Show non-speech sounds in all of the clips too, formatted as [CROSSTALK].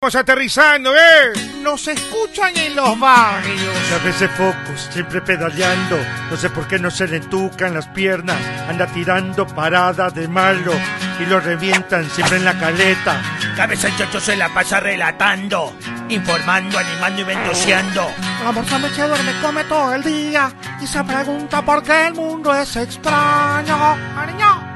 Estamos aterrizando, ¿eh? Nos escuchan en los barrios. A veces focos, siempre pedaleando. No sé por qué no se le entucan las piernas. Anda tirando parada de malo y lo revientan siempre en la caleta. Cabeza el chocho se la pasa relatando, informando, animando y ventoseando. La persona que duerme come todo el día y se pregunta por qué el mundo es extraño. Ah, Ariño.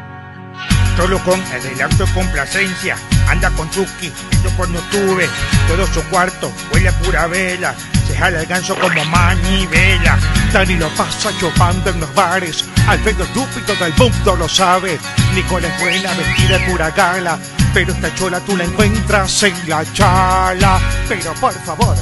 Solo con adelanto y complacencia. Anda con Chucky, yo cuando tuve todo su cuarto, huele a pura vela. Se jala el ganso como manivela. Dani lo pasa chupando en los bares. Alfredo estúpido del mundo lo sabe. Nicole es buena, vestida de pura gala. Pero esta chola tú la encuentras en la chala. Pero por favor,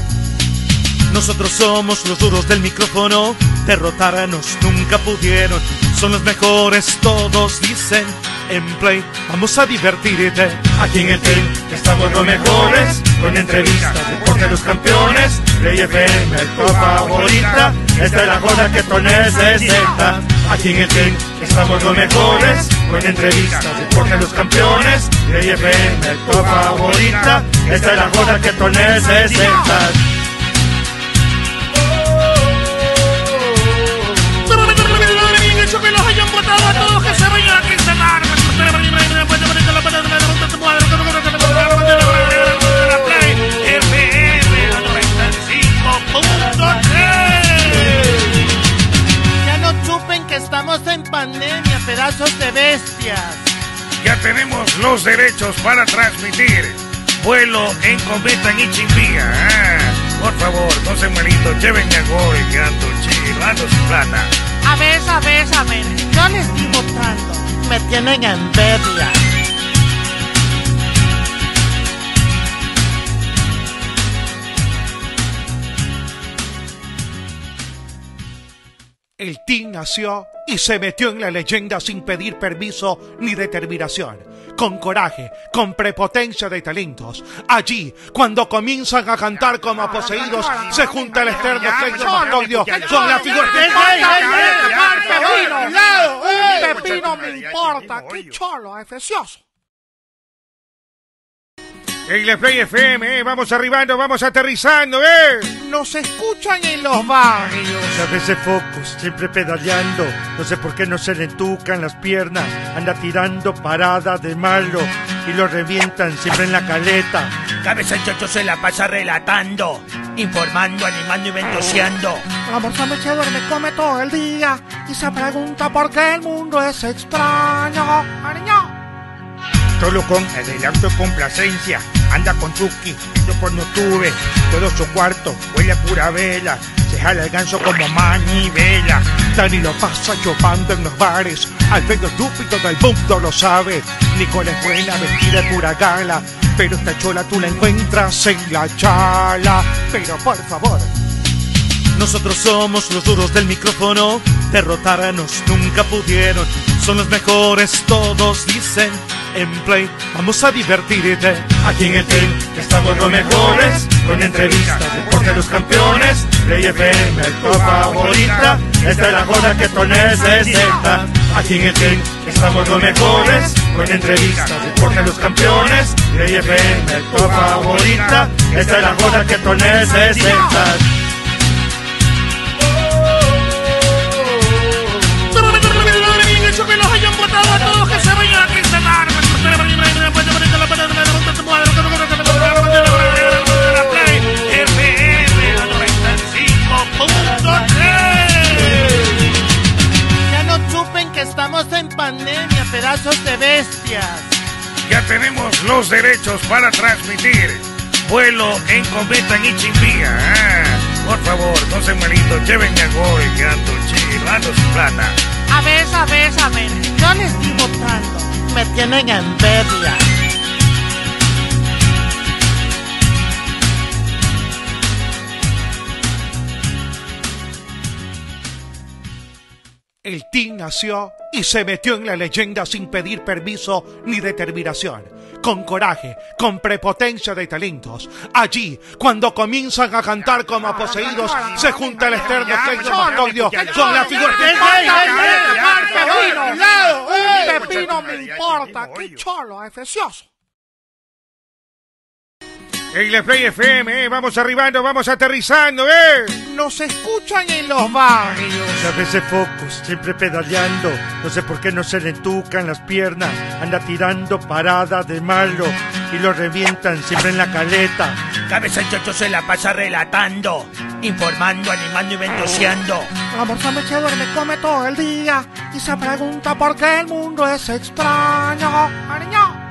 Nosotros somos los duros del micrófono, derrotarnos nunca pudieron. Son los mejores, todos dicen. En play, vamos a divertirte. Aquí en el team estamos los mejores, con entrevistas, deporte de los campeones. Rey FM, tu favorita, esta es la cosa que tú necesitas. Aquí en E el team estamos los mejores, con entrevistas, deporte de los campeones. Rey FM, tu favorita, esta es la cosa que tú necesitas. que los hayan votado a todos que se vayan a quincenar. Ya no chupen que estamos en pandemia, pedazos de bestias. Ya tenemos los derechos para transmitir. Vuelo en cometa en Ichimbía. Ah, por favor, no se malito, llévenme a gol, que ando chido, ando sin plata. A ver, a ver, a ver. Yo les estoy votando. Me tienen envidia. el team nació y se metió en la leyenda sin pedir permiso ni determinación. Con coraje, con prepotencia de talentos. Allí, cuando comienzan a cantar como poseídos, se junta el externo Cleiton Matoglio con la figura ¡Ey, ey, ey, ey! ¡Pepino! ey, ¡Cuidado! ey, ey, ¡Pepino ey, me ey, importa! ey, ey, ¡Qué ey, cholo, efecioso! En la Play FM, eh, vamos arribando, vamos aterrizando, ¿eh? Nos escuchan en los barrios. A veces focos, siempre pedaleando. No sé por qué no se le entucan las piernas. Anda tirando parada de malo y lo revientan siempre en la caleta. Cabeza el chocho se la pasa relatando, informando, animando y ventoseando. La persona que duerme come todo el día y se pregunta por qué el mundo es extraño. Ah, Ariño. Solo con adelanto y complacencia. Anda con Chucky, yo cuando tuve todo su cuarto, huele a pura vela. Se jala el ganso como manivela. Dani lo pasa chupando en los bares. Alfredo estúpido del mundo lo sabe. Nicole es buena, vestida de pura gala. Pero esta chola tú la encuentras en la chala. Pero por favor, Nosotros somos los duros del micrófono, derrotarnos nunca pudieron. Son los mejores, todos dicen. En play, vamos a divertirte. Aquí en el team estamos los mejores, con entrevistas, deporte de los campeones. Rey FM, tu favorita, esta es la joda que tú necesitas. Aquí en E el team estamos los mejores, con entrevistas, deporte de los campeones. Rey FM, tu favorita, esta es la joda que tú necesitas. que los hayan votado a todos que se vayan a quincenar. Ya no chupen que estamos en pandemia, pedazos de bestias. Ya tenemos los derechos para transmitir. Vuelo en cometa en Ichimbía. Ah, por favor, no se malito, llévenme a gol, que ando chido, ando sin plata. A ver, a ver, a ver. Yo les estoy votando. Me tienen envidia. el team nació y se metió en la leyenda sin pedir permiso ni determinación. Con coraje, con prepotencia de talentos. Allí, cuando comienzan a cantar como poseídos, se junta el externo Cleiton Matoglio con la figura ¡Ey, ey, ey! ya, ¡Pepino! ¡Cuidado! ya, ya, ¡Pepino me ya, importa! ya, ya, ¡Qué ya. cholo, efecioso! En la Play FM, eh, vamos arribando, vamos aterrizando, ¿eh? Nos escuchan en los barrios. Muchas veces focos, siempre pedaleando. No sé por qué no se le entucan las piernas. Anda tirando paradas de malo y lo revientan siempre en la caleta. Cabeza el chocho se la pasa relatando, informando, animando y ventoseando. La morsa se duerme, come todo el día y se pregunta por qué el mundo es extraño. Ah, Ariño.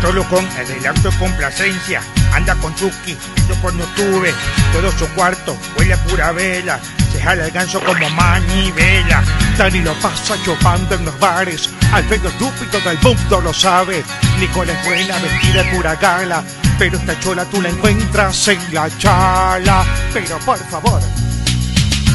Solo con adelanto y complacencia Anda con Chucky, yo cuando tuve Todo su cuarto huele a pura vela Se jala el ganso como manivela Dani lo pasa chupando en los bares. Alfredo estúpido del mundo lo sabe. Nicole es buena, vestida de pura gala. Pero esta chola tú la encuentras en la chala. Pero por favor,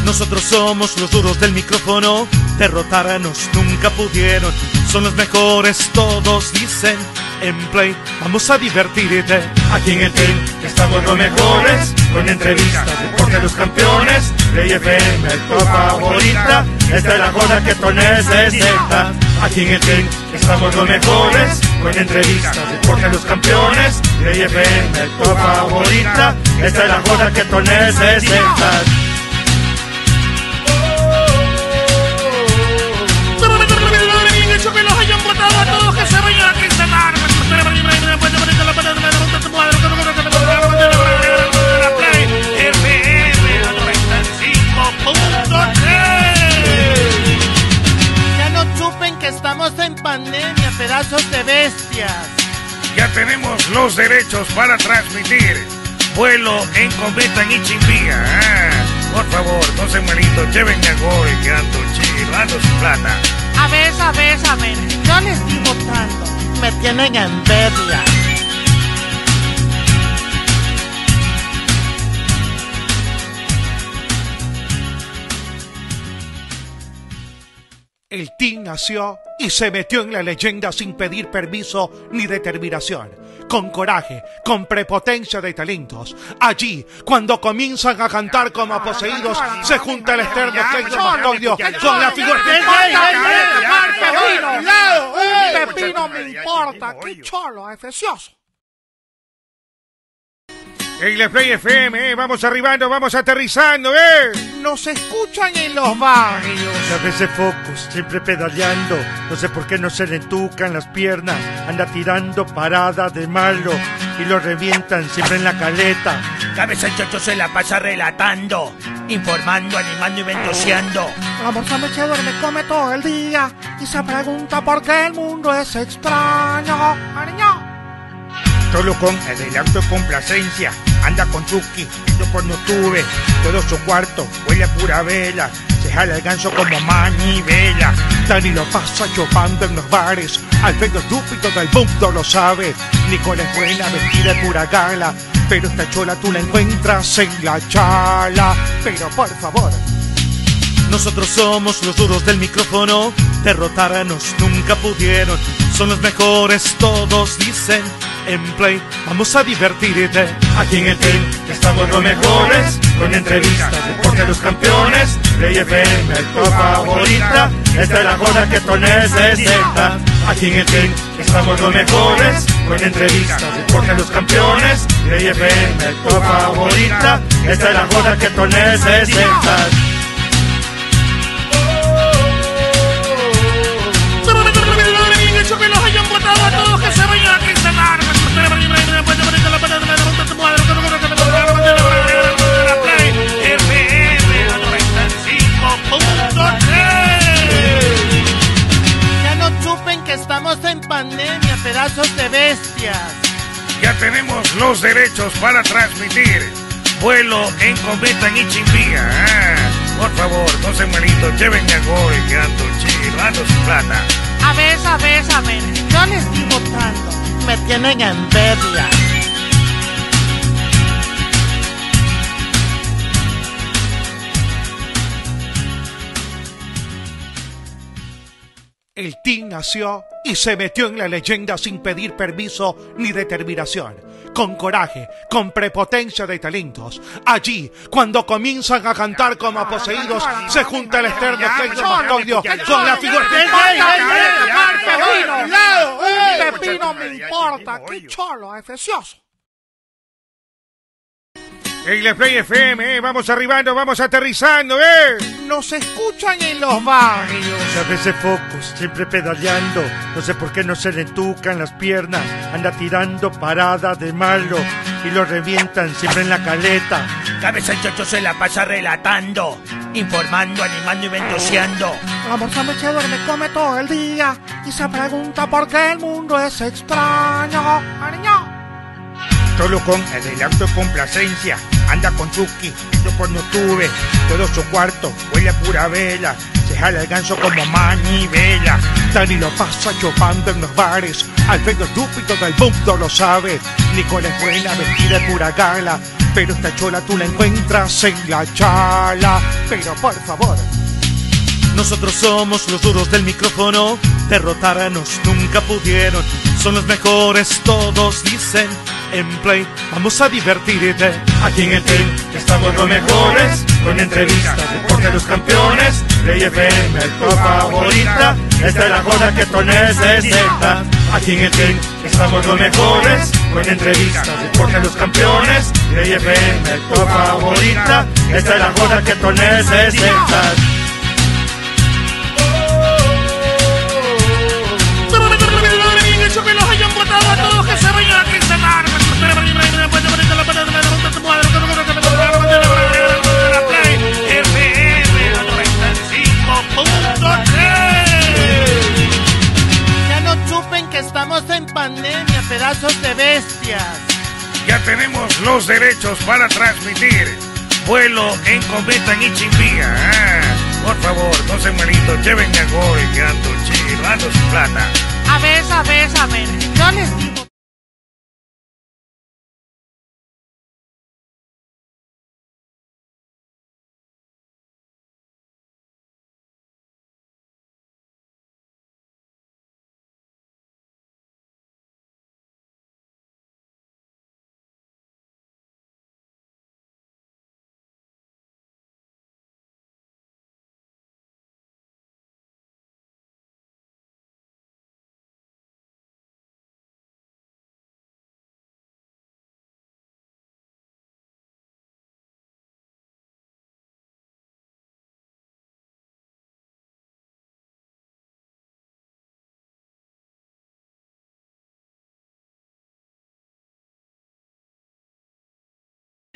Nosotros somos los duros del micrófono, derrotarnos nunca pudieron. Son los mejores, todos dicen. En play, vamos a divertirte. Aquí en el team estamos los mejores, con entrevistas, deporte, los campeones. Play FM, tu favorita, esta es la joda que tú necesitas. Aquí en E el team estamos los mejores, con entrevistas, deporte, los campeones. Play FM, tu favorita, esta es la joda que tú necesitas. Ya no chupen que estamos en pandemia, pedazos de bestias. Ya tenemos los derechos para transmitir vuelo en cometa en Ichimbía. Ah, por favor, no se malito, llévenme a Gol, que ando chido, ando sin plata. A ver, a ver, a ver, yo les digo tanto, me tienen envidia. el team nació y se metió en la leyenda sin pedir permiso ni determinación. Con coraje, con prepotencia de talentos. Allí, cuando comienzan a cantar como poseídos, se junta el externo Cleiton Matoglio con la figura Pepino, Pepino me importa, qué cholo, es precioso. En la Play FM, eh, vamos arribando, vamos aterrizando, ¿eh? Nos escuchan en los barrios. Muchas veces focos, siempre pedaleando. No sé por qué no se le entucan las piernas. Anda tirando paradas de malo y lo revientan siempre en la caleta. Cabeza el chocho se la pasa relatando, informando, animando y ventoseando. La morsa se duerme, come todo el día y se pregunta por qué el mundo es extraño. Ah, Ariño. Solo con adelanto y complacencia Anda con Chucky, yo cuando tuve Todo su cuarto huele a pura vela Se jala el ganso como manivela Dani lo pasa chupando en los bares. Alfredo estúpido del mundo lo sabe. Nicole es buena, vestida de pura gala. Pero esta chola tú la encuentras en la chala. Pero por favor, Nosotros somos los duros del micrófono, derrotarnos nunca pudieron. Son los mejores, todos dicen. En play, vamos a divertirte. Aquí en el team estamos los mejores, con entrevistas, deporte, los campeones. Play FM, tu favorita, esta es la joda que tú necesitas. Aquí en el team estamos los mejores, con entrevistas, deporte, los campeones. Play FM, tu favorita, esta es la joda que tú necesitas. Ya no chupen que estamos en pandemia, pedazos de bestias. Ya tenemos los derechos para transmitir vuelo en cometa en Ichimbía. Ah, por favor, no se malito, llévenme a Gol, que ando chido, ando sin plata. A ver, a ver, a ver, yo les digo tanto, me tienen envidia. el team nació y se metió en la leyenda sin pedir permiso ni determinación. Con coraje, con prepotencia de talentos. Allí, cuando comienzan a cantar como poseídos, se junta el externo Cleiton Matoglio con la figura Pepino, Pepino me importa, qué cholo, es precioso. En la Play FM, eh, vamos arribando, vamos aterrizando, ¿eh? Nos escuchan en los barrios. Muchas veces focos, siempre pedaleando. No sé por qué no se le entucan las piernas. Anda tirando paradas de malo y lo revientan siempre en la caleta. Cabeza el chocho se la pasa relatando, informando, animando y ventoseando. La morsa se duerme, come todo el día y se pregunta por qué el mundo es extraño. Ariño. Solo con adelanto y complacencia Anda con Chucky, yo cuando tuve Todo su cuarto huele a pura vela Se jala el ganso como manivela Dani lo pasa chupando en los bares. Alfredo estúpido del mundo lo sabe. Nicole es buena, vestida de pura gala. Pero esta chola tú la encuentras en la chala. Ah, Pero por favor, Nosotros somos los duros del micrófono, derrotarnos nunca pudieron. Son los mejores, todos dicen. En play, vamos a divertirte. Aquí en el team estamos los mejores, con entrevistas, deporte los campeones, Play FM, tu favorita, esta es la joda que tú necesitas. Aquí en el team estamos los mejores, con entrevistas, deporte los campeones, Play FM, tu favorita, esta es la joda que tú necesitas. Ya no chupen que estamos en pandemia, pedazos de bestias. Ya tenemos los derechos para transmitir vuelo en cometa en Ichimbía. Ah, por favor, no se malito, llévenme a Gol, que ando chido, ando sin plata. A ver, a ver, a ver. Yo les digo.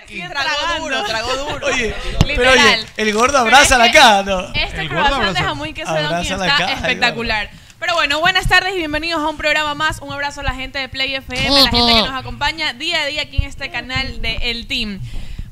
Tragó duro, tragó duro. Oye, Pero oye, el gordo abraza Pero la es que- este caja, ¿no? Esta El gordo grabación de abraza- jamón y queso de Donkey abraza la está caja, espectacular. Pero bueno, buenas tardes y bienvenidos a un programa más. Un abrazo a la gente de Play FM, la gente que nos acompaña día a día aquí en este canal de El Team.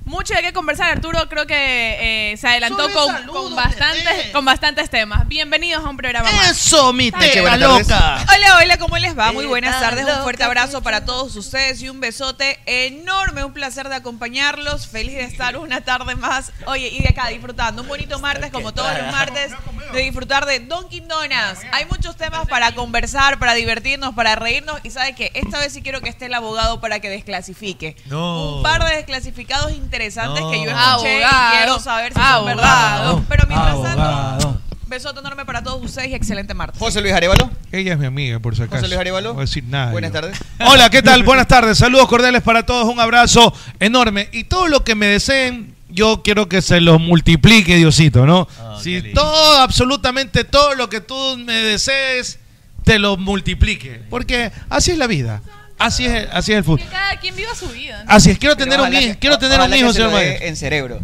Mucho de qué conversar, Arturo. Creo que eh, se adelantó Sube con, saludos, con bastantes, Tete. con bastantes temas. Bienvenidos a un programa más. [LAUGHS] Eso, mi Che, tega buenas loca. Hola, hola, ¿cómo les va? Muy buenas Está tardes, un fuerte loca, abrazo para todos ustedes y un besote enorme, un placer de acompañarlos, feliz de estar una tarde más, oye, y de acá disfrutando, un bonito martes como todos los martes, de disfrutar de Dunkin' Donuts. Hay muchos temas para conversar, para divertirnos, para reírnos, y ¿sabe qué? Esta vez sí quiero que esté el abogado para que desclasifique. No. Un par de desclasificados interesantes No. que yo escuché Abogado. y quiero saber si Abogado. son verdad. Pero mientras tanto, Abogado. besote enorme para todos ustedes y excelente martes. José Luis Arevalo. ella es mi amiga, por si acaso. José Luis Arevalo. No voy a decir nada. Buenas yo. tardes. Hola, ¿qué tal? Buenas tardes, saludos cordiales para todos, un abrazo enorme. Y todo lo que me deseen, yo quiero que se lo multiplique, Diosito, ¿no? Ah, qué si lindo. todo, absolutamente todo lo que tú me desees, te lo multiplique. Porque así es la vida, así es, así es el Que fútbol. cada quien viva su vida. ¿no? Así es, quiero tener Pero un ojalá hijo, que- quiero tener un ojalá que hijo, se lo señor dé Maestro. En cerebro.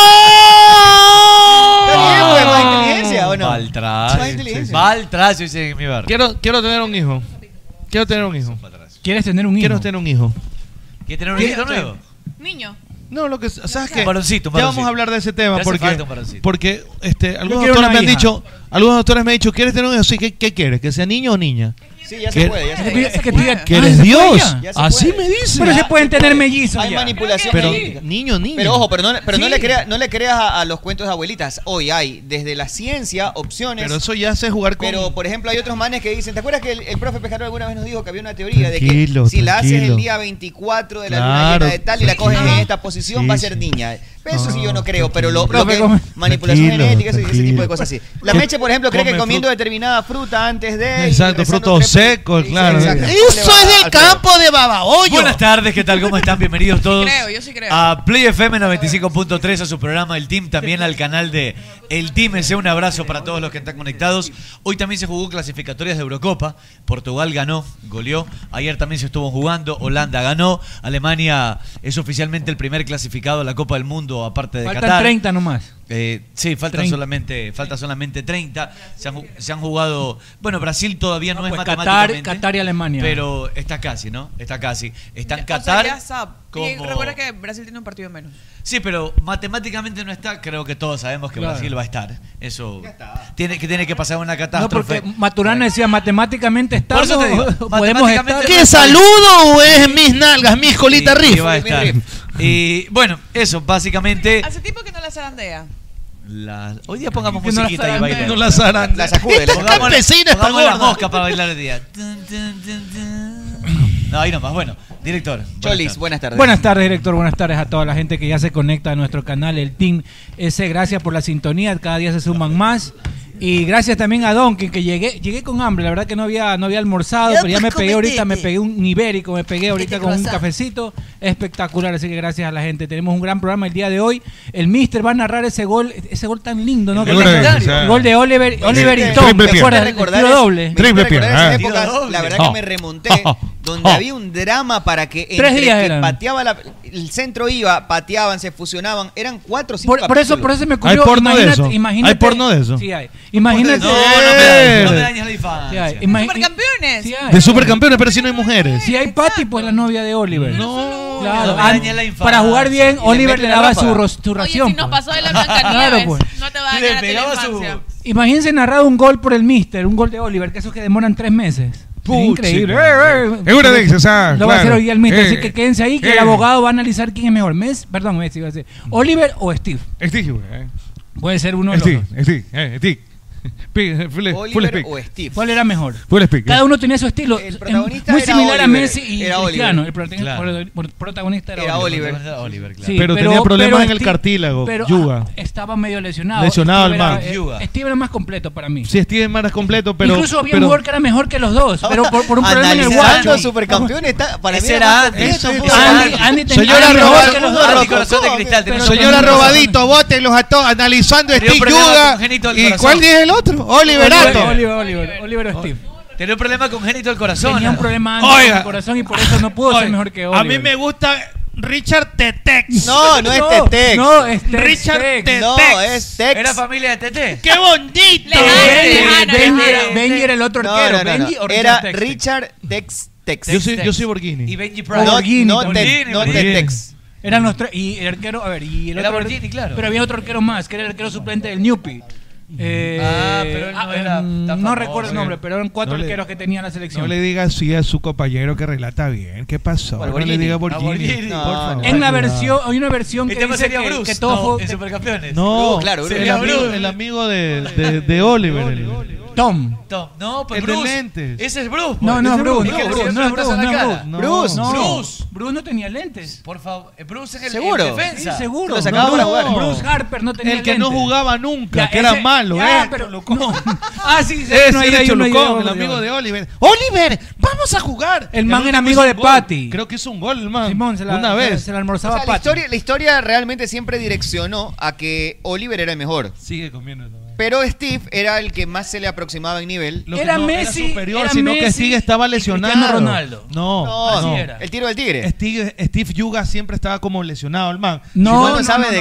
¡Oh! Está bien, pues, más inteligencia, ¡No! ¿o no? Más Maltracio. inteligencia. Maltracio, dice en mi barrio. Quiero, quiero tener un hijo. Quiero tener un hijo. ¿Quieres tener un Quiero tener un hijo. ¿Quieres tener un hijo nuevo? Niño. No, lo que sabes que Un varoncito, un ya varoncito. vamos a hablar de ese tema Te hace porque falta un varoncito. porque este algunos quiero doctores una me han hija. dicho, algunos doctores me han dicho, ¿quieres tener un hijo? Sí, ¿qué, qué quieres? ¿Que sea niño o niña? Sí, ya ¿Qué- se puede. Ya se puede. que diga- Que eres ¿se puede Dios. ya? Ya se Así me puede. dicen. Pero se pueden tener mellizos Hay ya. manipulación. Pero genética. niño, niño. Pero ojo, pero no, pero no Sí. le creas, no le creas a, a los cuentos de abuelitas. Hoy hay desde la ciencia opciones. Pero Pero, eso ya hace jugar con por ejemplo hay otros manes que dicen, ¿te acuerdas que el, el profe Pescarol alguna vez nos dijo que había una teoría Tranquilo, de que si la haces tranquilo. el día 24 de la luna Claro, llena de tal y la coges en tranquilo. esta posición Sí, va a sí. ser niña? Eso sí yo No, no creo, pero lo, tranquilo. lo que Profe, come- manipulación Tranquilo, genética ese- ese tranquilo. tipo de cosas así. La Com- Meche, por ejemplo, cree come que comiendo fruta. determinada fruta antes de y Exacto, rezando frutos tres secos, claro. Eso es del campo de Babahoyo. Buenas tardes, ¿qué tal? ¿Cómo están? Bienvenidos todos. creo, [LAUGHS] yo sí creo. A Play FM 95.3, a su programa El Team, también al canal de El Team EC. Un abrazo para todos los que están conectados. Hoy también se jugó clasificatorias de Eurocopa. Portugal ganó, goleó. Ayer también se estuvo jugando. Holanda ganó. Alemania es oficialmente el primer clasificado a la Copa del Mundo, aparte de Faltan Qatar. 30 nomás. Eh, sí, faltan 30. solamente, falta solamente 30. Se han, ju- se han jugado. Bueno, Brasil todavía no, es pues Qatar- matemáticamente. Qatar y Alemania. Pero está casi, ¿no? Está casi. Están O sea, Qatar. ya está. Y como- recuerda que Brasil tiene un partido menos. Sí, pero matemáticamente no está. Creo que todos sabemos que Claro. Brasil va a estar. Eso. Tiene, que tiene que pasar una No, catástrofe. porque Maturana decía matemáticamente estamos. eso te digo, [LAUGHS] podemos estar. ¿Qué saludo o es mis nalgas, mis colitas Y- y riff? va a estar. Y bueno, eso, básicamente. Hace tiempo que no la zarandea. la- hoy día pongamos Que no la musiquita y zaran- bailemos. no la zaran- La sacude, Esta la sacude. campesina está Pongamos la gorda. mosca para bailar el día. Tun, tun, tun, tun. No, ahí nomás. Bueno, director. Cholis, buenas tardes. Buenas tardes, director. Buenas tardes a toda la gente que ya se conecta a nuestro canal, el Team S. Gracias por la sintonía. Cada día se suman más. Y gracias también a Don, que, que llegué, llegué con hambre. La verdad que no había, no había almorzado, Ya, pero ya [LAUGHS] pues, me pegué ahorita, me cometete. pegué un ibérico, me pegué ahorita Cometete con un croissant. cafecito. Espectacular. Así que gracias a la gente. Tenemos un gran programa el día de hoy. El Mister va a narrar ese gol, ese gol tan lindo, ¿no? El Que gol tan- de- legendario. o sea, gol de Oliver, Oliver y Sí. Tom, Triple ¿te pie. acuerdas? Me El recordar tiro es- doble. me Triple recordar pie, eh. esas ah. épocas, La verdad que [LAUGHS] me remonté donde Oh. había un drama para que Tres entre días que eran. pateaba la- el centro iba, pateaban, se fusionaban, eran cuatro o cinco Por, por eso, capítulos. por eso me ocurrió. imagínate- imagínate- Sí hay. Imagínate. No, no me no me dañes la infancia. Supercampeones. De supercampeones, pero si no hay mujeres. Si hay Patty, pues la novia de Oliver. No, claro. No me ah, dañes la infancia. para jugar bien, Y le Oliver mete le la daba ráfaga. su, ros- su ración. Si nos pues. pasó de la Blancanieves, Claro, pues. no te va a dañar a ti la infancia. Imagínense narrado un gol por el Mister, un gol de Oliver, que esos que demoran tres meses. Sería Puch, increíble. Eh, sí, claro. Es una de esas, ah, Lo va a hacer claro. hoy día el Mister, Eh, así que quédense ahí que eh. Mm. el abogado va a analizar quién es mejor, Messi, perdón, Messi iba a decir, Oliver o Steve. Steve, güey. Puede ser uno de los Steve, dos. Steve, eh, Steve. [LAUGHS] Pi- Full, full speak. ¿Cuál era mejor? Full eh. speak. Cada uno tenía su estilo. Es protagonista muy era similar a Oliver, Messi y era Oliver. Cristiano. El prote- Claro. por- protagonista era, Era Oliver. Oliver. Era Oliver, claro. Pero tenía problemas en el Steve- cartílago, pero, Yuga. ah, estaba medio lesionado. Lesionado Steve el era- man. eh, Yuga. Steve era más completo para mí. Si Steven Mara es completo, pero. Incluso había un pero- jugador que era mejor que los dos, pero por, por un problema en el guacho. supercampeones está, para mí Ese era era más antes. completo, Ese pues. era Andy- antes. Andy tenía- Señora Andy Robar- mejor que los dos. Andy Rojo, Corazón de Cristal, tenemos Señora Señora Robadito, bótenlos a todos, analizando Tenía un Steve problema Yuga. congénito del ¿Y corazón. cuál es el otro? Oliverato. Oliver, Oliver, Oliver o Steve. Oh. Tenía un problema congénito del corazón. Tenía un ¿no? problema antes con el corazón y por eso no pudo ser mejor que Oliver. me gusta Richard Tetex. No, no es Tetex. No, es Tex, Richard Tex. Tetex. No, es Tex. Era familia de Tete. ¡Qué bonito! Benji, Benji era- Benji era el otro No, arquero. no, no, no. Benji o Era Tex. Richard Tex Tex. Yo soy, yo soy Borghini. Y Benji Price. No, Borghini no también. Tex- no Borghini. Tex. Eran los tres. Y el arquero, a ver, y el Era otro- Borghini, claro. Pero había otro arquero más, que era el arquero suplente del Newpi. Eh, Ah, pero él no ah, era mm, tan no famoso. recuerdo el nombre, pero eran cuatro No le- arqueros que tenía la selección. No le diga así a su compañero que relata bien. ¿Qué pasó? ¿Cuál, No le Borghini? diga No, Borghini. Borghini. por favor. en la versión, hay una versión El que tema dice sería que, Bruce. que todo no, fue- en Supercampeones. No, el, Sería amigo, Bruce. el amigo de, de, de Oliver. el- Tom. Tom. No, pues El de Bruce. lentes. Ese es No, Bruce. pues. no, Ese es Bruce, Es que no, le Bruce, pusieron no es una taza Bruce, en la no es cara. Bruce. no. Bruce, No. Bruce. Bruce no tenía lentes. Por favor, eh, Bruce es el, ¿Seguro? el defensa. Sí, seguro. Lo sacaba para jugar. Bruce Harper no tenía El que no lentes. jugaba nunca, Ya, que era ese- malo. ya, eh. pero no. Ah, sí, sí, Ese no, ahí era hay uno, ahí hay Cholucón, el otro, amigo digamos. de Oliver. ¡Oliver! ¡Vamos a jugar! El man último era amigo hizo de un gol. Patty. Creo que hizo un gol, el man. Simón, se la- Una se- vez. se la almorzaba O sea, la, historia, la historia realmente siempre direccionó a que Oliver era el mejor. Sigue comiendo. Pero Steve era el que más se le aproximaba en nivel. Lo que no superior, sino que Stig estaba lesionado. Ronaldo. No, No, no. el tiro del tigre. Steve, Steve Yuga siempre estaba como lesionado, el man. No, Si uno no, no,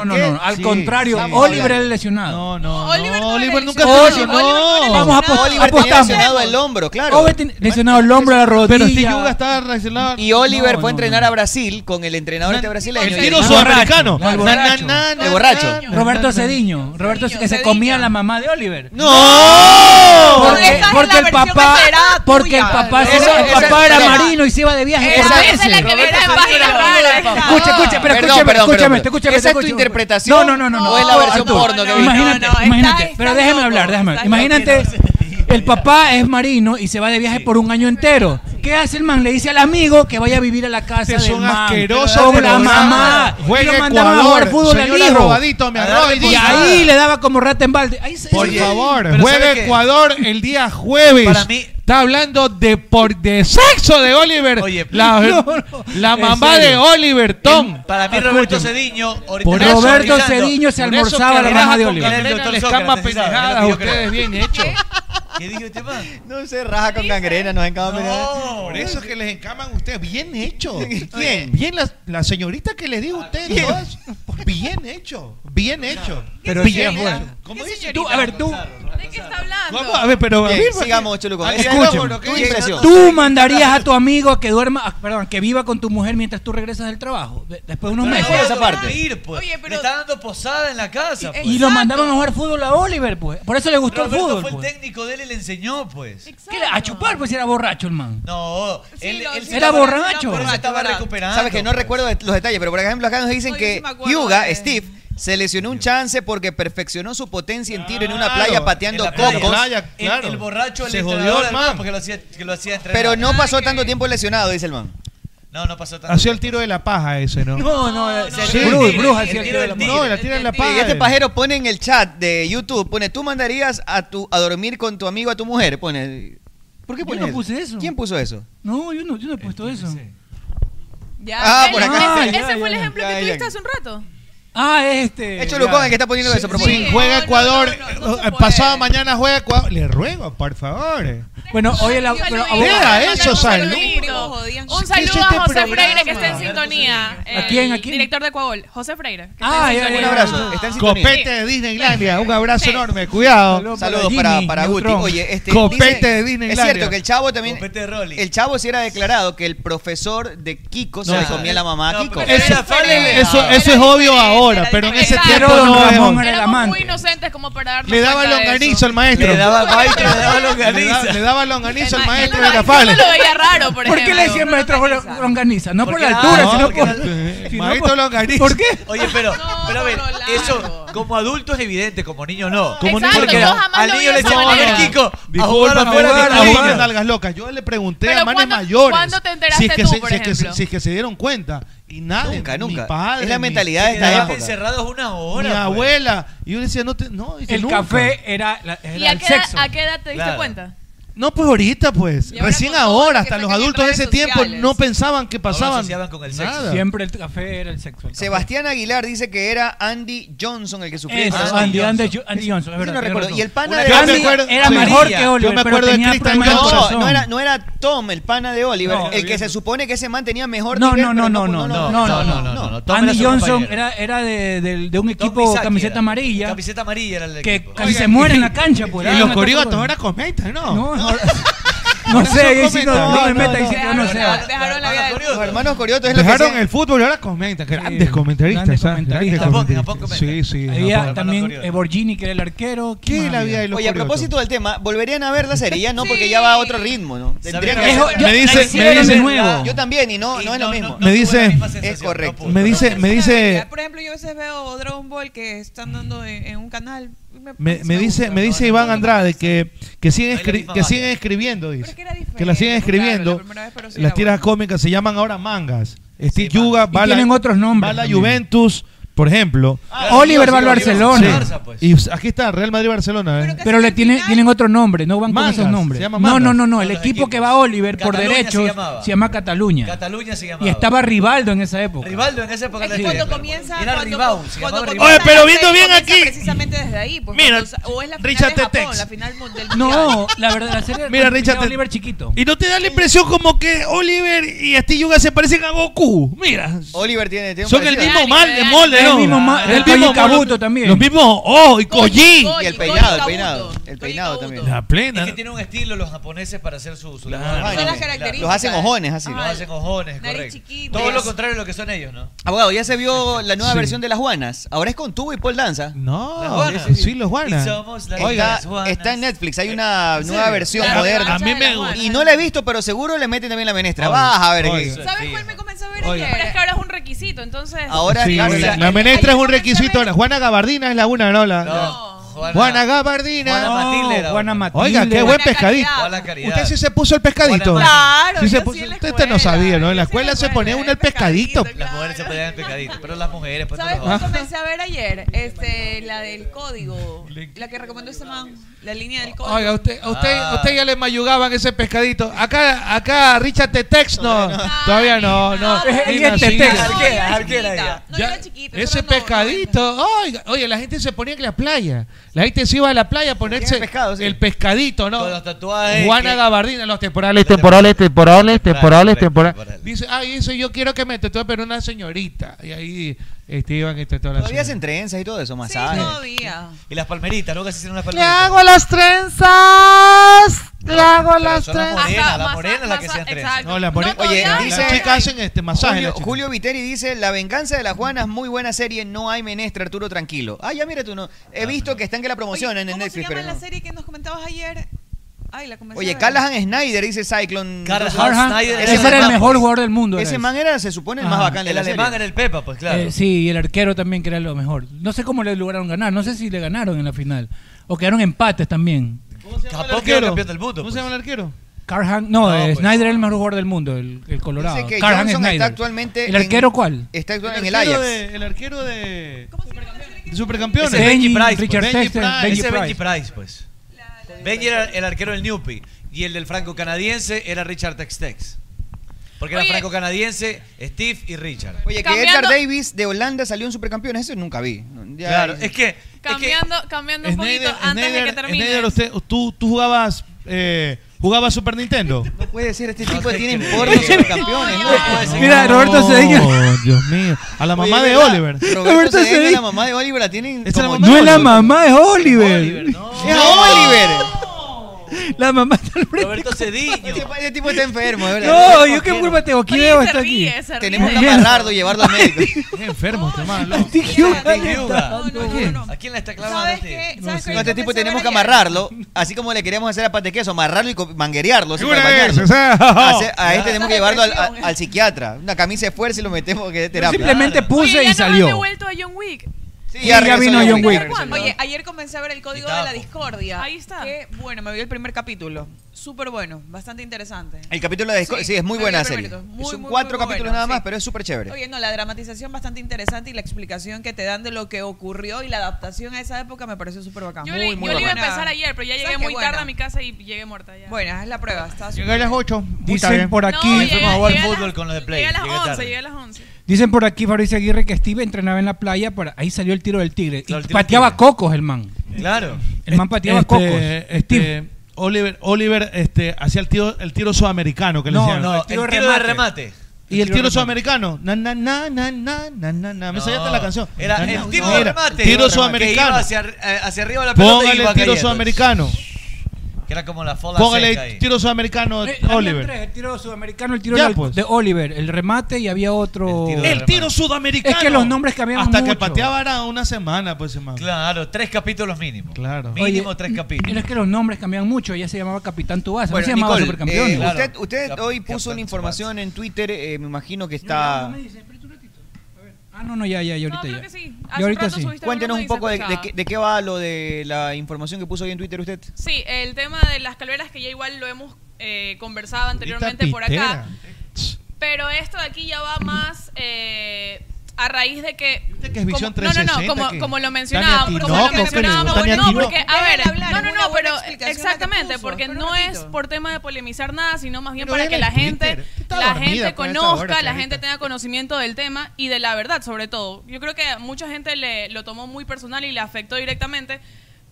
no, no, no, al contrario, Oliver era el lesionado. No, no, no, Oliver Oliver, no era lesionado. nunca se lesionó. Vamos a apostar. Oliver tenía apostamos. lesionado el hombro, claro. Oliver ten- lesionado el hombro, la rodilla. Pero Steve Yuga estaba lesionado. Y Oliver No, fue a no, entrenar a Brasil con el entrenador este brasileño. el tiro sudamericano. No, el Na, na, borracho. na, na, El borracho. na. Roberto Cediño. Roberto que se comía la mamá de Oliver. ¡No! Porque, Esa es porque la el versión papá alterada porque el tuya. papá, Esa- se- el esa- papá era perdona. marino y se iba de viaje Esa- por esa es meses. la que viene en páginas raras. Escucha, escucha, pero Perdón, escúchame, perdón, escúchame, perdón. escúchame, ¿Esa es tu escúchame. interpretación No, no, no, no, o es la versión porno que viste? Imagínate, No, no, imagínate, está- pero está déjeme loco, hablar, déjame. está Imagínate, el papá es marino y se va de viaje por un año entero. ¿Qué hace el man? Le dice al amigo que vaya a vivir a la casa Este es del un man. asqueroso Con la programa. mamá. Juega Lo mandaban Ecuador. a jugar fútbol al Señora hijo. Robadito, me arroba y y dice. ahí le daba como rata en balde. Ahí se- Por ese- favor, juega Ecuador el día jueves. Para mí- Está hablando de, por, de sexo de Oliver. [LAUGHS] la, no, la en mamá serio. de Oliver, Tom. Para mí Roberto Cediño ahorita Por está Roberto actualizando. Cediño se Por almorzaba eso la que mamá raja de con Oliver. Cangrena Vengan el les doctor cama Sócrates, ¿sabes? pendejadas, Es lo que yo ustedes, creo. bien hecho. ¿Qué dijo este man? No se raja con gangrena, nos encanta Por eso que les encaman ustedes. Bien [LAUGHS] hecho. Bien. Bien la, la señorita que les dijo a ustedes. Bien. todas, Bien hecho. Bien hecho. Pero bien sí, hecho. ya. ¿Cómo ¿Qué dices tú? señorita? A ver, tú. ¿De qué está hablando? ¿Cómo? A ver, pero. a Bien, ver, porque- sigamos, Choluco. Ah, Escúchame, escúchame. tú- tú mandarías a tu amigo que duerma, ah, perdón, que viva con tu mujer mientras tú regresas del trabajo, de- después de unos meses. Ir, pues. Le está dando posada en la casa. pues. Y lo mandaban a jugar fútbol a Oliver, pues. Por eso le gustó Roberto el fue fútbol. el Pues. técnico de él y le enseñó, pues. ¿Qué le- a chupar, pues era borracho el man. No, él, él se Era estaba- borracho. pero se estaba recuperando. Sabes que no recuerdo de- los detalles, pero por ejemplo acá nos dicen que Hyuga, Steve, se lesionó un chance porque perfeccionó su potencia en tiro en una playa pateando En la playa. cocos. El- El, borracho el Se jodió entrenador el al man. man, porque lo hacía, que lo hacía entrenar. Pero no pasó tanto tiempo lesionado, dice el man. No, no pasó tanto. Hacía el tiro de la paja ese, ¿no? No, no, Sí. Bruce, Bruce hacía el tiro de la No, la tira en la paja. Y este pajero pone en el chat de YouTube, pone, tú mandarías a tu a dormir con tu amigo a tu mujer, pone. ¿Por qué Yo pone no eso? puse eso. ¿Quién puso eso? No, yo no, yo no he puesto eso. Ya. Ah, Él- por acá. Ese, Ah, ese ya, fue el ya, ejemplo ya, que ya. tuviste hace un rato. Ah, este. Es Cholucón el que está poniendo eso, a propósito. Si juega Ecuador, eh, pasado mañana juega Ecuador. Le ruego, por favor. Bueno, oye, la. Yo lo vi, yo Vea le mandé eso, un salud. saludito. Un ¿Qué es saludo este a José programa? Freire que está en sintonía. ¿A quién, a el quién? Director de Coagol, José Freire. que está Ah, en ya, sintonía. ya, ya. Sí. Copete de Disneylandia. Un abrazo enorme. Cuidado. Saludos para, para Guti. Oye, este Copete dice- de Disneylandia. Es cierto que el chavo también. El chavo sí era declarado que el profesor de Kiko se No, le comía la mamá a Kiko. Eso, eso, eso es obvio ahora, pero en ese Exacto. tiempo Pero no Don es Ramón obvio. era Éramos muy inocentes como para darnos Le daba cuenta de eso. longanizo al maestro. Le daba baile, le daba Le longaniza. daba, le daba longaniza al maestro no de lo- Cafales. yo no lo veía raro, por ¿Por qué le ejemplo? decían maestro Ron- Ronganiza? No por Porque la era- altura, no, sino porque por. era- sino Maestro por- Longaniza. ¿Por qué? Oye, pero, pero a ver, eso como adulto es evidente, como niño no. Como niño Porque no. era- Yo jamás al lo vi niño de le esa decíamos, a ver, manera. Kiko, a Disculpa, jugar afuera jugar de a la jugar niña. nalgas locas. Yo le pregunté Pero a manes ¿cuándo- mayores. cuándo te enteraste si es que tú, se, por si es que, ejemplo? si es que se dieron cuenta. Y nada. Nunca, mi nunca. padre, Es la mi- mentalidad de mi- esta mi época. encerrados una hora. Mi pues. abuela. Y yo le decía, no, te, no dice, El nunca. café era, la- era ¿Y a el qué, edad, sexo. a qué edad te diste Claro. cuenta? No, pues ahorita, pues. Recién ahora, hasta los adultos de ese tiempo no pensaban que pasaban. nada. Siempre el café era el sexo. el café. Sebastián Aguilar dice que era Andy Johnson el que sufrió. Eso, Ah, Andy, Andy, Jo- Andy Johnson. es Yo verdad, no tiene recuerdo. razón. Y el pana Una- de Yo me acuerdo- era mejor que Oliver, Yo me pero acuerdo tenía de Cristian problemas de No, corazón. no era, no era Tom, el pana de Oliver. No, el que bien. se supone que ese man tenía mejor No, nivel, no, pero no, no, no, no, no, no, no, no, no. Tom era Andy su Johnson compañero. era, era de, del- de un equipo Misaki camiseta era. amarilla. Camiseta amarilla era el que equipo. casi Oiga, se muere en la cancha, pues. Y los coreógrafos eran cometas, ¿no? No, [LAUGHS] no sé, ahí sí no, no, me meta, ahí sí que yo no sé. Dejaron la vida Los hermanos Corioto es lo que Dejaron hacían. el fútbol y ahora comentan. Grandes comentaristas. grandes ¿sabes? Grandes comentaristas. comentaristas. Sí, sí. Había Japón. también eh, Borgini, que era el arquero. ¿Qué la vida de los Oye, a propósito del tema, ¿volverían a ver la serie? Ya no, porque ya va a otro ritmo, ¿no? Tendrían Sabrina, que hacer- yo- Me dice- la hicieron me dice- de nuevo. Yo también, y no, no es lo mismo. Me dice, Es correcto. me dice, me dice, Por ejemplo, yo a veces veo Dragon Ball que están dando en, en un canal. y me- me, me dice, me dice Iván Andrade que, que, siguen, escri- que siguen escribiendo, dice. Que las siguen escribiendo. las tiras cómicas se llaman ahora mangas. Steve Yuga va a la- tienen otros nombres va a la también. Juventus, por ejemplo. Ah, Oliver va al Barcelona. pues. Sí. Y aquí está, Real Madrid-Barcelona. ¿eh? Pero le tienen, tienen otro nombre, no van Mangas, con esos nombres. se llama no, mangas. no, no, no. El equipo que va a Oliver por Cataluña se derecho llamaba. se llama Cataluña. Cataluña se llamaba. Y estaba Rivaldo en esa época. Rivaldo en esa época Es era que el- cuando comienza. Era cuando- Rivaldo, se cuando llamaba comienza Rivaldo. la Oye, pero viendo serie, bien comienza aquí. Precisamente desde ahí. pues, Mira, cuando- o es la final Richard de Japón, Tetex. la final mu- del No, la verdad, la serie Mira, la tenía Richard, te- Oliver chiquito. Y no te da la impresión como que Oliver y Steve Yuga se parecen a Goku. Mira. Oliver tiene tiene un Son el parecido. mismo mal de molde, ¿no? El mismo ma- El el mismo Koji Kabuto también. Los mismos ojos y Koji. Y el peinado, el peinado. El peinado también. La plena. Es que tienen un estilo los japoneses para hacer su... su Claro. Son las características. Los hacen ojones, así. Los hacen ojones, correcto. Todo lo contrario de lo que son ellos, ¿no? Abogado, ya se vio la nueva Sí. versión de Las Juanas. Ahora es con tubo y Paul Danza. No, Las Juanas. sí, sí, los Juanas. Y somos las Oiga, Las Juanas. está en Netflix, hay una ¿En nueva serio? versión La moderna. revancha A mí de me las gusta. Juanas. Y no la he visto, pero seguro le meten también la menestra. Baja a ver qué. ¿Sabes cuál me comenzó a ver Oiga. ayer? Pero es que ahora es un requisito, entonces. Ahora Sí, claro, la, la- la menestra es un requisito. La Juana Gabardina es la una, ¿no? La, la- Juana, Juana Gabardina. Juana Matilde era Juana otra. Matilde. Oiga, qué buen Juana pescadito. Caridad. Juana Caridad. Usted sí se puso el pescadito. Juana Claro, Sí se yo puso- usted, usted no sabía, ¿no? En la escuela se ponía uno el pescadito. Las mujeres se pelean en pecadito, pero las mujeres, pues ¿Sabes no cuál jodas. comencé a ver ayer? Este, la del código. La que recomendó este man. La línea del código. Oiga, usted, a usted, Ah. a usted ya le mayugaban ese pescadito. Acá, acá, Richard Tetex no. Todavía no, no. Ella Ni es nacido. Tetex. Arquera, arquera ella. No, yo Ya, Ese pescadito. Oiga, oye, la gente se ponía en la playa. La gente se iba a la playa a ponerse el pescadito, ¿no? tatuajes Juana que- Gabardina, los temporales, temporales, temporales, temporales, temporales. Dice, ay, eso yo quiero que me tatúe, pero una señorita. Y ahí este, iban y tatuaban a la Todavía señora. hacen trenzas y todo eso, Ah, masajes. Todavía. Y las palmeritas, ¿no? Que se hicieron las Le palmeritas. hago las trenzas. Le hago las son las trenzas. morenas, las morenas las que se han trenzas. No, la ponen- Oye, las dice- chicas hacen este masaje. Julio, las chicas. Julio Viteri dice, La venganza de la Juana es muy buena serie, no hay menestre, Arturo, tranquilo. Ah, ya mira tú, no. He visto que están que la promocionan en ¿Cómo se Netflix, llama pero la no. serie que nos comentabas ayer? Ay, la comencé a Oye, ver. Callahan Snyder dice Cyclone. Carl Entonces, Harhan, ese ese era el man- mejor jugador del mundo. era Ese ese. man era, se supone, el más Ajá. bacán de El la alemán serie. era el Pepa, pues claro. Eh, sí, y el arquero también, que era lo mejor. No sé cómo le lograron ganar. No sé si le ganaron en la final. O quedaron empates también. Capaz que era campeón del mundo. ¿Cómo se llama el arquero? Carhan, no, eh, pues. Snyder era el mejor jugador del mundo, el, el Colorado. Dice que Carhan Johnson Snyder. está actualmente ¿El en- arquero cuál? Está actualmente en el arquero Ajax. de- el arquero de. de Supercampeones. Ese es Benji Price. pues. Richard Sexton, Benji Ese es Benji Price. Price, pues. Benji era el arquero del Newpi y el del franco-canadiense era Richard Textex. Porque era Oye. franco-canadiense, Steve y Richard. Oye, que Cambiando- Edgar Davis de Holanda salió en Supercampeones, eso nunca vi. Ya- Claro, es que Cambiando, cambiando un poquito Snyder- antes de que Snyder- termine. Snyder, usted- tú, tú jugabas, eh, jugabas Super Nintendo. No puede [LAUGHS] ser, este tipo tiene porno Supercampeones. ¿no? Mira, Roberto Cedeño. Oh, Dios mío. A la mamá Oye, de ¿verdad? Oliver. Roberto Roberto Cedeño, Cedeño. la mamá de Oliver la tienen. Esa es la como- mamá No es la mamá, es Oliver. ¡Es Oliver! La mamá está Roberto Cediño. Este tipo está enfermo, de verdad. No, yo qué culpa tengo. ¿Quién veo está aquí? Tenemos que Bien. amarrarlo y llevarlo al médico. Es enfermo, este man. ¿A quién la está clavando ¿Sabes usted? qué? No, ¿Sabes qué? este Yo tipo pensé tenemos ver que ayer. amarrarlo, así como le queríamos hacer a Pate Queso, amarrarlo y co- manguerearlo. así De para una vez, bañarlo. o sea, a, ce- a ya. este tenemos que llevarlo al, al- al psiquiatra. Una camisa de fuerza y lo metemos que es terapia. Simplemente Oye, puse ya y nos han salió. devuelto a John Wick. Sí, ya regresó vino John ya Wick. regresó John Oye, ayer comencé a ver el código de la discordia. Ahí está. Qué bueno, me vi el primer capítulo. Súper bueno, bastante interesante. El capítulo de Discord, sí, es me muy vi buena el serie. primerito. Muy, Son muy, cuatro muy capítulos bueno, nada más, sí. pero es súper chévere. Oye, no, la dramatización bastante interesante y la explicación que te dan de lo que ocurrió y la adaptación a esa época me pareció súper bacán. Yo, muy, le- muy yo le iba a buena. empezar ayer, pero ya llegué ¿Sabes qué? muy tarde Buena. a mi casa y llegué muerta ya. Buena, es la prueba. Está Llegué a las 8. Dicen por aquí. No, llegué- Fuimos a jugar llegué a fútbol las- con los de Play. Llegué a las Llegué 11, tarde. llegué a las 11. [LAUGHS] Dicen por aquí Fabricio Aguirre que Steve entrenaba en la playa para ahí salió el tiro del tigre. Claro, el y tiro del pateaba cocos el man. Claro. El man pateaba Este, cocos. este, Oliver, Oliver este, hacía el tiro, el tiro sudamericano que le No, decían. no, El tiro de remate. Y el tiro, remate. sudamericano. Na, na, na, na, na, na, na, na. Me No, saltaste la canción. Era Na, na, el na. tiro Mira, de remate. Tiro Que sudamericano. iba hacia, eh, hacia arriba de la pelota y Póngale iba el tiro cayendo. sudamericano. Que era como la fola Póngale seca el ahí. tiro sudamericano, Eh, habían tres, Oliver. el tiro sudamericano, el tiro Ya, de, pues. de Oliver, el remate y había otro. El tiro de El tiro sudamericano. Es que los nombres cambiaban Hasta que mucho. pateaba era una semana, pues, hermano. Claro, tres capítulos mínimo. Claro. Mínimo Oye, tres capítulos. Pero es que los nombres cambiaban mucho. Ella se llamaba Capitán Tubasa, Bueno, no se llamaba Nicole, Supercampeón. eh, usted, usted hoy puso una información en Twitter, eh, me imagino que está... Ah, no, no, ya, ya, ya, ahorita creo ya. que sí. Ya Hace un ahorita rato sí. subiste Cuéntenos alguno un poco de, dice, de qué, de qué va lo de la información que puso hoy en Twitter usted. Sí, el tema de las calveras que ya igual lo hemos eh, conversado anteriormente por acá. Pero esto de aquí ya va más eh, a raíz de que... que es Visión como, no, no, no, 360 como, que- como lo mencionábamos. Tania Como lo Tinoco, mencionábamos. Tania No, Tinoco. porque, a ver, Déjala hablar, no, no, es no, una buena pero explicación la exactamente, que puso, porque espera no un es ratito. por tema de polemizar nada, sino más bien Pero para vela que la en Twitter. gente, Está la dormida gente con esta hora, conozca, la Clarita. gente tenga conocimiento del tema y de la verdad, sobre todo. Yo creo que mucha gente le, lo tomó muy personal y le afectó directamente.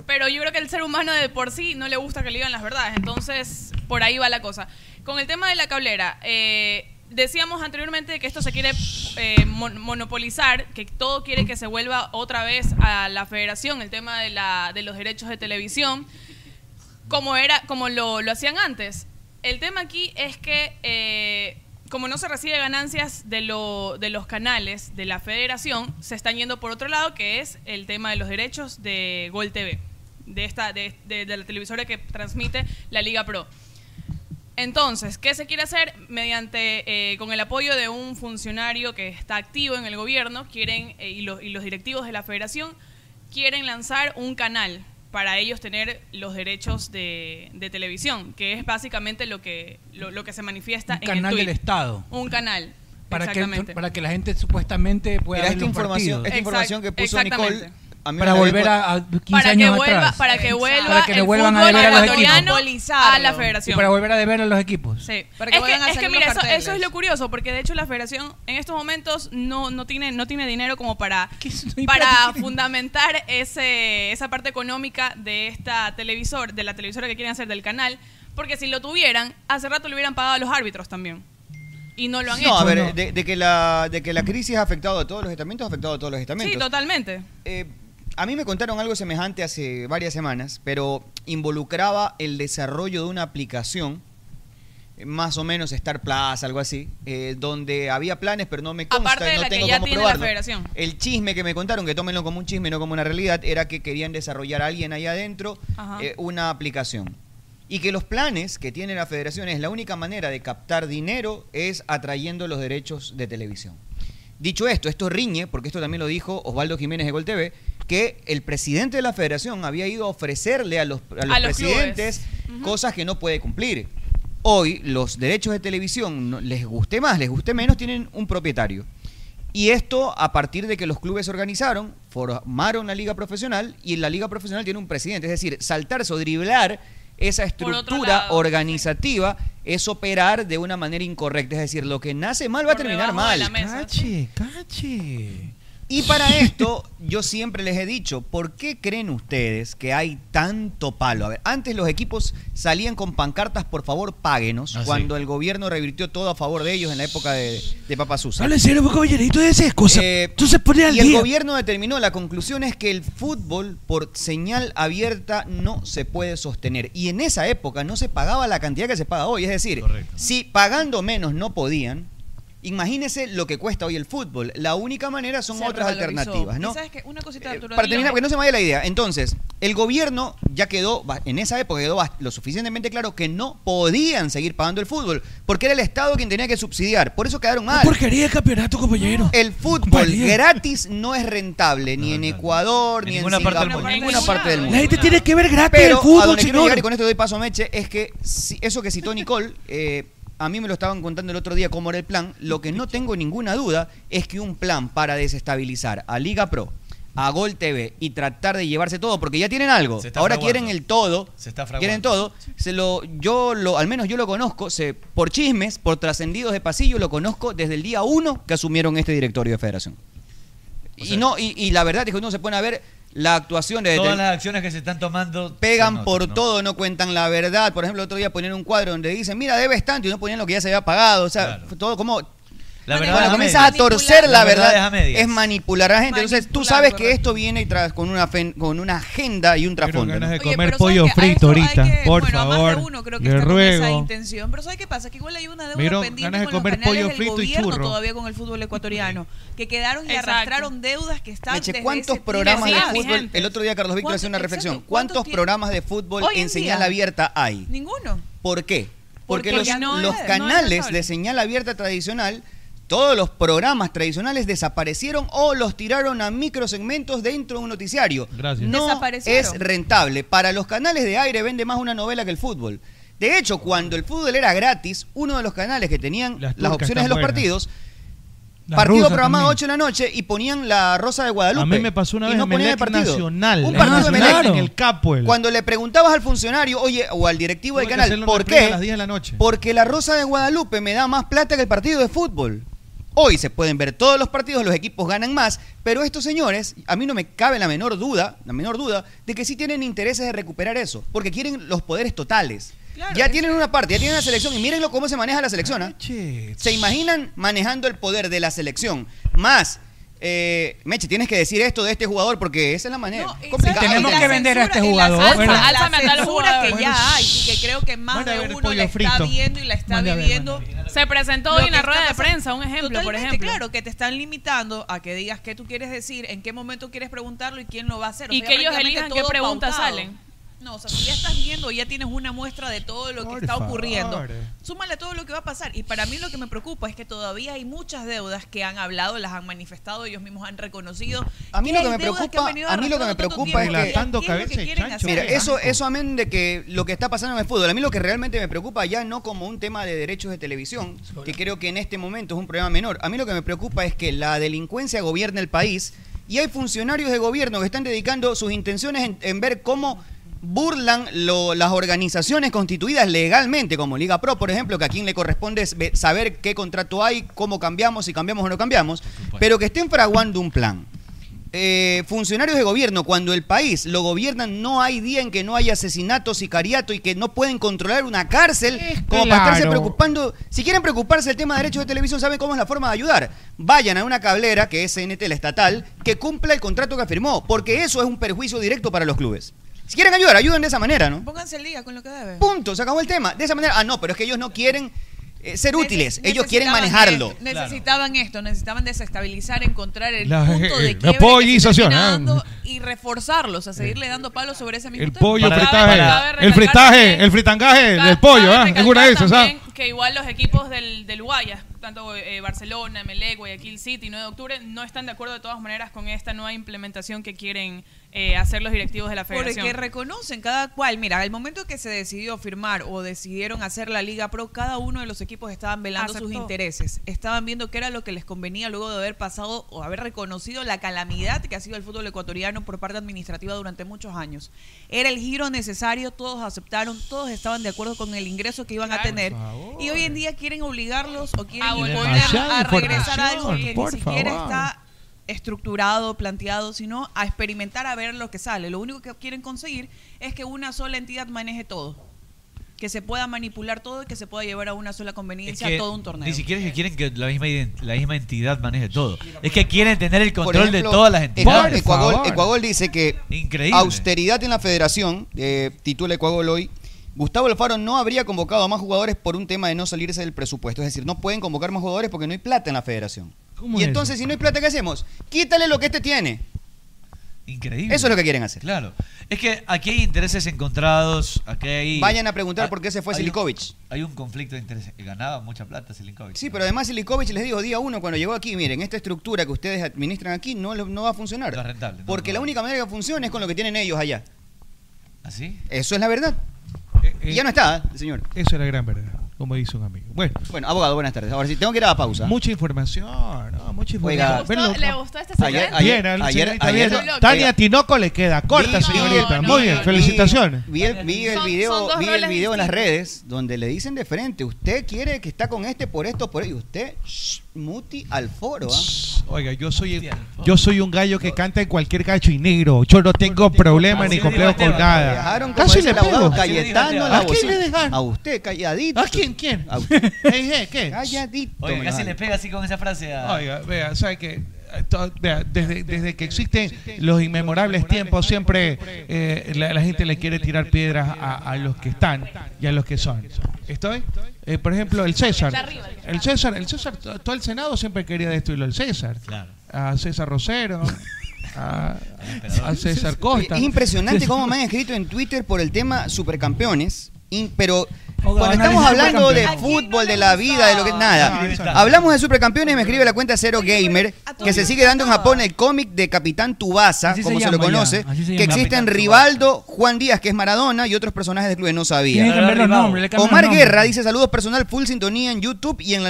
Pero yo creo que el ser humano de por sí no le gusta que le digan las verdades. Entonces, por ahí va la cosa. Con el tema de la cablera, eh, decíamos anteriormente que esto se quiere eh, mon- monopolizar, que todo quiere que se vuelva otra vez a la federación, el tema de, la, de los derechos de televisión, como, era, como lo, lo hacían antes. El tema aquí es que, eh, como no se recibe ganancias de, lo, de los canales de la federación, se están yendo por otro lado, que es el tema de los derechos de Gol TV, de, esta, de, de- de la televisora que transmite la Liga Pro. Entonces, ¿qué se quiere hacer? Mediante, eh, con el apoyo de un funcionario que está activo en el gobierno, quieren, eh, y, los, y los directivos de la federación, quieren lanzar un canal para ellos tener los derechos de, de televisión, que es básicamente lo que, lo, lo que se manifiesta Un en canal el tweet. del Estado. Un canal. Para exactamente. que, para que la gente supuestamente pueda Mira, ver esta los información, partidos. esta información que puso exactamente. Nicole. a mí Para me la volver dijo- a, a 15 para que años vuelva, atrás. para que vuelva Para que le el vuelvan a fútbol deber a los ecuatoriano a la Y federación. para volver a deber a los equipos. Sí. Para que es que, vuelvan a es que salir mira, los eso, carteles. eso es lo curioso, porque de hecho la federación en estos momentos no, no tiene no tiene dinero [LAUGHS] como para, para fundamentar ese, esa parte económica de esta televisor, de la televisora que quieren hacer del canal, porque si lo tuvieran, hace rato le hubieran pagado a los árbitros también. Y no lo han hecho. No, a ver, de, de que la, de que la crisis ha afectado a todos los estamentos, ha afectado a todos los estamentos. sí, totalmente. Eh, A mí me contaron algo semejante hace varias semanas, pero involucraba el desarrollo de una aplicación, eh, más o menos Star Plus, algo así, eh, donde había planes, pero no me consta, Aparte de no la que tengo ya cómo tiene la probarlo. federación. El chisme que me contaron, que tómenlo como un chisme, no como una realidad, era que querían desarrollar a alguien ahí adentro Ajá. eh, una aplicación. Y que los planes que tiene la federación es la única manera de captar dinero es atrayendo los derechos de televisión. Dicho esto, esto riñe, porque esto también lo dijo Osvaldo Jiménez de Gol TV, que el presidente de la federación había ido a ofrecerle a los, a los A los presidentes clubes. Ujú. cosas que no puede cumplir. Hoy los derechos de televisión, no- les guste más, les guste menos, tienen un propietario. Y esto a partir de que los clubes se organizaron, formaron la liga profesional y la liga profesional tiene un presidente. Es decir, saltarse o driblar esa Por otro estructura lado. organizativa es operar de una manera incorrecta. Es decir, lo que nace mal va a terminar debajo de mal. la mesa. Cache, cache. [LAUGHS] Y para esto, yo siempre les he dicho, ¿por qué creen ustedes que hay tanto palo? A ver, antes los equipos salían con pancartas, por favor, páguenos, cuando el gobierno revirtió todo a favor de ellos en la época de, de Papa Susa. Habla en serio, pues, caballerito, de esas cosas. Eh, Tú se pones al y el día. gobierno determinó, la conclusión es que el fútbol por señal abierta no se puede sostener. Y en esa época no se pagaba la cantidad que se paga hoy. Es decir, si pagando menos no podían, imagínense lo que cuesta hoy el fútbol. La única manera son Se otras revalorizó. alternativas, ¿no? Eh, ¿Y sabes qué? Una cosita, Arturo, Para dime. terminar, porque no se me vaya la idea. Entonces, el gobierno ya quedó, ba- en esa época quedó bast- lo suficientemente claro que no podían seguir pagando el fútbol, porque era el Estado quien tenía que subsidiar. Por eso quedaron mal. Porquería de campeonato, compañero. El fútbol gratis no es rentable ni en Ecuador, ni en ninguna parte del Singapur, mundo. en ninguna parte del mundo. La gente tiene que ver gratis Pero el fútbol, a donde quiero señor. llegar, y con esto doy paso a Meche, es que si- eso que citó Nicole, eh, a mí me lo estaban contando el otro día cómo era el plan. Lo que no tengo ninguna duda es que un plan para desestabilizar a Liga Pro, a Gol TV y tratar de llevarse todo, porque ya tienen algo. está Ahora fraguando. quieren el todo, Se está fraguando. quieren todo. Se lo, yo lo, al menos yo lo conozco, se, por chismes, por trascendidos de pasillo, lo conozco desde el día uno que asumieron este directorio de Federación. y no, y, y la verdad es que uno se pone a ver la actuación de Todas las acciones que se están tomando eh, pegan se notan, por ¿no? todo, no cuentan la verdad. Por ejemplo, el otro día ponían un cuadro donde dicen, mira, debes tanto y no ponían lo que ya se había pagado. O sea, fue todo como... La verdad es Cuando a comienzas a medias. torcer la La verdad verdad, es a medias. es manipular a la gente. Entonces tú sabes que esto viene tras- con, una fen- con una agenda y un trasfondo. ganas ¿no? de comer pollo frito ahorita, por favor. le esa ruego. intención. Pero ¿sabes qué pasa? Que igual hay una deuda Vieron, pendiente ganas de con los comer canales pollo del frito y gobierno churro. todavía con el fútbol ecuatoriano. Que quedaron y Exacto. arrastraron deudas que están Meche, desde ¿cuántos ese programas de tiempo atrás? fútbol? El otro día Carlos Víctor ¿Cuántos- hacía una reflexión. exacto, ¿Cuántos tiene- programas de fútbol Hoy en en señal día. abierta hay? Ninguno. ¿Por qué? Porque, Porque los, ya no los es- no es canales rentable. de señal abierta tradicional, todos los programas tradicionales desaparecieron o los tiraron a microsegmentos dentro de un noticiario. Gracias. No es Desaparecieron. rentable. Para los canales de aire vende más una novela que el fútbol. De hecho, cuando el fútbol era gratis, uno de los canales que tenían las, turcas opciones están de los buenas. partidos, Las partido rusas programado también. 8 de la noche y ponían la Rosa de Guadalupe. A mí me pasó una Y vez no en ponían el Melec partido. Nacional. Ah, Un en partido de Nacional, Melec. en el Capuel. Cuando le preguntabas al funcionario, oye, o al directivo del Tuve que canal, hacerle una ¿por prima qué? A las 10 de la noche. Porque la Rosa de Guadalupe me da más plata que el partido de fútbol. Hoy se pueden ver todos los partidos, los equipos ganan más, pero estos señores, a mí no me cabe la menor duda, la menor duda, de que sí tienen intereses de recuperar eso, porque quieren los poderes totales. ya tienen una parte, ya tienen la selección, y mírenlo cómo se maneja la selección. ¿ah? Se imaginan manejando el poder de la selección, más... eh, Meche, tienes que decir esto de este jugador porque esa es la manera. complicada. Tenemos que vender a este y la jugador. salsa, Bueno, la La Alzame a tal censura que jugador. ya hay y que creo que más Manda de a ver uno pollo la está frito. viendo y la está Manda a ver, viviendo. Se presentó Lo hoy en que la está rueda de pasando- prensa, un ejemplo, por Totalmente, ejemplo. claro, que te están limitando a que digas qué tú quieres decir, en qué momento quieres preguntarlo y quién lo va a hacer. O Y sea, que ellos prácticamente elijan qué todo preguntas pautado. salen. No, o sea, tú ya estás viendo, ya tienes una muestra de todo lo que Por está favor. ocurriendo. Súmale todo lo que va a pasar. Y para mí lo que me preocupa es que todavía hay muchas deudas que han hablado, las han manifestado, ellos mismos han reconocido. A mí lo hay que me deudas han preocupa, venido a mí lo que me arrastrando tanto preocupa es tiempo que ¿qué es lo que quieren hacer? Mira, eso eso amén de que lo que está pasando en el fútbol, a mí lo que realmente me preocupa ya no como un tema de derechos de televisión, que creo que en este momento es un problema menor. A mí lo que me preocupa es que la delincuencia gobierna el país y hay funcionarios de gobierno que están dedicando sus intenciones en, en ver cómo burlan lo- las organizaciones constituidas legalmente, como Liga Pro, por ejemplo, que a quien le corresponde es ve- saber qué contrato hay, cómo cambiamos, si cambiamos o no cambiamos, pero que estén fraguando un plan eh, funcionarios de gobierno, cuando el país lo gobiernan, no hay día en que no haya asesinato, sicariato y que no pueden controlar una cárcel como para estarse claro. preocupando. Si quieren preocuparse del tema de derechos de televisión, ¿saben cómo es la forma de ayudar? Vayan a una cablera, que es CNT, la estatal, que cumpla el contrato que firmó, porque eso es un perjuicio directo para los clubes. Si quieren ayudar, ayuden de esa manera, ¿no? Pónganse el día con lo que deben. Punto, se acabó el tema. De esa manera, ah, no, pero es que ellos no quieren eh, ser útiles, ellos quieren Necesitaban manejarlo. esto, necesitaban esto, necesitaban desestabilizar, encontrar el La- [LAUGHS] punto de la quiebre que pollización, se termina ah. dando y reforzarlos, a seguirle dando palos sobre ese mismo El tema. pollo Cabe- fritaje. cabe el recalcar fritaje, el fritangaje del pollo, ¿ah? Alguna de esas, ¿ah? también que igual los equipos del, del Guayas, tanto eh, Barcelona, Melec, Guayaquil City, 9 de octubre, no están de acuerdo de todas maneras con esta nueva implementación que quieren eh, hacer los directivos de la federación. Porque reconocen cada cual. Mira, al momento que se decidió firmar o decidieron hacer la Liga Pro, cada uno de los equipos estaban velando sus Aceptó. intereses. Estaban viendo qué era lo que les convenía luego de haber pasado o haber reconocido la calamidad que ha sido el fútbol ecuatoriano por parte administrativa durante muchos años. Era el giro necesario, todos aceptaron, todos estaban de acuerdo con el ingreso que iban a tener. Y hoy en día quieren obligarlos o quieren volver. imponerlos Demasiada a regresar a algo información, que ni por siquiera favor. está estructurado, planteado, sino a experimentar a ver lo que sale. Lo único que quieren conseguir es que una sola entidad maneje todo, que se pueda manipular todo y que se pueda llevar a una sola conveniencia que todo un torneo. Ni siquiera es que quieren que la misma, ident- la misma entidad maneje todo. Es que quieren tener el control Por ejemplo, de todas las Ecuador- entidades. Ecuador, Ecuador dice que Increíble. austeridad en la federación, eh, titula Ecuador hoy. Gustavo Alfaro no habría convocado a más jugadores por un tema de no salirse del presupuesto. Es decir, no pueden convocar más jugadores porque no hay plata en la federación. ¿Cómo Y es entonces, si no hay plata, ¿qué hacemos? Quítale lo que este tiene. Increíble. Eso es lo que quieren hacer. Claro. Es que aquí hay intereses encontrados, aquí hay... Vayan a preguntar Ah, por qué se fue hay un- Silikovic. Hay un conflicto de intereses. Ganaba mucha plata Silikovic. Sí, pero además Silikovic les dijo día uno cuando llegó aquí, miren, esta estructura que ustedes administran aquí no, lo- no va a funcionar. porque la única manera que funcione es con lo que tienen ellos allá. ¿Así? Eso es la verdad. y ya no está, ¿eh, ¿Ah, señor. Eso es la gran verdad, como dice un amigo. Bueno, Bueno, abogado, buenas tardes. Ahora sí, tengo que ir a la pausa. mucha información, ¿no? Mucha Oiga, información. ¿Le gustó- le gustó este Ayer- Bien, ayer- al- ayer- señorita, ayer- bien. no- Tania oiga. Tinoco le queda corta, señorita. Muy bien, felicitaciones. Vi el, vi el Son- son video, dos vi el roles video en las distintas. redes donde le dicen de frente, usted quiere que está con este por esto, por ello. Y usted, shh, muti al foro. ¿ah? Oiga, yo soy el- yo soy un gallo que canta en cualquier gacho y negro. Yo no tengo problema ni complejo con nada. Dejaron, como Casi dice le el abogado pego. Cayetano a la ¿A quién bocina. le dejaron? A usted, calladito. ¿A quién? ¿Quién? [LAUGHS] A usted. ¿Qué? Calladito. Oiga, me casi vale. le pega así con esa frase a... Oiga, vea, ¿sabe que eh, Desde, desde que existen los inmemorables tiempos, siempre eh, la, la gente le quiere tirar piedras a, a los que están y a los que son. ¿Estoy? Eh, por ejemplo, el César. El César, el César, to- todo el Senado siempre quería destruirlo al César. A César Rosero, a, a César Costa. Es impresionante [LAUGHS] cómo me han escrito en Twitter por el tema Supercampeones. in- pero van a cuando estamos decir hablando de supercampeones. fútbol, de la vida, de lo que No, nada. eso no. Hablamos de Supercampeones, me escribe la cuenta Cero Gamer, que se sigue dando en Japón el cómic de Capitán Tubasa, Así se como se, llama lo ya, conoce, así se que llama. existen Rivaldo, Juan Díaz, que es Maradona, y otros personajes del club, no sabía. Tienen que cambiar los nombres, le cambian Omar los nombres. Guerra dice saludos Este personal, full sintonía en YouTube y en la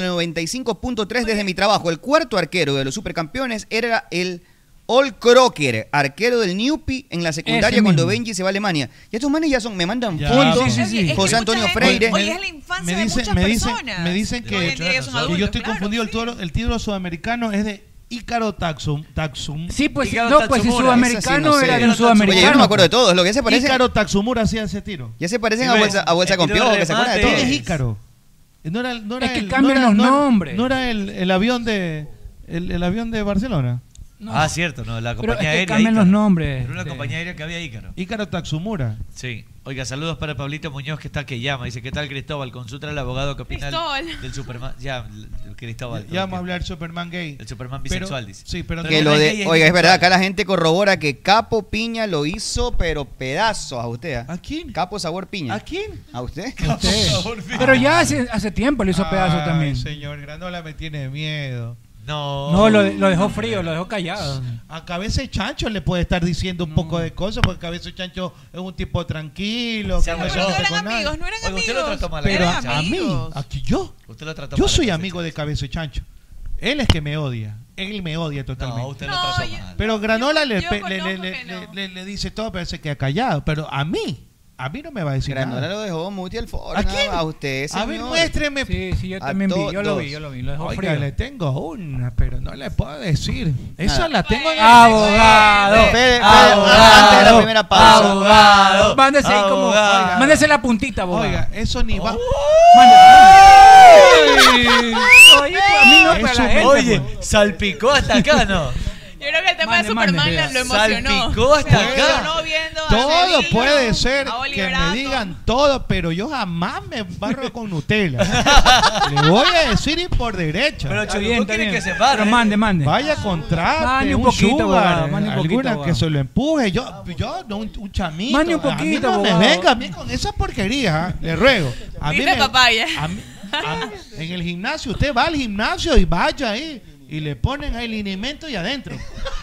95.3 desde mi trabajo. El cuarto arquero de los supercampeones era el All Crocker, arquero del Newpi en la secundaria Ese cuando mismo. Benji se va a Alemania. Y estos manes ya son, me mandan Ya, fotos. sí, sí, sí. Es que José mucha Antonio gente- Freire. Oye, Es la infancia me dicen, de muchas me dicen, personas. me dicen que, Hoy en día son que adultos, yo estoy claro. confundido. El, toro- el título sudamericano es de Ícaro Taxum. Taxum. Sí, pues, Ícaro no, pues, si Tatsumura. sudamericano Esa sí no era sé. de un Oye, yo no me acuerdo de todos. Lo que se parece. Ícaro Taxumura hacía ese tiro. Ya se parecen a bolsa, a bolsa con piojo, que se acuerdan de todo. ¿Quién es Ícaro? Eh, No era, el- no era Es que el- cambian no era- los no era- nombres. No era el, el avión de el, el avión de Barcelona. Ah, cierto, no, la Pero es compañía que aérea. cambian los Ícaro. nombres. Era una Sí. compañía aérea que había Ícaro. Ícaro Taxumura. Sí. Oiga, saludos para Pablito Muñoz que está que llama. Dice, ¿qué tal Cristóbal? Consulta al abogado que opina Cristóbal. del Superman. Ya, l- l- Cristóbal. Ya vamos a hablar Superman gay. Ah, El Superman Pero- bisexual, dice. Sí, pero Que lo de, oiga, es verdad, acá la gente corrobora que Capo Piña lo hizo, pero pedazos a usted. ¿A quién? Capo Sabor Piña. ¿A quién? [LAUGHS] ¿A usted? A usted. Pero ya hace, hace tiempo le hizo Ah, pedazos también. señor Granola me tiene de miedo. No. No, lo, de- lo dejó frío, lo dejó callado. A Cabeza de Chancho le puede estar diciendo un poco de cosas, porque Cabeza de Chancho es un tipo tranquilo. que pero se no mete eran con nadie. amigos, no eran Oiga, usted lo amigos. trató mal a ¿eh? Pero a, Cabeza de a mí, Chancho. aquí yo. Usted lo trató Yo mal a soy Cabeza de amigo de Cabeza de Chancho. Él es que me odia. Él me odia totalmente. No, usted lo trató mal. Pero Granola le, pe- le- le- le- le- le dice todo, pero se queda callado. Pero a mí, a mí no me va a decir Granola nada. lo dejó muti al foro. ¿A nada quién? más, A usted, A señor. ver, muéstreme. Sí, sí, yo A también vi, yo lo vi, todos. yo lo vi, lo dejó Oiga, frío. le tengo una, pero no le puedo decir. Esa Nada. la tengo en el- Abogado, Fede, Fede, abogado, antes de la primera pausa. abogado. Mándese ahí como, Abogado. oiga, mándese la puntita, abogado. Oh, Oiga, eso ni va. Oye, a mí no, pero a la gente, Oye, salpicó hasta acá, ¿no? Yo creo que el tema de Superman la- lo emocionó. Salpicó hasta Se acá. emocionó viendo a Todo Cedillo, puede ser a que Oliver me digan todo, pero yo jamás me barro con Nutella. [LAUGHS] Le voy a decir y por derecho. Pero, Chuy, ¿tú quieres que se Pero mande, mande. eh. Vaya contraste, Mande un un, poquito, sugar, abogado, mande un poquito, alguna que abogado. se lo empuje. Yo, yo no, un, un chamito. Mande un A mí poquito, no me abogado. venga a mí con esa porquería, ¿ah? le ruego. A mí Dice me- papaya. a mí- a- Ah, en el gimnasio, usted va al gimnasio y vaya ahí y le ponen ahí linimento y adentro.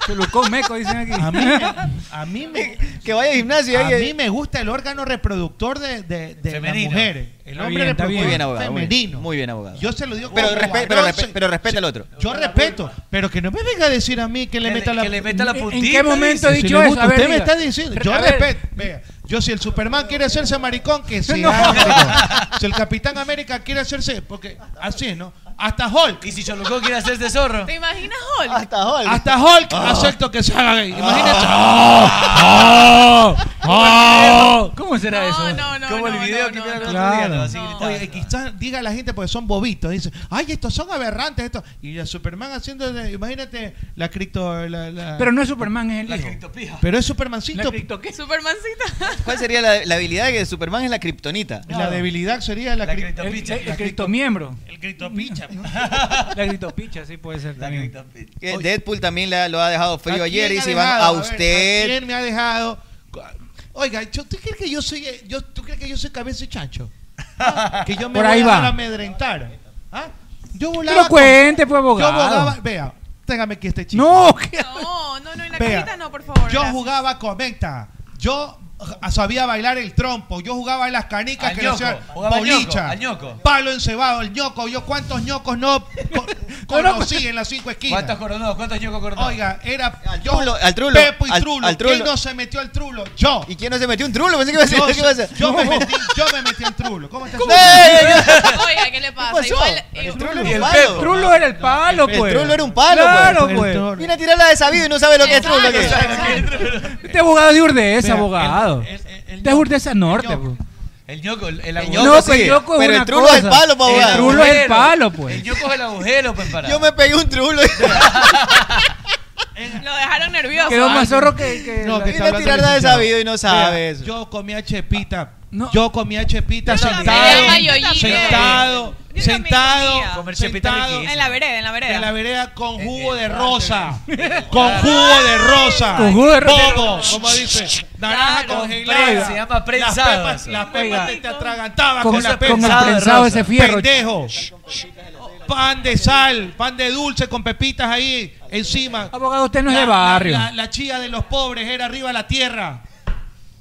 Chulucón meco, dicen aquí. A mí, me- a mí me. [LAUGHS] Que vaya al gimnasio. A ahí- mí me gusta el órgano reproductor de, de, de las Femenino. mujeres. El Está hombre bien, está bien. Muy bien, reproductor abogado, muy bien. femenino. Muy bien, abogado. Yo se lo digo Pero como respe- pero varón, respe- pero respeta al otro. Yo respeto, pero que no me venga a decir a mí que le meta la que le meta la ¿En- en puntita, qué momento dice? he dicho le eso? gusta, A ver, usted me diga. está diciendo, yo A ver. respeto. Vea, yo si el Superman quiere hacerse maricón, que sí. No. Si el Capitán América quiere hacerse, porque así es, ¿no? Hasta Hulk. Y si Cholucó quiere hacerse zorro. ¿Te imaginas Hulk? Hasta Hulk. Hasta Hulk acepto que se haga gay. Imagínate. Ah. ¿Cómo será eso? No, no, Como el video que vieron el otro día, ¿no? Claro. Así gritando. Oye, quizás diga la gente porque son bobitos. Dice, ay, estos son aberrantes. Estos. Y a Superman haciendo, de- imagínate, la cripto. La, la- Pero no es Superman, es el hijo. Pero es Supermancito. ¿Qué? Supermancita. ¿Cuál sería la, la habilidad de que Superman es la kriptonita? La debilidad sería la, cripto. El, el, el criptomiembro. El grito picha. [LAUGHS] La gritopicha, sí puede ser también. Que Deadpool también la- lo ha dejado frío ¿A ayer quién y ha si van dejado? a ver, ¿a usted. quién me ha dejado? Oiga, yo- ¿tú crees que yo soy, eh, yo, ¿tú crees que yo soy cabeza y chancho? Ah, Que yo me Por voy ahí a va. dejar amedrentar. ¿Ah? Yo volaba. Pero con- cuente, pues, abogado. Yo volaba. Vea, téngame aquí este chico. No, ¿qué? No, no, no, en la Vea, cajita no, por favor. Yo gracias. jugaba con menta. Yo ah, sabía bailar el trompo. Yo jugaba en las canicas Al que ñoco, le hacían jugaba al ñoco, bolicha. al ñoco. Palo encebado, el ñoco. Yo cuántos ñocos no [LAUGHS] co- conocí en las cinco esquinas. pues, ¿Cuántos coronados? ¿Cuántos ñocos coronados? Oiga, era yo, trulo, al trulo, Pepo y al- Trulo. al ¿Quién trulo. no se metió al trulo? Yo. ¿Y quién no se metió un trulo? Pensé que iba a decir. Yo, ¿qué iba a decir? yo me metí, yo me metí en trulo. ¿Cómo estás? Oiga, ¿qué le pasa? pasó? Igual, eh, El igual- trulo Y era el un palo. trulo era el palo, pues. El trulo era un palo, Claro, pues. pues. Viene a tirarla de sabido y no sabe lo que es trulo. que es. Este abogado de Urdesa, Vea, abogado. el- el- el- el Este es Urdesa Norte, ñoco. pues. El ñoco, el, el ñoco, No, agujero. sí, pues el ñoco es pero el una trulo es el cosa. palo, pues, El abogado. trulo es el Agujero. palo, pues. El ñoco es el agujero, pues para. Yo me pegué un trulo. Lo dejaron nervioso. Quedó Ay, más zorro que... que No, la- que Viene está a hablando tirarla de licenciado. sabido y no sabe eso. Yo comía chepita. No. Yo comía chepita Yo también, sentado, mayollín. sentado, Yo también sentado, comía. Comer chepita Eh, sentado riquísimo. En la vereda, en la vereda. de la vereda con jugo de rosa, eh, con jugo de rosa, Con jugo de rosa. Bobo, como dice, naranja Claro. congelada, Se llama prensado las pepas, eso. las pepas te, te atragantabas Con, con, con la el pepa, Pensado de prensado rosa. ese fierro. pendejo, pan de sal, pan de dulce con pepitas ahí encima, Abogado, usted no es la- de barrio. La, la- la chía de los pobres era arriba la tierra.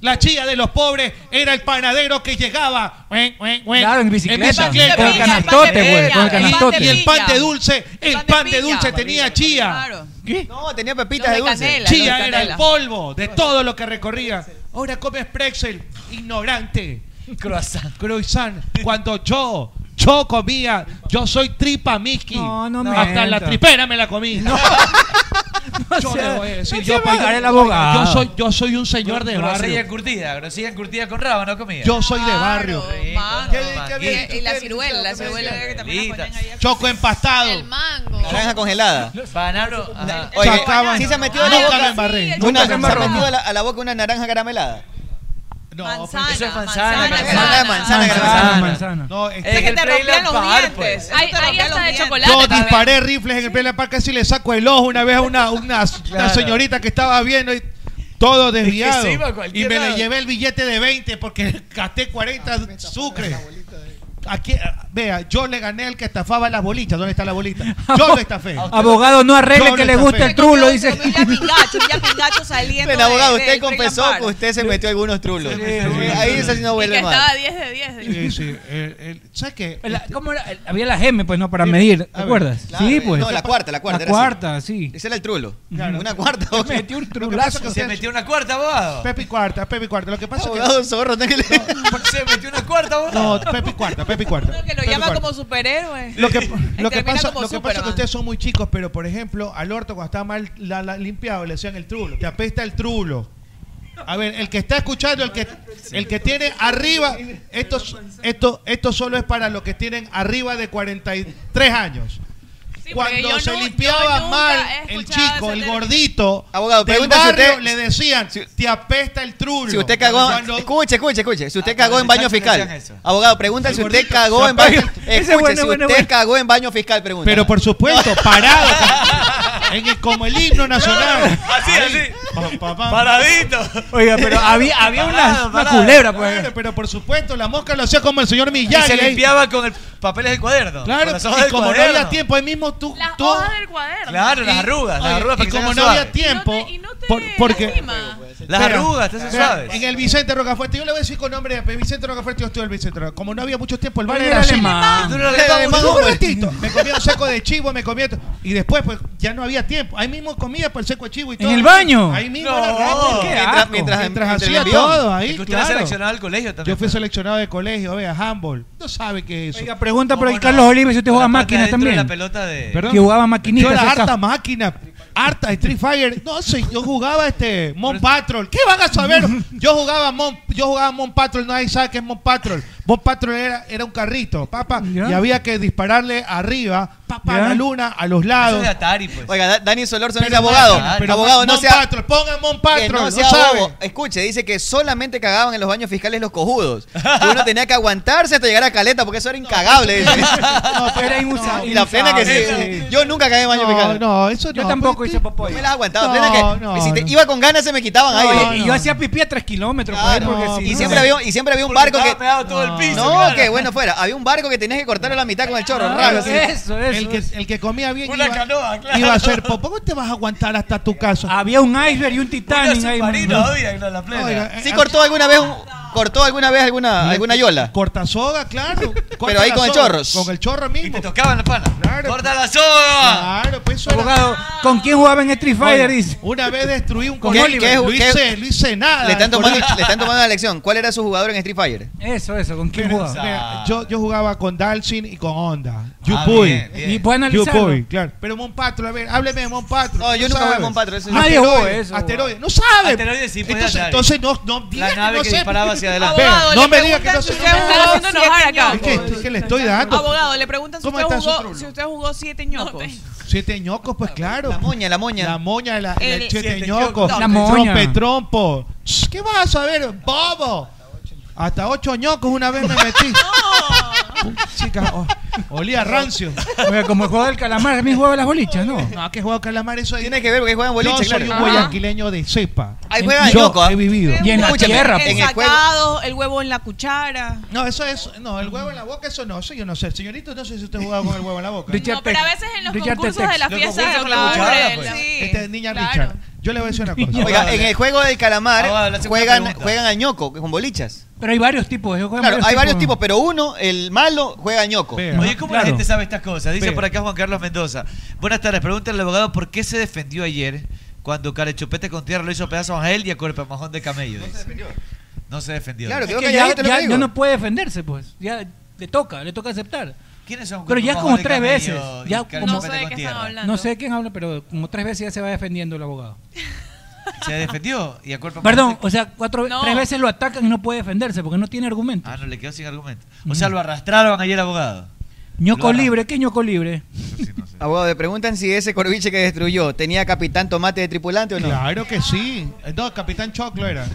La chía de los pobres era el panadero que llegaba. Uen, uen, uen. Claro, en bicicleta. bicicleta. Con el canastote, güey. Con el Y- canastote. Y el pan de dulce, El el pan de pan de pilla. dulce tenía chía. Claro. ¿Qué? No, tenía Los pepitas de de dulce. canela. Chía Los era el canela. polvo de todo lo que recorría. Ahora comes pretzel, ignorante. [LAUGHS] Croissant. Croissant, cuando yo, yo comía, yo soy tripa Miski. No, no Hasta mienta. la tripera me la comí. [LAUGHS] yo sea, le voy a decir, no yo, se va a yo- agarrar el abogado. yo soy, yo soy un señor de Grosella barrio. encurtida, grosella encurtida con raba, no comía. Yo soy de Ah, barrio. Claro, Ah, mango. ¿Qué- Y, qué Eh, había y la ciruela, la ciruela que también la Lita. ponían ahí. Choco empastado. El mango. Naranja congelada. Banano, ajá. Oye, Sacaban- sí se ha metido Ah, en la nunca boca. me embarré. Una, Nunca se me ha embarré. metido a la, a la boca una naranja caramelada. No, Manzana, pues- Eso es manzana, manzana, manzana. manzana, manzana, manzana. manzana. No, Es es que te rompían los dientes. eso Hay- te hay rompía hasta los de dientes. chocolate. Yo también. disparé rifles en el Playa Park, casi le saco el ojo una vez a una, una, una señorita que estaba viendo y todo desviado. iba a y cualquier me le lado. llevé el billete de 20 porque [LAUGHS] gasté 40 sucres. Aquí, eh, vea, yo le gané al que estafaba las bolitas. ¿Dónde está la [LAUGHS] bolita? Yo lo estafé. Abogado, no arregle Yo que lo le estafé. gusta el trulo, dice. Pingacho, ya pingacho saliendo. Bueno, abogado, de- del usted confesó Freeland que Park. Pues, usted se metió algunos trulos. Ahí esa sí Y que no vuelve estaba más. 10 de 10. Sí, sí. el- el- ¿Sabes qué? La- ¿cómo era? El- Había la M, pues no, para medir, ¿te a ver, acuerdas? claro, sí, eh, pues. no, la cuarta, la cuarta, La era cuarta, sí. Ese era el trulo. Claro. Una cuarta. metió un trulazo. Se metió una cuarta, abogado. Pepe y cuarta, Pepe y cuarta. Lo que pasa Abogado es que. zorro, déjele. Se metió una cuarta, abogado. No, Pepe y cuarta, Pepe y cuarta. Que lo Pepe y llama cuarta. como superhéroe. [LAUGHS] pues. Lo que, lo que termina pasa, como lo que pasa es que Superman. ustedes son muy chicos, pero por ejemplo, al orto cuando está mal la- la- limpiado le decían el trulo. Te apesta el trulo. A ver, el que está escuchando, el que, el que tiene arriba, esto, esto, esto solo es para los que tienen arriba de 43 años. Cuando yo se nu- yo limpiaba nunca mal he el escuchado chico, ese el término. gordito, Abogado, del pregunta si barrio usted- le decían, te apesta el trulo. Si usted cagó, Cuando- escuche, escuche, escuche. Si usted Ah, cagó en cuando baño el chancho le fiscal. hacían eso. Abogado, pregunta El si usted gordito. cagó Se en baño. apaga. Ese Escuche, bueno, si bueno, usted bueno. cagó en baño fiscal, Ah, pregunta. Pero por supuesto, parado. en [LAUGHS] el- como el himno nacional. Así, así. Paradito. Oiga, pero había, había una, Parado, una parado. culebra, pues. Claro, pero por supuesto, la mosca lo hacía como el señor Y Millán. se limpiaba con el papeles del cuaderno. Claro, con las hojas y del como cuaderno. no había tiempo, ahí mismo tú. Las tú- hojas del cuaderno. Claro, las y- arrugas, las oye, arrugas para Y que como sean no había suaves. tiempo. por- porque. Las Espera, arrugas, te hacen espera, suaves. En el Vicente Rocafuerte, yo le voy a decir con nombre, de Vicente Rocafuerte, yo estuve en el Vicente Rocafuerte. Como no había mucho tiempo, el bar Pero era era así. alemán. Tú Un eres alemán, güey. ratito. Me comía un seco de chivo, me comía. Y después, pues, ya no había tiempo. Ahí mismo comía por el seco de chivo y todo. el baño? Ahí mismo No. era rápido. Qué Mientras- asco. mientras- mientras hacía el envión. todo ahí. Es que usted era claro. seleccionado al colegio también. Yo fui seleccionado de colegio, vea, handball. No sabe qué es eso. Oiga, pregunta por ahí, Carlos Olives, si usted juega La parte máquinas adentro de también. la pelota de- Que jugaba maquinitas. Yo era acá. harta máquina, harta Street Fighter. No sé, yo jugaba este Mon Patrol. ¿Qué van a saber? Yo jugaba Mon, yo jugaba Mon Patrol, nadie sabe qué es Mon Patrol. Mon Patrol era, era un carrito, papá, Ya. y había que dispararle arriba, papá, Ya. a la luna, a los Eso lados. de Atari, pues. Oiga, Da- Dani Solórzano dice Pero abogado. máquina, pero abogado, no Mon sea. [LAUGHS] Patrol, pongan Mon que Patrol, no no sea saben. bobo. Escuche, dice que solamente cagaban en los baños fiscales los cojudos. Que Uno tenía que aguantarse hasta llegar a Caleta porque eso era incagable. dice. No, pero- [LAUGHS] Era inusable. y la pena que sí. Yo nunca cagué en baño No, fiscal. No, no, eso no. Yo tampoco porque- hice popoy. me las aguantaba. No, plena que no, me- si te- no. iba con ganas se me quitaban No, aire. y- y yo hacía pipí a tres kilómetros por ahí, Claro. porque si pues, y no- siempre había y siempre había un barco que pegado todo el piso. no claro. que bueno fuera había un barco que tenías que cortarle la mitad con el chorro Claro, raro así. eso, eso. El que, el que comía bien Una iba, canoa, claro. iba a ser popó. ¿Cómo te vas a aguantar hasta tu casa? Había un iceberg y un Una Titanic ahí. submarina, mano. había en la- la plena. Oiga, sí eh, cortó alguna vez un- cortó alguna vez alguna alguna yola Corta soga, [LAUGHS] claro. Corta ahí la con el soga, chorro. Con el chorro Y mismo. te tocaban la pana. Claro. ¡Corta la soga! Claro, pues eso era- Abogado, ¿con quién jugaba en Street Fighter? Oye, Dice. Una vez destruí un ¿Qué- Oliver. qué- Lo qué- hice, lo hice nada. le están Con tomando él. le están tomando la lección cuál era su jugador en Street Fighter Eso, eso, ¿con quién jugaba? Mira, yo, yo jugaba con Dalsin y con Honda. bien, Yupuy. bien. Y puede analizarlo. Yupuy, claro. Pero Monpatro, a ver, hábleme de Monpatro. No, yo nunca jugué Monpatro, ese- Nadie jugó eso. Asteroide. No sabe. Asteroide sí, pues, entonces, ya sabe. entonces no, no diga La que nave no que sé. disparaba hacia adelante. Abogado, Ve, no le me diga preguntan que no si sé. usted jugó haciendo siete enojar acá. ñocos. ¿Qué, qué- qué le estoy dando? Abogado, le preguntan si ¿Cómo usted, está su jugó, trulo? si usted jugó siete ñocos. Siete ñocos, pues claro. la moña la moña La moña, la, El- el siete Siete ñocos, ñocos. La moña. trompe, trompo. Ch, ¿Qué vas a saber, bobo? Hasta ocho ñocos una vez me [LAUGHS] metí. Chica, o- olía rancio. [LAUGHS] Oiga, como el juego del calamar, también jugaba las bolichas, ¿no? No, que juego calamar eso ahí. tiene que ver porque juegan boliche Yo soy un claro guayaquileño de cepa. ahí juegan Yo loco he ¿ah? vivido. Y en la Escúchame, tierra, pues. en El el juego- sacado, el huevo en la cuchara. No, eso es. No, el huevo en la boca, eso no. Eso yo no sé. Señorito, no sé si usted jugaba con el huevo en la boca. [LAUGHS] Richard No, pero a Tex. veces en los Richard concursos Tex. de la Los fiesta de concursos con la octubre, cuchara, pues. la- Sí, Esta es niña claro. Richard. Yo le voy a decir una cosa. Oiga, en el juego del calamar Ah, bueno, la segunda juegan, pregunta. juegan al ñoco con bolichas. Pero hay varios tipos. ellos juegan Claro, hay varios tipos, pero uno, el malo, juega al ñoco. Vea. Oye, ¿cómo la Claro. gente sabe estas cosas? Dice Pero- por acá Juan Carlos Mendoza. Buenas tardes, pregúntale al abogado por qué se defendió ayer cuando Carechupete con tierra lo hizo pedazos a él y a Cuerpo Majón de Camello. dice. No se defendió. Claro, Es Creo que que ya, ya te lo ya- digo. ya no puede defenderse, pues. Ya le toca, le toca aceptar. ¿Quiénes son Pero ya Cuerpo como Majón de tres Camello veces, y ya Carechupete como- No sé de con qué Tierra? están hablando. No sé quién habla, pero como tres veces ya se va defendiendo el abogado. [LAUGHS] Se defendió y a Cuerpo Majón Perdón, de- o sea, cuatro, No. tres veces lo atacan y no puede defenderse porque no tiene argumento. Mm. Ah, no, le quedó sin argumento. O sea, lo arrastraron ayer, abogado. ñoco Lara. libre, ¿qué ñoco libre? Eso sí, no sé. Abogado, le preguntan si ese corviche que destruyó tenía capitán tomate de tripulante o no. Claro que sí. No, Capitán Choclo era.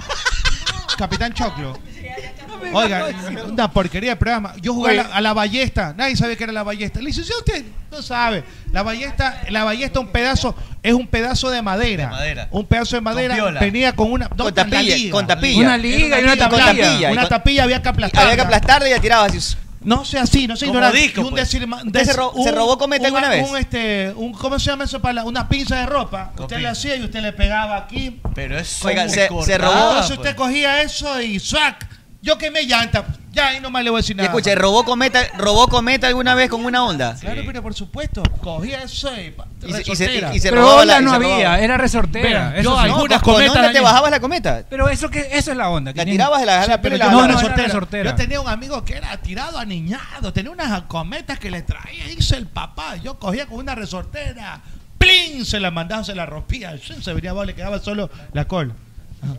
Capitán Choclo. [LAUGHS] Oiga, una porquería de programa. Yo jugué a la, a la ballesta, nadie sabe qué era la ballesta. Licenciado, usted no sabe. La ballesta, la ballesta un pedazo, es un pedazo de madera. madera. Un pedazo de madera piola. venía con una no, Con tapilla, la liga. con tapilla. Una liga y una Con tapilla. Y Una con- tapilla había que aplastarla. Había que aplastarla y la tirabas así. No sea así, no sea Como ignorante. disco, Y un pues. decir- un ¿Usted se ro- se robó cometa un- alguna vez? Un, este, un, ¿Cómo se llama eso? Para la- una pinza de ropa. Usted le hacía y usted le pegaba aquí. Pero es Oiga, se- cortaba, se robó- Entonces Ah, usted cogía eso y ¡sac! Yo quemé llanta. Ya ahí nomás le voy a decir Y nada. escucha, ¿robó cometa, ¿robó cometa alguna vez con una onda? Claro, pero por supuesto, cogía eso y. pa- Y se- y se- resortera. y se Pero robaba la- onda y no se había, robaba. era resortera, Vea, eso yo sí. algunas No, con- con cometas. onda te bajabas la cometa? Pero eso que eso es la onda. que La tiene- tirabas, la Sí, agarrabas pero y la yo- la no, no, era resortera. resortera. Yo tenía un amigo que era tirado aniñado, tenía unas cometas que le traía, hizo el papá. Yo cogía con una resortera, ¡plin! Se la mandaba, se la rompía, ¡shun! se venía abajo, le quedaba solo la [LAUGHS] cola. Ajá.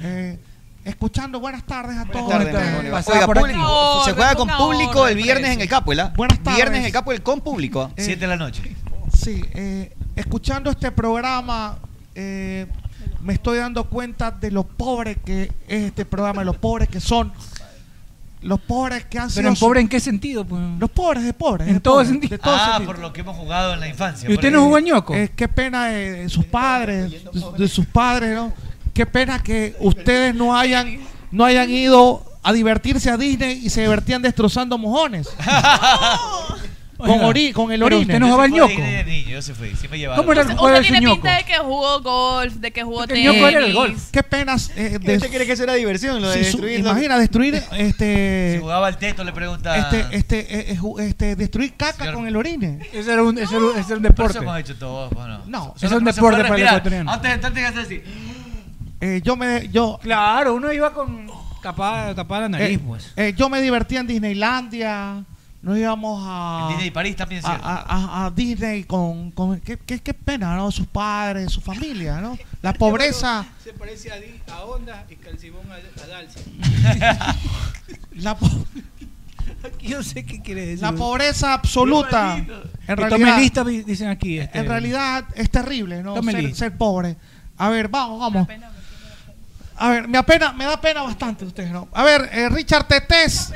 Eh, escuchando, buenas tardes a todos. Este, Buenas tardes, Antonio. Oiga, público, se juega con público el viernes en el Capo, ¿verdad? Buenas tardes. Viernes en el Capo, el con público. Eh, Siete de la noche. Sí, eh, escuchando este programa, eh, me estoy dando cuenta de lo pobre que es este programa, lo pobres que son. Los pobres que han sido. Pero en pobre en qué sentido? pues? Los pobres de pobres. En de todo pobres, sentido. de todo ah, sentido. por lo que hemos jugado en la infancia. ¿Y usted no jugó ñoco? Eh, qué pena de, de sus padres, de sus padres, ¿no? Qué pena que ustedes no hayan, no hayan ido a divertirse a Disney y se divertían destrozando mojones. [LAUGHS] con, Oiga, ori- con el pero orine. usted no jugaba al Yo se fui de ñoco. niño, yo se fui, sí me llevaron. ¿Cómo era el Usted tiene pinta de que jugó golf, de que jugó tenis. Qué penas. Eh, ¿Usted cree que eso era diversión, lo de Sí, su- destruir? los- Imagina destruir este. Si jugaba al teto, le preguntaba. este, este, eh, eh, ju- este, destruir caca con el orine. Ese era un, ese era un- ese era un Por deporte. eso hemos hecho todo. Bueno. No, es un deporte para el ecuatoriano. Antes de entrar, tienes que hacer así. Eh, yo me, yo, Claro, uno iba con tapada, tapada la nariz, eh, pues. eh, yo me divertía en Disneylandia. Nos íbamos a. Ah. En Disney París también, a, ¿cierto? a- a- a Disney con. con- qué, qué- qué pena, ¿no? Sus padres, su familia, ¿no? La pobreza. Se parece a, Di- a Onda y Calcibón a, a Dalcia. [LAUGHS] La, po- Yo sé qué quiere decir. la pobreza absoluta. En En realidad, lista, vi- dicen aquí. este, en realidad es terrible, ¿no? Tome Ser, lista. ser pobre. A ver, vamos, vamos. A ver, me apena, me da pena bastante ustedes, ¿no? A ver, eh, Richard Tetés.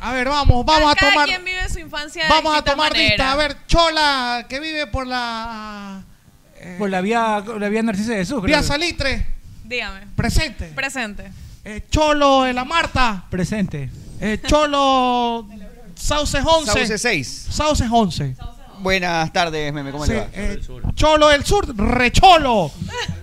A ver, vamos, vamos a Cada tomar. quien vive su infancia Vamos de a tomar distinta lista. A manera. ver, Chola, Ah, que vive por la eh, Por la vía, la vía Narciso de Jesús. Vía creo. Salitre, Dígame. presente. Presente. Eh, Cholo de la Marta. Presente. Eh, Cholo Sauces 11. Sauces 6. Sauces 11. Buenas tardes, meme, ¿cómo Sí, le va? eh, Cholo del Sur, Recholo.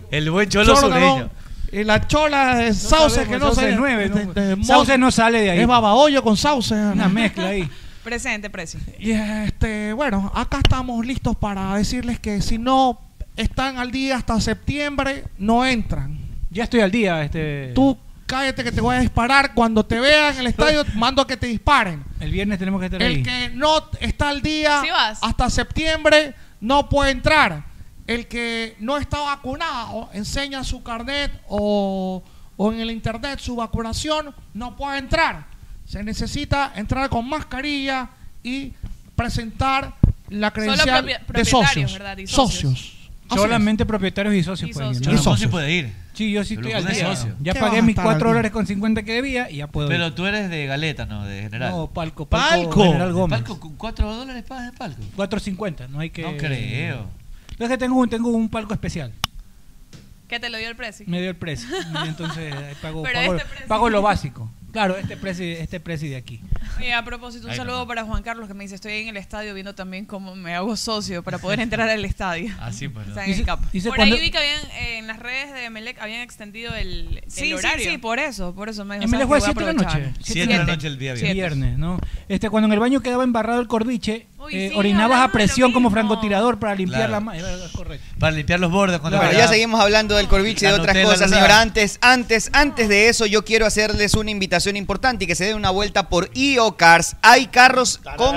El buen cholo sureño. Galón. Y Eh, la chola de sauce que no Sauce sale. nueve, ¿no? Este, de- de- de Sauce Mon- no sale de ahí. Es babahoyo con sauce. Una mezcla ahí. Presente, precio. Y este, bueno, acá estamos listos para decirles que si no están al día hasta septiembre, no entran. Ya estoy al día. Este, Tú cállate que te voy a disparar. Cuando te vean en el [LAUGHS] estadio, mando a que te disparen. El viernes tenemos que estar ahí. El que no está al día Sí vas. hasta septiembre no puede entrar. El que no está vacunado enseña su carnet o, o en el internet su vacunación no puede entrar. Se necesita entrar con mascarilla y presentar la credencial propie- de propietarios, socios. ¿verdad? Y socios. socios. Así Solamente propietarios y socios pueden ir. Cholo ¿no? no se puede ir. Sí, yo sí Pero estoy al ¿cómo es día. socio? Ya ¿Qué pagué vas a mis estar 4 al dólares con 50 que debía y ya puedo ir. Pero tú eres de galeta, no, de general. No, palco, palco, General Gómez. Palco, con 4 dólares pagas de palco. 4.50, no hay que... No creo. No, es que tengo un, tengo un palco especial. Que te lo dio el precio. Me dio el precio. y entonces eh, [LAUGHS] pago, Pero pago, este precio. pago lo básico. Claro, este precio, este precio de aquí. Oye, Eh, a propósito, un Ahí saludo para Juan Carlos que me dice, estoy en el estadio viendo también cómo me hago socio para poder entrar al estadio. Ah, Así, pues. Está en el campo. por cuando- ahí vi que habían, eh, en las redes de Melec habían extendido el, el Sí, sí, horario. sí, por eso, por eso me dijo. me "Sabes les voy a qué? 7 de la aprovechar". noche. Siete de la noche el día viernes. Viernes, ¿no? Este, cuando en el baño quedaba embarrado el corviche, eh, orinabas hablamos a de lo presión como mismo. francotirador para limpiar Claro. la mano. Es correcto. Para limpiar los bordes cuando Bueno, pagaba. ya seguimos hablando del corviche y de La otras Nutella, cosas, la señora. Nutella. Antes, antes, antes de eso, yo quiero hacerles una invitación importante y que se den una vuelta por IO Cars. Hay carros con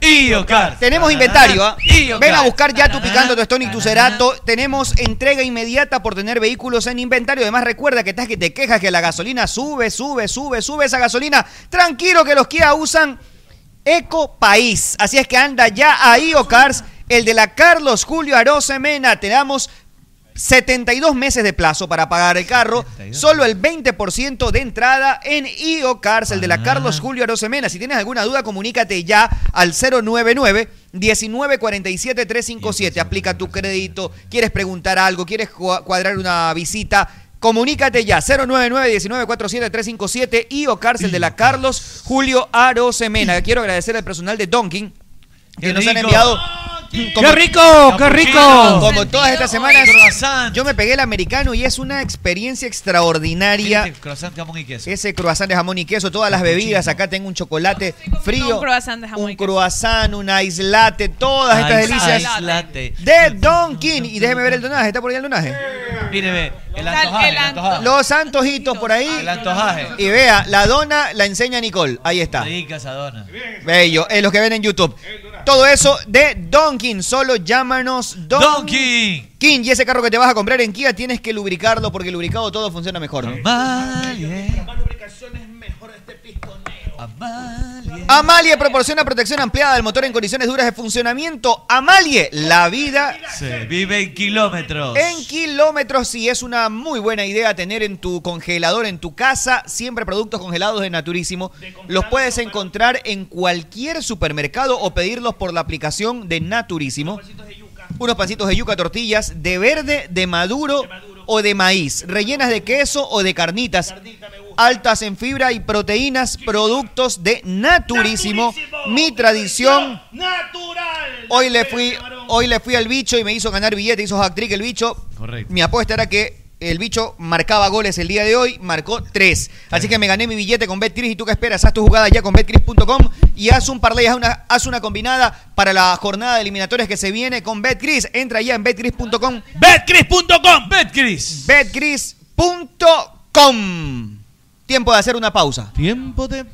IO Cars. Tenemos inventario, ¿ah? IO Ven a Cars. buscar ya tu picando, tu Stone y tu Cerato. Tenemos entrega inmediata por tener vehículos en inventario. Además, recuerda que estás que te quejas que la gasolina sube, sube, sube, sube esa gasolina. Tranquilo que los Kia usan Eco País. Así es que anda ya a IO Cars, el de la Carlos Julio Arosemena. Te damos 72 meses de plazo para pagar el carro, solo el 20% de entrada en IO Cárcel de la Carlos Julio Arosemena. Si tienes alguna duda, comunícate ya al 099 1947 357. Aplica tu crédito, quieres preguntar algo, quieres cua- cuadrar una visita. Comunícate ya 099 1947 357 IO Cárcel de la Carlos Julio Arosemena. Quiero agradecer al personal de Donkin que nos han rico! enviado ¡Qué rico! ¡Qué rico! como todas estas semanas, Croissant. yo me pegué el americano y es una experiencia extraordinaria. Croissant, jamón y queso. Ese croissant de jamón y queso, todas las bebidas. Acá tengo un chocolate frío, un croissant de jamón un croissant, un ice latte, todas estas Ice- delicias ice latte. de Donkin. Y déjeme ver el donaje, ¿está por ahí el donaje? Mire, ve, el antojaje, el antojaje. Los antojitos por ahí. El antojaje. Y vea, la dona la enseña Nicole. Ahí está. Rica esa dona. Bello, eh, los que ven en YouTube. Todo eso de Donkin, solo llámanos Donkin. King, y ese carro que te vas a comprar en Kia tienes que lubricarlo porque lubricado todo funciona mejor. ¿Eh? este Amalie proporciona protección ampliada del motor en condiciones duras de funcionamiento. Amalie, la vida Se vive en kilómetros. en kilómetros sí es una muy buena idea tener en tu congelador, en tu casa, siempre productos congelados de Naturísimo. Los puedes encontrar en cualquier supermercado o pedirlos por la aplicación de Naturísimo. Unos pancitos de yuca, tortillas de verde, de maduro o de maíz, rellenas de queso o de carnitas, altas en fibra y proteínas, productos de Naturísimo, mi tradición. Hoy le fui, hoy le fui al bicho y me hizo ganar billete, hizo hack trick el bicho. Correcto. Mi apuesta era que el bicho marcaba goles el día de hoy, marcó tres. Así que me gané mi billete con Betcris y tú qué esperas, haz tu jugada ya con betcris.com y haz un parlay, haz una, haz una combinada para la jornada de eliminatorias que se viene con Betcris. Entra ya en betcris.com. Betcris.com. Betcris. Betcris.com. Tiempo de hacer una pausa. Tiempo de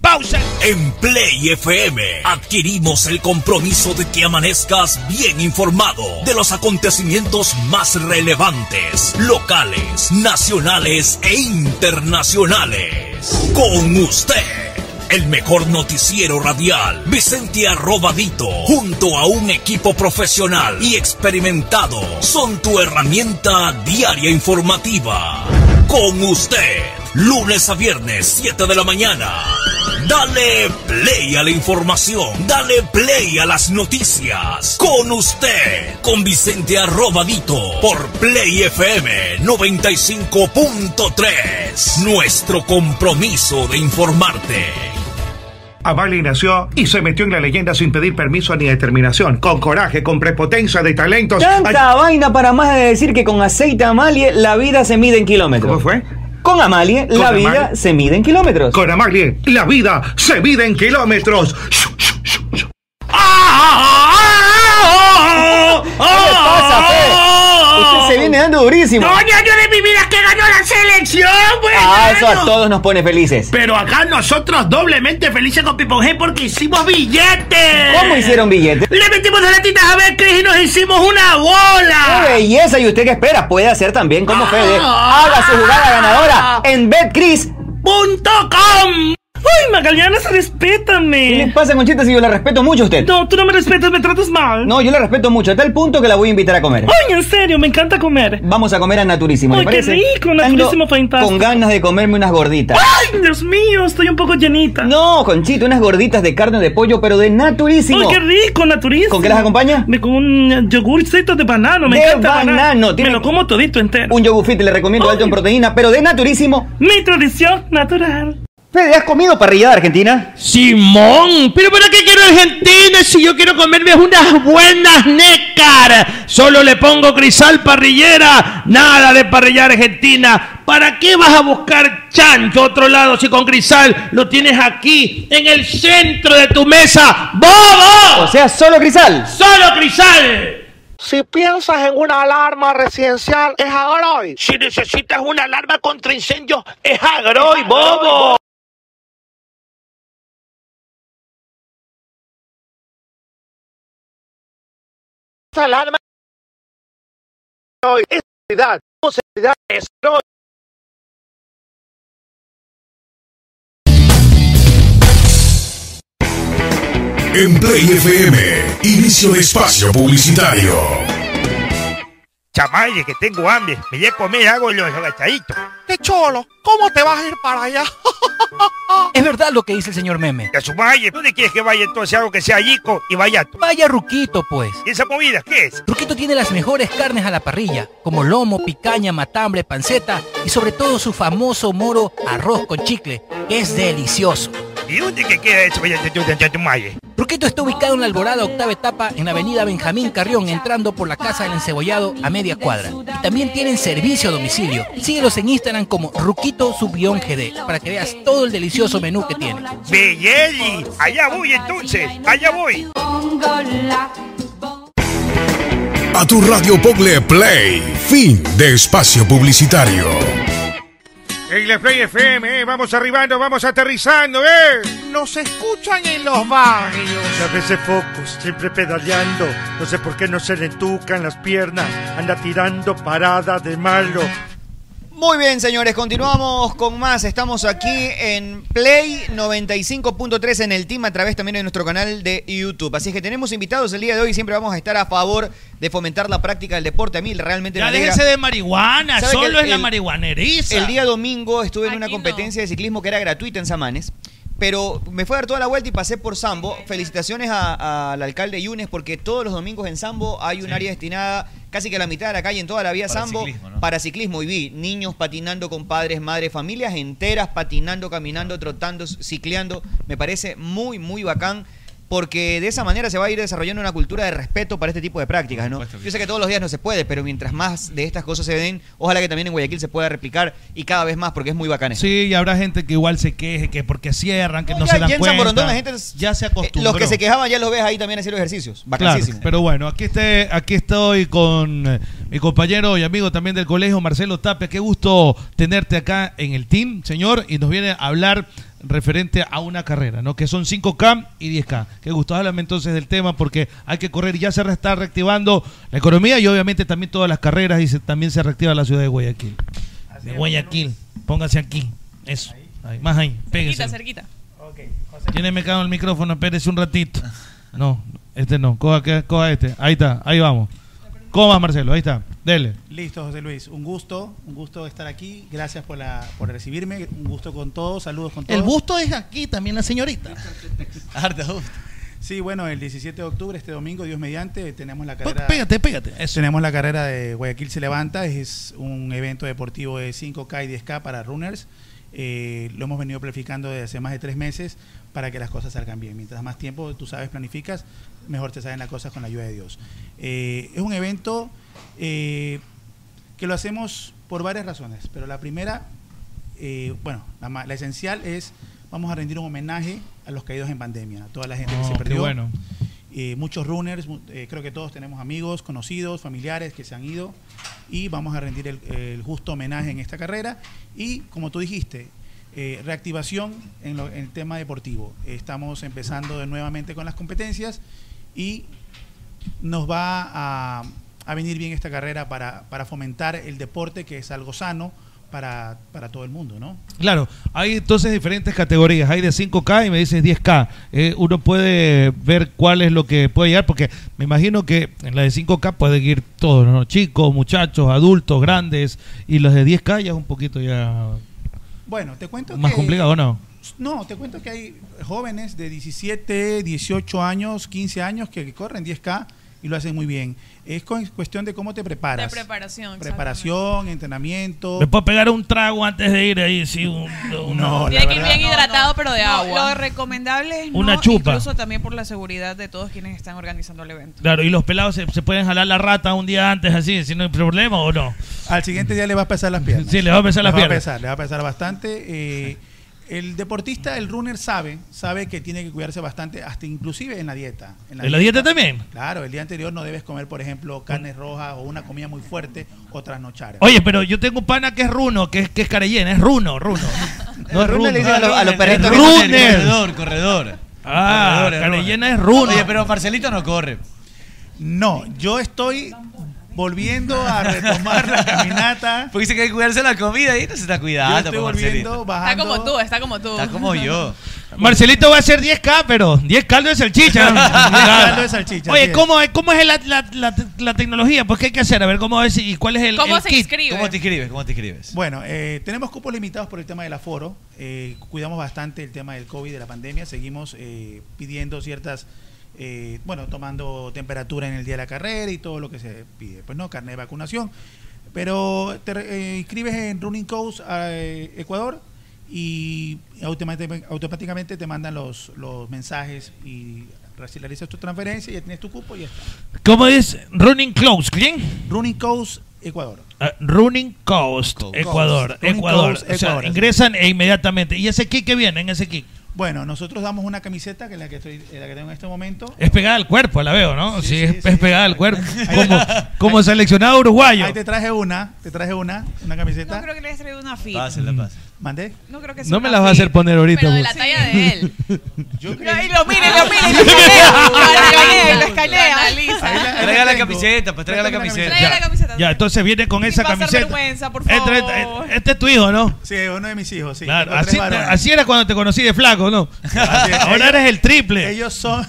Pausa. En Play FM adquirimos el compromiso de que amanezcas bien informado de los acontecimientos más relevantes, locales, nacionales e internacionales. Con usted. El mejor noticiero radial, Vicente Arrobadito, junto a un equipo profesional y experimentado, son tu herramienta diaria informativa. Con usted, lunes a viernes, 7 de la mañana. Dale play a la información, dale play a las noticias. Con usted, con Vicente Arrobadito, por Play FM 95.3. Nuestro compromiso de informarte. Amalie nació y se metió en la leyenda sin pedir permiso ni determinación, con coraje, con prepotencia de talentos. Tanta vaina para más de decir que con aceite Amalie la vida se mide en kilómetros. ¿Cómo fue? Con Amalie la vida se mide en kilómetros. Con Amalie, la vida se mide en kilómetros. ¿Qué le pasa, Fe? Usted se viene dando durísimo. ¡Coño, yo de mi vida que ganó la selección, güey! Ah, eso hermano! a todos nos pone felices. Pero acá nosotros doblemente felices con Pipo G porque hicimos billetes. ¿Cómo hicieron billetes? Le metimos las latitas a ver, Cris, y nos hicimos una bola. ¡Qué belleza! ¿Y usted qué espera? Puede hacer también como Ah. Fede. Haga su jugada ganadora en BetCris.com. ¡Ay, Magaliana, respétame! ¿Qué le pasa, Conchita, si yo la respeto mucho a usted? No, tú no me respetas, me tratas mal. No, yo la respeto mucho, a tal punto que la voy a invitar a comer. ¡Ay, en serio, me encanta comer! Vamos a comer a Naturísimo, ¿le ¡Ay, qué parece? rico! Ando Naturísimo fantástico. Con ganas de comerme unas gorditas. ¡Ay, Dios mío! Estoy un poco llenita. No, Conchita, unas gorditas de carne de pollo, pero de Naturísimo. ¡Ay, qué rico, naturísimo! ¿Con qué las acompaña? Me- Con un yogurcito de banano, me de encanta banano. Me lo como todito entero. Un yogurfit le recomiendo alto en proteína, pero de naturísimo. Mi tradición natural. Fede, ¿has comido parrillada argentina? Simón, pero ¿para qué quiero Argentina si yo quiero comerme unas buenas nécar? Solo le pongo crisal parrillera, nada de parrilla argentina. ¿Para qué vas a buscar chancho a otro lado si con crisal lo tienes aquí, en el centro de tu mesa? ¡Bobo! O sea, solo crisal. ¡Solo crisal! Si piensas en una alarma residencial, es ahora hoy. Si necesitas una alarma contra incendios, es agro y bobo. Esta alarma hoy es seguridad. No seguridad es hoy. En Play FM, inicio de espacio publicitario. Chamaye, que tengo hambre. Me voy a comer algo los agachaditos. ¡Qué cholo! ¿Cómo te vas a ir para allá? [LAUGHS] Es verdad lo que dice el señor Meme. Que a su valle. ¿Dónde quieres que vaya entonces algo que sea yico y vaya tú? Vaya Ruquito, pues. ¿Y esa comida qué es? Ruquito tiene las mejores carnes a la parrilla, como lomo, picaña, matambre, panceta y sobre todo su famoso moro arroz con chicle, que es delicioso. ¿Y dónde que queda eso vaya tú, tú, tú, tú, maye? Ruquito está ubicado en la Alborada Octava Etapa en la avenida Benjamín Carrión, entrando por la Casa del Encebollado a media cuadra. Y también tienen servicio a domicilio. Síguelos en Instagram como Ruquito Subión GD para que veas todo el delicioso menú que tienen. Belleli, allá voy entonces, allá voy. A tu radio Pogle Play. Fin de espacio publicitario. En la Play FM, eh, vamos arribando, vamos aterrizando, ¿eh? Nos escuchan en los barrios. A veces focos, siempre pedaleando. No sé por qué no se le entucan las piernas. Anda tirando parada de malo. Muy bien, señores, continuamos con más. Estamos aquí en Play 95.3 en el team a través también de nuestro canal de YouTube. Así es que tenemos invitados el día de hoy. Siempre vamos a estar a favor de fomentar la práctica del deporte. A mí realmente Ya me alegra. déjense de marihuana, ¿Sabe que solo el- es la el- marihuaneriza. El día domingo estuve en una competencia de ciclismo que era gratuita en Samanes. Pero me fue a dar toda la vuelta y pasé por Sambo. Felicitaciones a- al alcalde Yunes porque todos los domingos en Sambo hay un área destinada casi que a la mitad de la calle en toda la vía Para Sambo ciclismo, ¿no? para ciclismo. Y vi niños patinando con padres, madres, familias enteras patinando, caminando, trotando, cicleando. Me parece muy, muy bacán porque de esa manera se va a ir desarrollando una cultura de respeto para este tipo de prácticas, ¿no? Yo sé que todos los días no se puede, pero mientras más de estas cosas se den, ojalá que también en Guayaquil se pueda replicar y cada vez más, porque es muy bacán. esto. Sí, y habrá gente que igual se queje, que porque cierran, que no, ya, se dan ya en San cuenta. Borondón la gente eh, ya se acostumbró. Los que se quejaban ya los ves ahí también haciendo ejercicios. Bacanísimo. Claro, pero bueno, aquí, esté, aquí estoy con eh, mi compañero y amigo también del colegio, Marcelo Tapia. Qué gusto tenerte acá en el team, señor, y nos viene a hablar referente a una carrera, ¿no? Que son 5K y 10K. Qué gusto. Háblame entonces del tema porque hay que correr y ya se re- está reactivando la economía y obviamente también todas las carreras y se- también se reactiva la ciudad de Guayaquil. De Guayaquil. Póngase aquí. Eso. Ahí, Más ahí. Cerquita, Péguese. cerquita. Tiene mecado el micrófono, espérese un ratito. No, este no, coja, que- coja este. Ahí está, ahí vamos. ¿Cómo vas, Marcelo? Ahí está, dele. Listo, José Luis. Un gusto, un gusto estar aquí. Gracias por la por recibirme. Un gusto con todos. Saludos con todos. El [LAUGHS] busto es aquí también la señorita. Sí, bueno, el 17 de octubre, este domingo, Dios mediante, tenemos la carrera. Pégate, pégate. Tenemos la carrera de Guayaquil se levanta. Es un evento deportivo de 5K y 10K para runners. Eh, lo hemos venido planificando desde hace más de tres meses para que las cosas salgan bien. Mientras más tiempo tú sabes, planificas, mejor te salen las cosas con la ayuda de Dios. Eh, es un evento eh, que lo hacemos por varias razones, pero la primera, eh, bueno, la, ma- la esencial es, vamos a rendir un homenaje a los caídos en pandemia, a toda la gente Oh, que se qué perdió. bueno. Eh, muchos runners, mu- eh, creo que todos tenemos amigos, conocidos, familiares que se han ido y vamos a rendir el, el justo homenaje en esta carrera. Y como tú dijiste, eh, reactivación en, lo- en el tema deportivo. Estamos empezando de nuevamente con las competencias y nos va a, a venir bien esta carrera para, para fomentar el deporte, que es algo sano para, para todo el mundo, ¿no? Claro, hay entonces diferentes categorías. Hay de 5K y me dices 10K. Eh, uno puede ver cuál es lo que puede llegar, porque me imagino que en la de 5K pueden ir todos, ¿no? Chicos, muchachos, adultos, grandes. Y las de 10K ya es un poquito ya Bueno, te cuento más que- complicado, ¿no? No, te cuento que hay jóvenes de 17, 18 años, 15 años que corren 10K y lo hacen muy bien. Es con- cuestión de cómo te De preparas. preparación. Preparación, entrenamiento. ¿Me puedo pegar un trago antes de ir ahí? Sí, un- un- No, la Tiene que ir verdad. bien hidratado, pero de No, agua. Lo recomendable es Una no, chupa. incluso también por la seguridad de todos quienes están organizando el evento. Claro, y los pelados se, se pueden jalar la rata un día antes, así, si no hay problema o no. Al siguiente día le va a pesar las piernas. Sí, le va a pesar las Le va a piernas. pesar, le va a pesar bastante. eh, el deportista, el runner sabe, sabe que tiene que cuidarse bastante, hasta inclusive en la dieta. ¿En la dieta también? Claro, el día anterior no debes comer, por ejemplo, carnes rojas o una comida muy fuerte o trasnochar. Oye, pero yo tengo un pana que es runo, que es, que es carellena, es [LAUGHS] runo, runo. No es runo. le dicen a los- a los perritos que Runner. corren. Corredor, corredor. Ah, Corredor, carellena runner. es runo. Oye, pero Marcelito no corre. No, yo estoy [LAUGHS] volviendo a retomar la caminata. [LAUGHS] Porque dice que hay que cuidarse la comida y no se está Yo cuidando. estoy pues, Marcelito. volviendo, Está bajando. como tú, está como tú. Está como yo. Marcelito va a hacer 10K, pero 10 caldos [LAUGHS] de salchicha. 10 caldos de salchicha, así Oye, es. ¿cómo, es- cómo es la, la- la- la tecnología? Pues, ¿qué hay que hacer? A ver, ¿cómo es y cuál es el, el kit? ¿Cómo te inscribes? ¿Cómo te inscribes? Bueno, eh, tenemos cupos limitados por el tema del aforo. Eh, cuidamos bastante el tema del COVID, de la pandemia. Seguimos eh, pidiendo ciertas, eh, bueno, tomando temperatura en el día de la carrera y todo lo que se pide. Pues no, carne de vacunación. Pero te re- eh, inscribes en Running Coast eh, Ecuador y automáticamente, automáticamente te mandan los, los mensajes y realizas tu transferencia y ya tienes tu cupo y ya está. ¿Cómo es Running Close? ¿Quién? Running Coast Ecuador. Ah, Running Coast, Ecuador, Running Ecuador. Coast, O sea, Ecuador. ingresan e inmediatamente. ¿Y ese kit que viene en ese kit? Bueno, nosotros damos una camiseta que es la que, estoy, la que tengo en este momento. Es pegada al cuerpo, la veo, ¿no? Sí, es, es pegada al cuerpo. Ahí- Como, como seleccionado Ah, uruguayo. Ahí te traje una, te traje una, una camiseta. No creo que le hayas traído una fit. Pásela, pásela. ¿Mandé? No creo que Mm. No me las va a hacer poner ahorita. Pero de la pues. talla de él. [LAUGHS] Yo creo. Y lo mire, lo [LAUGHS] mire, lo escanea. Lo escanea, lo escanea. Traiga la camiseta, pues traiga la camiseta. Traiga la camiseta. [LAUGHS] Ya, entonces viene con esa pasar camiseta. vergüenza, por Este, favor. este- este es tu hijo, ¿no? Sí, uno de mis hijos, sí. Claro, Tengo tres así, varones. así era cuando te conocí de flaco, ¿no? Así es. [LAUGHS] Ahora Ellos- eres el triple. Ellos son,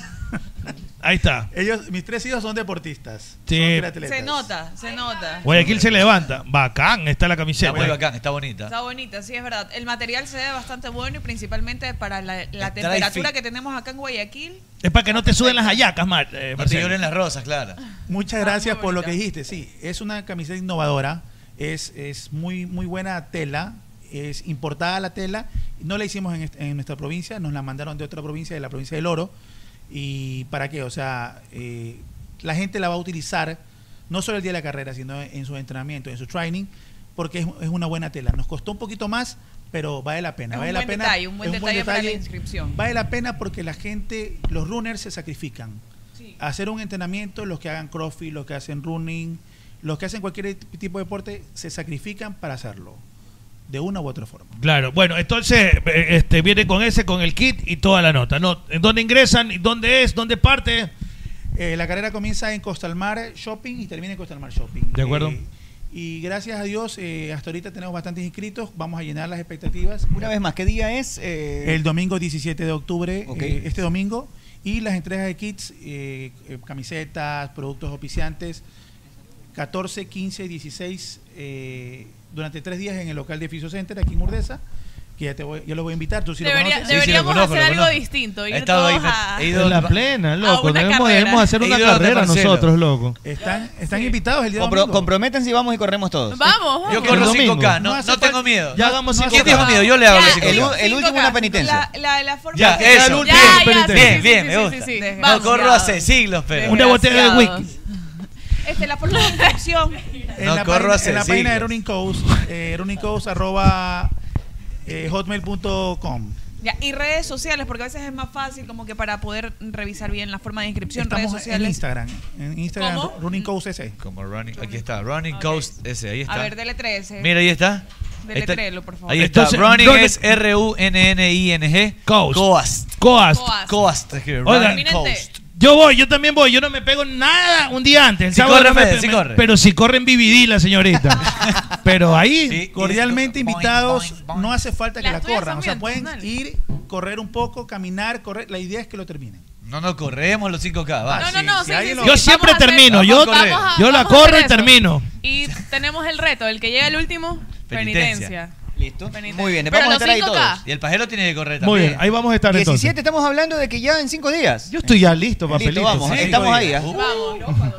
Ahí está. ellos, mis tres hijos son deportistas. Sí. Son triatletas. Se nota, se nota. Guayaquil se levanta. Bacán, está la camiseta. Está muy bacán, está bonita. Está bonita, sí, es verdad. El material se ve bastante bueno y principalmente para la, la Trae temperatura fit. que tenemos acá en Guayaquil. Es para que no te suden las hallacas, Mar. eh, No te lloren las rosas, claro. Ah, Muchas gracias por lo que dijiste. Sí, es una camiseta innovadora, es, es muy, muy buena tela, es importada la tela. No la hicimos en, est- en nuestra provincia, nos la mandaron de otra provincia, de la provincia del Oro. ¿Y para qué? O sea, eh, la gente la va a utilizar no solo el día de la carrera, sino en su entrenamiento, en su training, porque es, es una buena tela. Nos costó un poquito más, pero vale la pena. Es vale un la buen pena. detalle, un buen es detalle para la inscripción. Vale la pena porque la gente, los runners se sacrifican hacer un entrenamiento, los que hagan crossfit, los que hacen running, los que hacen cualquier t- tipo de deporte, se sacrifican para hacerlo, de una u otra forma. Claro, bueno, entonces eh, este viene con ese, con el kit y toda la nota. No, ¿En dónde ingresan? ¿Y ¿Dónde es? ¿Dónde parte? Eh, la carrera comienza en Costalmar Shopping y termina en Costalmar Shopping. De acuerdo. Eh, y gracias a Dios, eh, hasta ahorita tenemos bastantes inscritos, vamos a llenar las expectativas. Una vez más, ¿qué día es? Eh, El domingo 17 de octubre, Ok. eh, este domingo, y las entregas de kits, eh, eh, camisetas, productos oficiantes, 14, 15 y 16, eh, durante tres días en el local de Fisio Center, aquí en Urdesa, que ya, te voy, ya lo voy a invitar, tú si lo Debería- conoces. Sí, sí, lo deberíamos conozco, hacer lo algo conozco. distinto, ir He estado todos ahí, a- he ido- En la plena, loco. una Debemos, carrera. debemos hacer He una ido a donde carrera Marcelo. nosotros, loco. Están, están invitados el día Compro- domingo. Comprométanse y vamos y corremos todos. Vamos, Yo El corro domingo. 5K, no, No no, hace tengo miedo. Ya hagamos ¿Quién 5K. dijo miedo? Yo le hago Ya, los 5K. el u- el último es una penitencia. La, la, la forma Ya, de- eso. Ya, ya, sí, sí, sí, bien, bien, sí, me sí, gusta. sí, sí. No Vamos, corro ya. hace siglos, pero. Una botella de whisky. [LAUGHS] Este, la forma de inscripción. [LAUGHS] En No la, corro página, hace en la página de siglos. Running Coast, eh, runningcoast arroba, eh, hotmail.com. Ya, y redes sociales, porque a veces es más fácil como que para poder revisar bien la forma de inscripción, Estamos redes en sociales. Instagram, en Instagram, ¿Cómo? Running Coast S. Como running, aquí está, Running Coast ese, ahí está. A ver, dele eh. 13. Mira, ahí está. Deletréelo, por favor. Ahí está. Entonces, running running- es R-U-N-N-I-N-G. Coast. Coast. Coast. Coast. Coast. Escribe, Oigan, running Coast. yo voy, yo también voy. Yo no me pego nada un día antes. El Sí sábado corre, no me Fede, pe- sí me- corre. Pero si corren BBD, la [LAUGHS] señorita. pero ahí. Cordialmente invitados, no hace falta que Las la tuyas corran, son o sea, bien, pueden dale. ir, correr un poco, caminar, correr, la idea es que lo terminen. No, no, corremos los 5K. Va. No, no, no, sí, sí, sí. Yo Vamos siempre a hacer- termino. Yo, vamos a- yo vamos la a hacer corro y eso. termino. [LAUGHS] Y tenemos el reto, el que llega el último, penitencia. Penitencia. Listo. Muy bien, vamos a estar ahí todos. Y el pajero tiene que correr también. Muy bien, ahí vamos a estar 17 entonces. estamos hablando de que ya en 5 días. Yo estoy ya listo, Listo, papelito. vamos, Sí, estamos voy. ahí. ¿ah?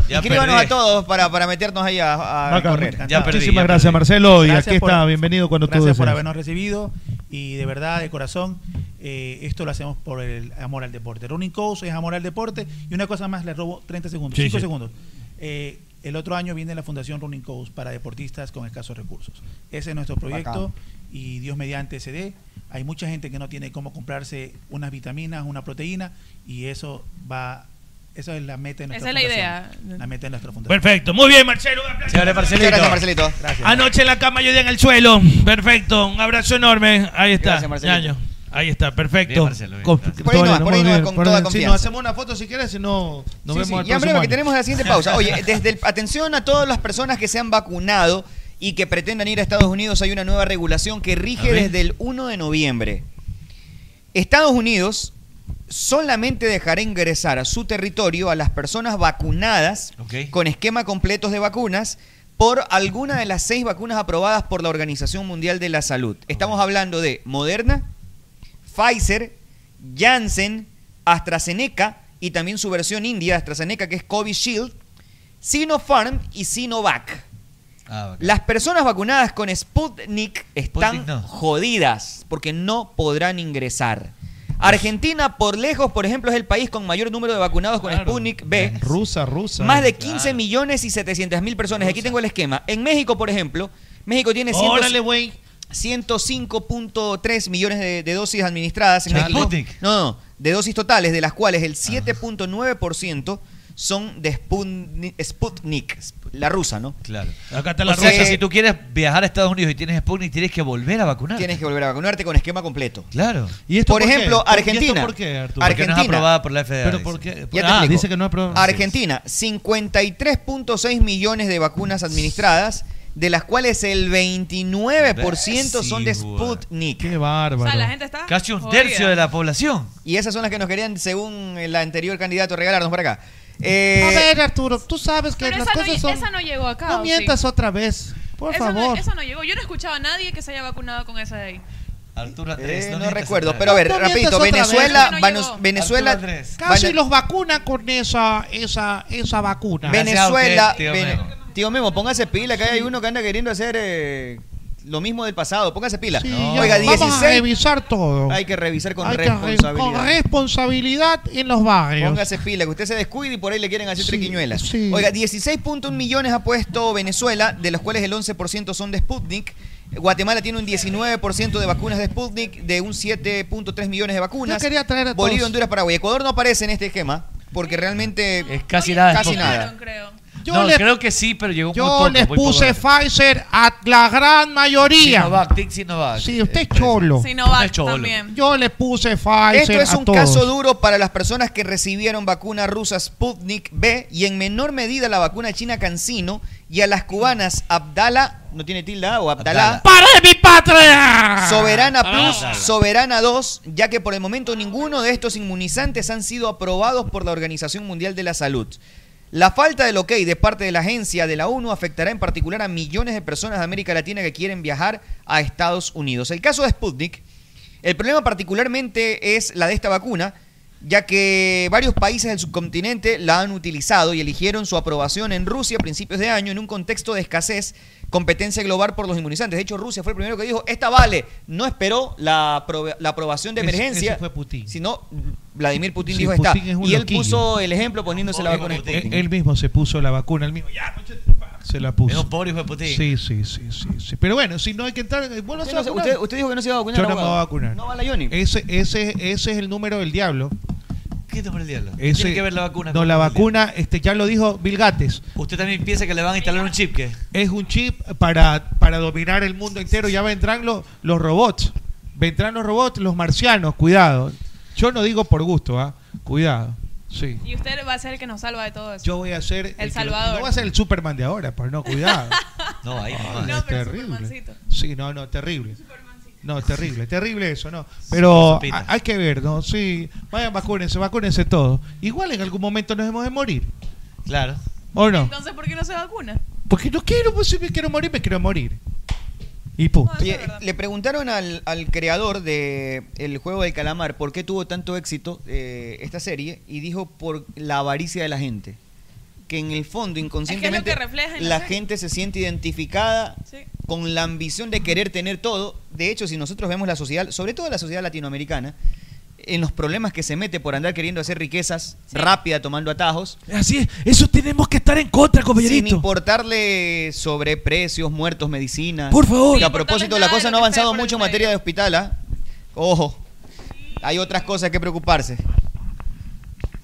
Ya Inscríbanos perdí. a [LAUGHS] todos para, para meternos ahí a, a Bacán. correr. Ya perdí, Muchísimas ya gracias, perdí. Marcelo. Y Gracias aquí por- está, bienvenido cuando tú Gracias por desees. habernos recibido y de verdad, de corazón, eh, esto lo hacemos por el amor al deporte. Running Coast es amor al deporte y una cosa más, les robo 30 segundos, Sí, 5 sí. segundos. Eh, el otro año viene la Fundación Running Coast para deportistas con escasos recursos. Ese es nuestro proyecto Bacán. y Dios mediante se dé. Hay mucha gente que no tiene cómo comprarse unas vitaminas, una proteína y eso va... Esa es la meta de nuestra Esa es la fundación. La meta de nuestra fundación. Perfecto, muy bien, Marcelo. un aplauso. Ah, Gracias, Marcelito. Gracias. Anoche en la cama, yo ya en el suelo. Perfecto, un abrazo enorme. Ahí está. Gracias, Marcelito. Ñaño. Ahí está, perfecto. Bien, Marcelo, bien, Conf- gracias. Por ahí todavía nomás, no por ahí hemos- nomás, con por toda ahí- Si confianza. nos hacemos una foto si quieres, si no, nos Sí, vemos sí, al Ya próximo breve, que año. tenemos la siguiente [LAUGHS] pausa. Oye, desde el- atención a todas las personas que se han vacunado y que pretendan ir a Estados Unidos, hay una nueva regulación que rige A ver. desde el 1 de noviembre. Estados Unidos solamente dejará ingresar a su territorio a las personas vacunadas con esquema completos de vacunas por alguna de las seis vacunas aprobadas por la Organización Mundial de la Salud. Estamos hablando de Moderna, Pfizer, Janssen, AstraZeneca y también su versión india, AstraZeneca, que es COVID Shield, Sinopharm y Sinovac. Las personas vacunadas con Sputnik están jodidas porque no podrán ingresar. Argentina, por lejos, por ejemplo, es el país con mayor número de vacunados con Sputnik B. Rusa, rusa. Más de 15 millones y 700 mil personas. Aquí tengo el esquema. En México, por ejemplo, México tiene ciento- Órale, güey. 105.3 millones de, de dosis administradas en México. Sputnik. Ah. No, no, de dosis totales, de las cuales el 7.9% son de Sputni- Sputnik, la rusa, ¿no? Claro. Acá está la o sea, rusa. que si tú quieres viajar a Estados Unidos y tienes Sputnik, tienes que volver a vacunar. Tienes que volver a vacunarte con esquema completo. Claro. ¿Y esto Por por qué? ejemplo, ¿Por- y esto Argentina. por qué, Arturo? Porque no es Argentina. aprobada por la FDA. Pero dice. ¿por qué? Ya te Ah, explico. dice que no es pro- Argentina, 53.6 millones de vacunas administradas, de las cuales el 29% son de Sí, güey. Sputnik. Qué bárbaro. O sea, la gente está Casi un tercio de la población. Y esas son las que nos querían, según el anterior candidato, regalarnos para acá. Eh, A ver, Arturo, tú sabes que Pero las esa no, cosas son. esa no llegó acá. No ¿o mientas sí? otra vez, por Esa no- favor. esa no llegó. Yo no he escuchado a nadie que se haya vacunado con esa de ahí. Arturo eh, Andrés, no mientas recuerdo, atrás. pero a ver, No mientas rapidito, otra Venezuela, vez. Vanu- Venezuela, Arturo Andrés. Vanu- Casi los vacunan con esa, esa, esa vacuna. Venezuela, Vene- Vene- tío Memo, póngase pila, que hay uno que anda queriendo hacer eh, lo mismo del pasado, póngase pila. No. Oiga, Vamos a 16 revisar todo. hay que revisar con Hay que- responsabilidad. Con responsabilidad en los barrios. Póngase pila, que usted se descuide y por ahí le quieren hacer triquiñuelas. Oiga, 16.1 millones ha puesto Venezuela, de los cuales el 11% son de Sputnik. Guatemala tiene un 19% de vacunas de Sputnik, de un 7.3 millones de vacunas. Yo quería traer a Bolivia, todos. Honduras, Paraguay. Ecuador no aparece en este esquema, porque realmente... Es casi nada. Casi Poco. nada. Yo no, les- creo que sí, pero llegó Yo muy poco. les muy poco. puse Pfizer a la gran mayoría. Sinovac, Tic Sinovac. Sí, usted es cholo. Sinovac Es cholo. también. Yo le puse Pfizer Esto es a un todos. caso duro para las personas que recibieron vacuna rusa Sputnik B y en menor medida la vacuna china Cancino y a las cubanas Abdala, no tiene tilda o Abdala. ¡Para mi patria! Soberana Para Plus, Abdala. Soberana 2, ya que por el momento ninguno de estos inmunizantes han sido aprobados por la Organización Mundial de la Salud. La falta del ok de parte de la agencia de la ONU afectará en particular a millones de personas de América Latina que quieren viajar a Estados Unidos. El caso de Sputnik, el problema particularmente es la de esta vacuna, ya que varios países del subcontinente la han utilizado y eligieron su aprobación en Rusia a principios de año en un contexto de escasez, competencia global por los inmunizantes. De hecho, Rusia fue el primero que dijo, esta vale. No esperó la, apro- la aprobación de Ese- emergencia, ese fue Putin. sino Vladimir Putin Sí, dijo, Putin está. es un Y él loquillo. puso el ejemplo poniéndose la vacuna. Él, él mismo se puso la vacuna, él mismo. Ya, coche, pa, se la puso. Es un pobre hijo de Putin. Sí, sí, sí, sí, sí. Pero bueno, si no hay que entrar, eh, vuelva a Usted, no se- vacunar. usted- usted dijo que no se iba a vacunar. Yo no me abogado. voy a vacunar. No va la Johnny. Ese, ese, ese es el número del diablo. ¿Qué te el diablo? Ese- Tiene que ver la vacuna. No, con la el vacuna, este, ya lo dijo Bill Gates. diablo. Usted también piensa que le van a instalar un chip, ¿qué? Es un chip para, para dominar el mundo entero. Ya vendrán los, los robots. Vendrán los robots, los marcianos. Cuidado. Yo no digo por gusto, ¿ah? Cuidado. Sí. Y usted va a ser el que nos salva de todo eso. Yo voy a ser. El que- Salvador. No va a ser el Superman de ahora, pues no, cuidado. [LAUGHS] No, ahí Ah, nomás. es No, pero terrible. Supermancito. Sí, no, no, terrible. No, terrible, [LAUGHS] terrible eso, no. Pero Sopita. a- hay que ver, ¿no? Sí, vayan, vacúnense, vacúnense todos. Igual en algún momento nos hemos de morir. Claro. ¿O no? Entonces, ¿por qué no se vacuna? Porque no quiero, pues si me quiero morir, me quiero morir. Y punto. Oye, eh, le preguntaron al, al creador de El Juego del Calamar por qué tuvo tanto éxito eh, esta serie y dijo por la avaricia de la gente. Que en el fondo, inconscientemente, que refleja en la la serie. gente se siente identificada con la ambición de querer tener todo. De hecho, si nosotros vemos la sociedad, sobre todo la sociedad latinoamericana, en los problemas que se mete por andar queriendo hacer riquezas rápida, tomando atajos, Así es, eso tenemos que estar en contra, sin compañerito. importarle sobre precios, muertos, medicinas. Por favor. Que a propósito, la cosa no ha avanzado mucho en materia de hospital, ¿ah? Ojo. Hay otras cosas que preocuparse.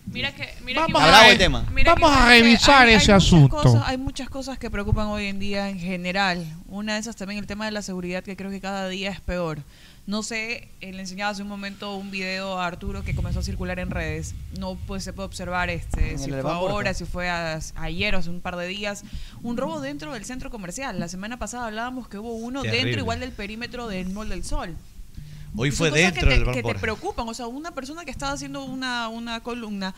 Mira que, mira que Vamos igual- a ver. Mira que Vamos a igual que revisar hay- ese hay asunto. muchas asunto. cosas- hay muchas cosas que preocupan hoy en día en general. Una de esas también el tema de la seguridad, que creo que cada día es peor. No sé, eh, le enseñaba hace un momento un video a Arturo que comenzó a circular en redes. No pues, se puede observar este, En si el fue Iván Borja. ahora, si fue a- ayer o hace un par de días. Un robo dentro del centro comercial. La semana pasada hablábamos que hubo uno Terrible. dentro igual del perímetro del Mall del Sol. Hoy Son fue cosas dentro que te, del Van que te Borja. preocupan. O sea, una persona que estaba haciendo una, una columna,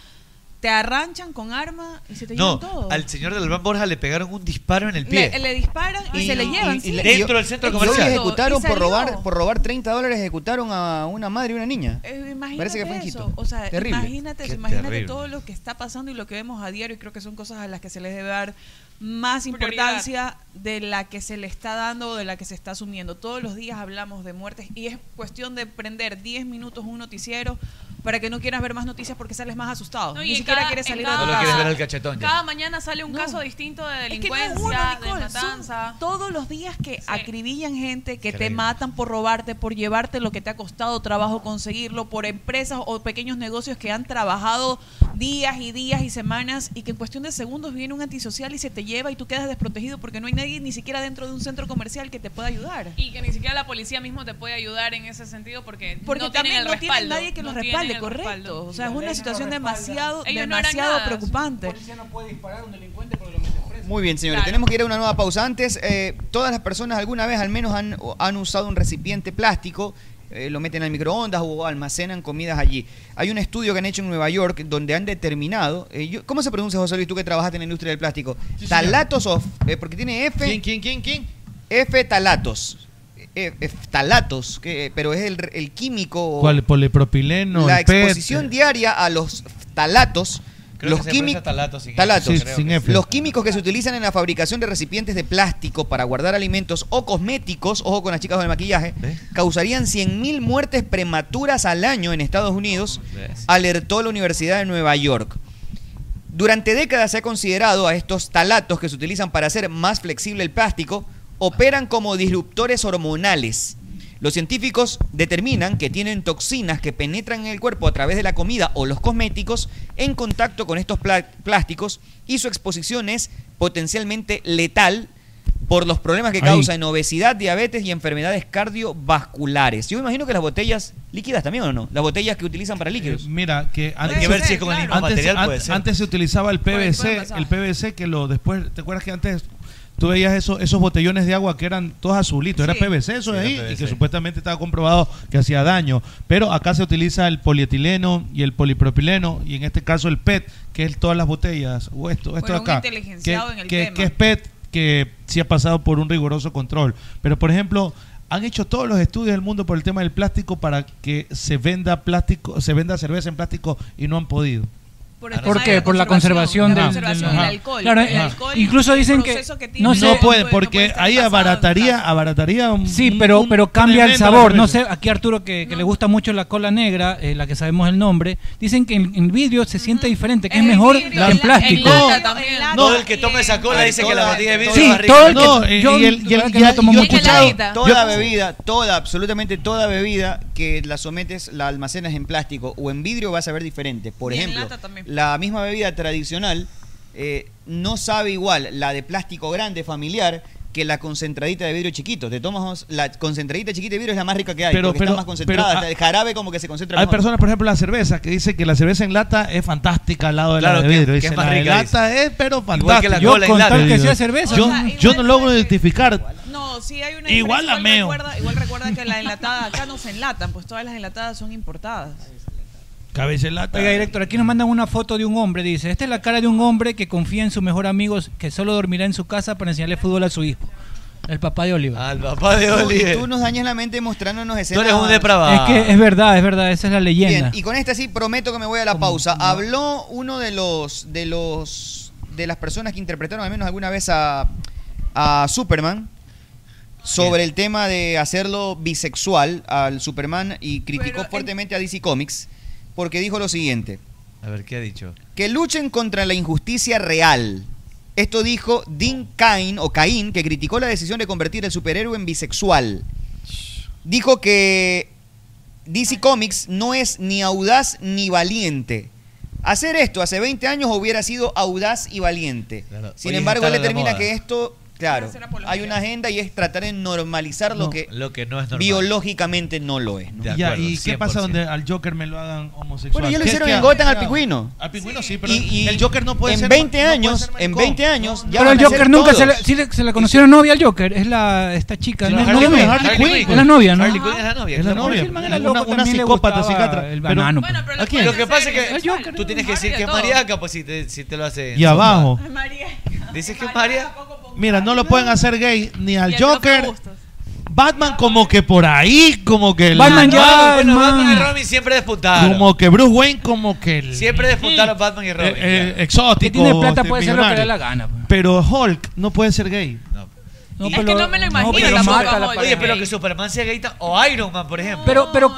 te arranchan con arma y se te No, llevan todo. al señor del Van Borja le pegaron un disparo en el pie. Le, le disparan y, Y- se le y- llevan. y- sí. y- Dentro del centro comercial. Y hoy ejecutaron Y por salió. robar, por robar 30 dólares, ejecutaron a una madre y una niña. Eh, imagínate Parece que fue en eso. Quito. O sea, Terrible. imagínate, eso, Qué imagínate terrible. todo lo que está pasando y lo que vemos a diario. Y creo que son cosas a las que se les debe dar más importancia de la que se le está dando o de la que se está asumiendo. Todos los días hablamos de muertes y es cuestión de prender 10 minutos un noticiero para que no quieras ver más noticias porque sales más asustado. No, y Ni en siquiera cada- quieres en salir cada- de tu No lo casa. quieres ver al cachetón ya. Cada mañana sale un caso distinto de Es que no es delincuencia, uno, de Nicole, son matanza. todos los días que acribillan gente, que te Increíble. matan por robarte, por llevarte lo que te ha costado trabajo conseguirlo, por empresas o pequeños negocios que han trabajado días y días y semanas y que en cuestión de segundos viene un antisocial y se te lleva y tú quedas desprotegido porque no hay nadie ni siquiera dentro de un centro comercial que te pueda ayudar. Y que ni siquiera la policía mismo te puede ayudar en ese sentido porque, Porque no tienen también el no respaldo. tienen nadie que los no tienen respalde, el correcto. respaldo. O sea, es La ley una no situación respalda. demasiado, Ellos no harán demasiado nada. preocupante. Muy bien, señores. Claro. Tenemos que ir a una nueva pausa. Antes, eh, todas las personas alguna vez al menos han, o han usado un recipiente plástico, eh, lo meten al microondas o almacenan comidas allí. Hay un estudio que han hecho en Nueva York donde han determinado, eh, yo- ¿cómo se pronuncia José Luis, tú que trabajaste en la industria del plástico? señor. talatos of, eh, porque tiene F. ¿Quién, quién, quién? F talatos. Eh, F talatos, que, pero es el, el químico. o- ¿Cuál? ¿Polipropileno? la el E PET? exposición diaria a los talatos, Creo los que se pronuncia químicos talato sin F. talatos, Sí, creo sin que F. sí. los químicos que se utilizan en la fabricación de recipientes de plástico para guardar alimentos o cosméticos, ojo con las chicas del maquillaje, causarían 100.000 muertes prematuras al año en Estados Unidos, alertó la Universidad de Nueva York. Durante décadas se ha considerado a estos talatos que se utilizan para hacer más flexible el plástico, operan como disruptores hormonales. Los científicos determinan que tienen toxinas que penetran en el cuerpo a través de la comida o los cosméticos en contacto con estos pla- plásticos y su exposición es potencialmente letal por los problemas que Ahí. causa en obesidad, diabetes y enfermedades cardiovasculares. Yo me imagino que las botellas líquidas también o no, las botellas que utilizan para líquidos. Mira, que antes, que ver si es con el mismo antes- material, an- puede ser. antes se utilizaba el Puede- puede PVC, pasar. el PVC que lo después, ¿te acuerdas que antes tú veías esos esos botellones de agua que eran todos azulitos? Era Sí. PVC Sí, eso de era ahí y que PVC. supuestamente estaba comprobado que hacía daño, pero acá se utiliza el polietileno y el polipropileno y en este caso el PET, que es todas las botellas o esto, esto Bueno, de un acá. inteligenciado que, en el que- tema. que es PET que sí ha pasado por un riguroso control, pero por ejemplo, han hecho todos los estudios del mundo por el tema del plástico para que se venda plástico, se venda cerveza en plástico y no han podido. Por, el ¿Por tema qué? de la Por la conservación, conservación la del- conservación del- del ajá. alcohol. Claro, El eh, alcohol, incluso el dicen que proceso que tiene, no no, sé- pueden porque ahí abarataría, abarataría un Sí, pero, un pero cambia el tremendo sabor. la No sé, cerveza. aquí Arturo, que, que le gusta mucho la cola negra, eh, la que sabemos el nombre, dicen que en, en vidrio se siente diferente, que es mejor que en plástico. No, el que toma esa cola dice que la botella de vidrio Sí, es más rica. todo eh, el que- No, yo- y el- la verdad que no tomo yo he mucho. escuchado Heladita. toda Yo- bebida, toda, absolutamente toda bebida que la sometes, la almacenas en plástico o en vidrio vas a ver diferente. Por Y en ejemplo, lata también. la misma bebida tradicional eh, no sabe igual la de plástico grande familiar que la concentradita de vidrio chiquito. Te tomas la concentradita chiquita de vidrio es la más rica que hay, Pero- porque pero- está más concentrada, pero, hasta ah, el jarabe como que se concentra Hay mejor. personas, por ejemplo, la cerveza que dice que la cerveza en lata es fantástica al lado de Claro, la de que- vidrio. que Dice, es más la de rica, lata es pero fantástica. Igual que la cola en con lata. tal Yo- Yo, yo no logro identificar. No, sí hay una Igual diferencia. la meo. Recuerda, igual recuerda que la enlatada acá no se enlatan, pues todas las enlatadas son importadas. Cabeza en lata. Oiga, director, aquí nos mandan una foto de un hombre. Dice: Esta es la cara de un hombre que confía en su mejor amigo que solo dormirá en su casa para enseñarle fútbol a su hijo. El papá de Oliva. Al papá Tú- y tú nos dañas la mente mostrándonos escenas. Es que es verdad, es verdad, esa es la leyenda. Bien, y con esta sí prometo que me voy a la pausa. Habló uno de los de los de las personas que interpretaron al menos alguna vez a, a Superman sobre el tema de hacerlo bisexual al Superman y criticó fuertemente a DC Comics porque dijo lo siguiente: A ver, ¿qué ha dicho? que luchen contra la injusticia real. Esto dijo Dean Cain o Cain, que criticó la decisión de convertir el superhéroe en bisexual. Dijo que DC Comics no es ni audaz ni valiente. Hacer esto hace 20 años hubiera sido audaz y valiente. Sin Hoy es embargo, estar él a la determina moda. que esto, claro, hay una agenda y es tratar de normalizar lo que Lo que no es normal. biológicamente no lo es. ¿no? De Y ya, ¿Y qué pasa donde al Joker me lo hagan homosexual? Bueno, ya lo ¿Qué- hicieron qué en hago? Gotham al ¿Qué hago? pingüino. Al pingüino sí, pero Y- y el Joker no puede en ser. 20 no puede años, ser en maricón. 20 años, ya Pero van el a ser Joker nunca se le, todos. sí le- se le conocieron novia al Joker. Es la esta chica. ¿no? Sí, Es Harley novia. Quinn, Harley Quinn. Es la novia, ¿no? Harley Quinn es la novia, Es la claro. novia. Porque el man Una- era loco, una también le psicópata gustaba psiquiatra. el Pero- banano, Bueno, pero ¿A quién? Lo que pasa es El que Joker, tú tienes que Mario decir que de es todo. mariaca, pues si te, si te lo hace. Y abajo. Dices que es María. Mira, no lo pueden hacer gay ni al Y el Joker. Batman como que por ahí, como que... el- Batman ya, bueno, Batman y Robin siempre despuntaron. Como que Bruce Wayne como que... el- Siempre despuntaron Batman y Robin. eh, eh, exótico. este, Que tiene plata, puede ser hacer lo que le dé la gana, pues. Pero Hulk no puede ser gay. No, Es que no me lo imagino pero tampoco, mata a la amor. pareja. Oye, pero que Superman sea gay ta- o Iron Man, por ejemplo. Pero, pero,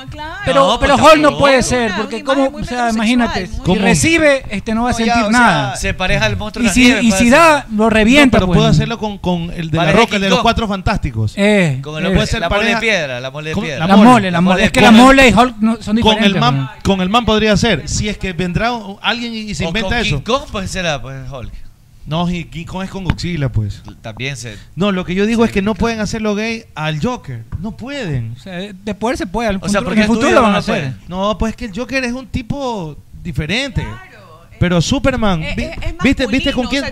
pero, No, pero pues Hall no tampoco. puede ser, porque como, o sea, imagínate, si ¿Cómo? recibe, este no va a sentir nada. Ah, Se pareja al monstruo y de la pues, si, nieve, y puede si ser. da, lo ah, revienta. No, pero pues. puede hacerlo con, con el de la Pareja roca, el de King los Kong. cuatro fantásticos. Eh, Con la- la mole de piedra, la mole de ¿Cómo? piedra. La mole, la mole. Es que la Con el- mole y Hulk no- Con son el, diferentes, pues. man, con el man podría ser. Si es que vendrá un- alguien y y se o inventa con eso. King Kong, pues será, pues Hulk. No, y King Kong es con Godzilla, pues. También se. No, lo que yo digo es que no pueden hacerlo gay al Joker. No pueden. O sea, de poder se puede. al O sea, futuro- porque en el futuro lo van a hacer. No, pues es que el Joker es un tipo diferente. Pero Superman, vi- ¿viste, ¿viste con quién,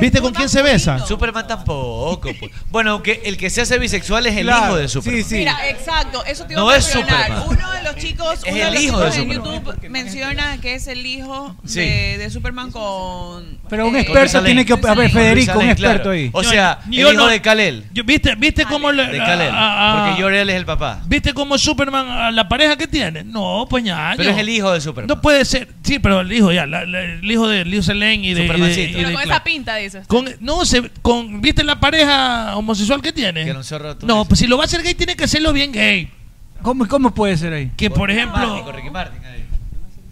¿viste con quién se besa? Superman tampoco. pues. Bueno, aunque el que se hace bisexual es el Claro, hijo de Superman. Mira, exacto, eso te iba No a es mencionar. Superman. Uno de los chicos, Es uno de el los hijo chicos de en Superman. YouTube menciona que es el hijo Sí. de, de Superman con Pero un eh, experto Lane. tiene que. A ver, Con Federico, Luis un Allen, claro. experto ahí. O sea, Yo- el yo hijo no- de Kalel. Yo- ¿Viste, viste cómo le- De Kalel. ah, ah, porque Jor-El es el papá. ¿Viste cómo Superman, a la pareja que tiene? No, pues ya. Pero yo- es el hijo de Superman. No puede ser. Sí, pero el hijo ya, la- la- el hijo de Liu Lane y de... y de- y de- Supermancito. Pero con claro. esa pinta, dices. Con- no, se, con, ¿viste la pareja homosexual que tiene? no, pues si lo va a hacer gay, tiene que hacerlo bien gay. ¿Cómo, cómo puede ser ahí? Que por ejemplo, Con Ricky Martin.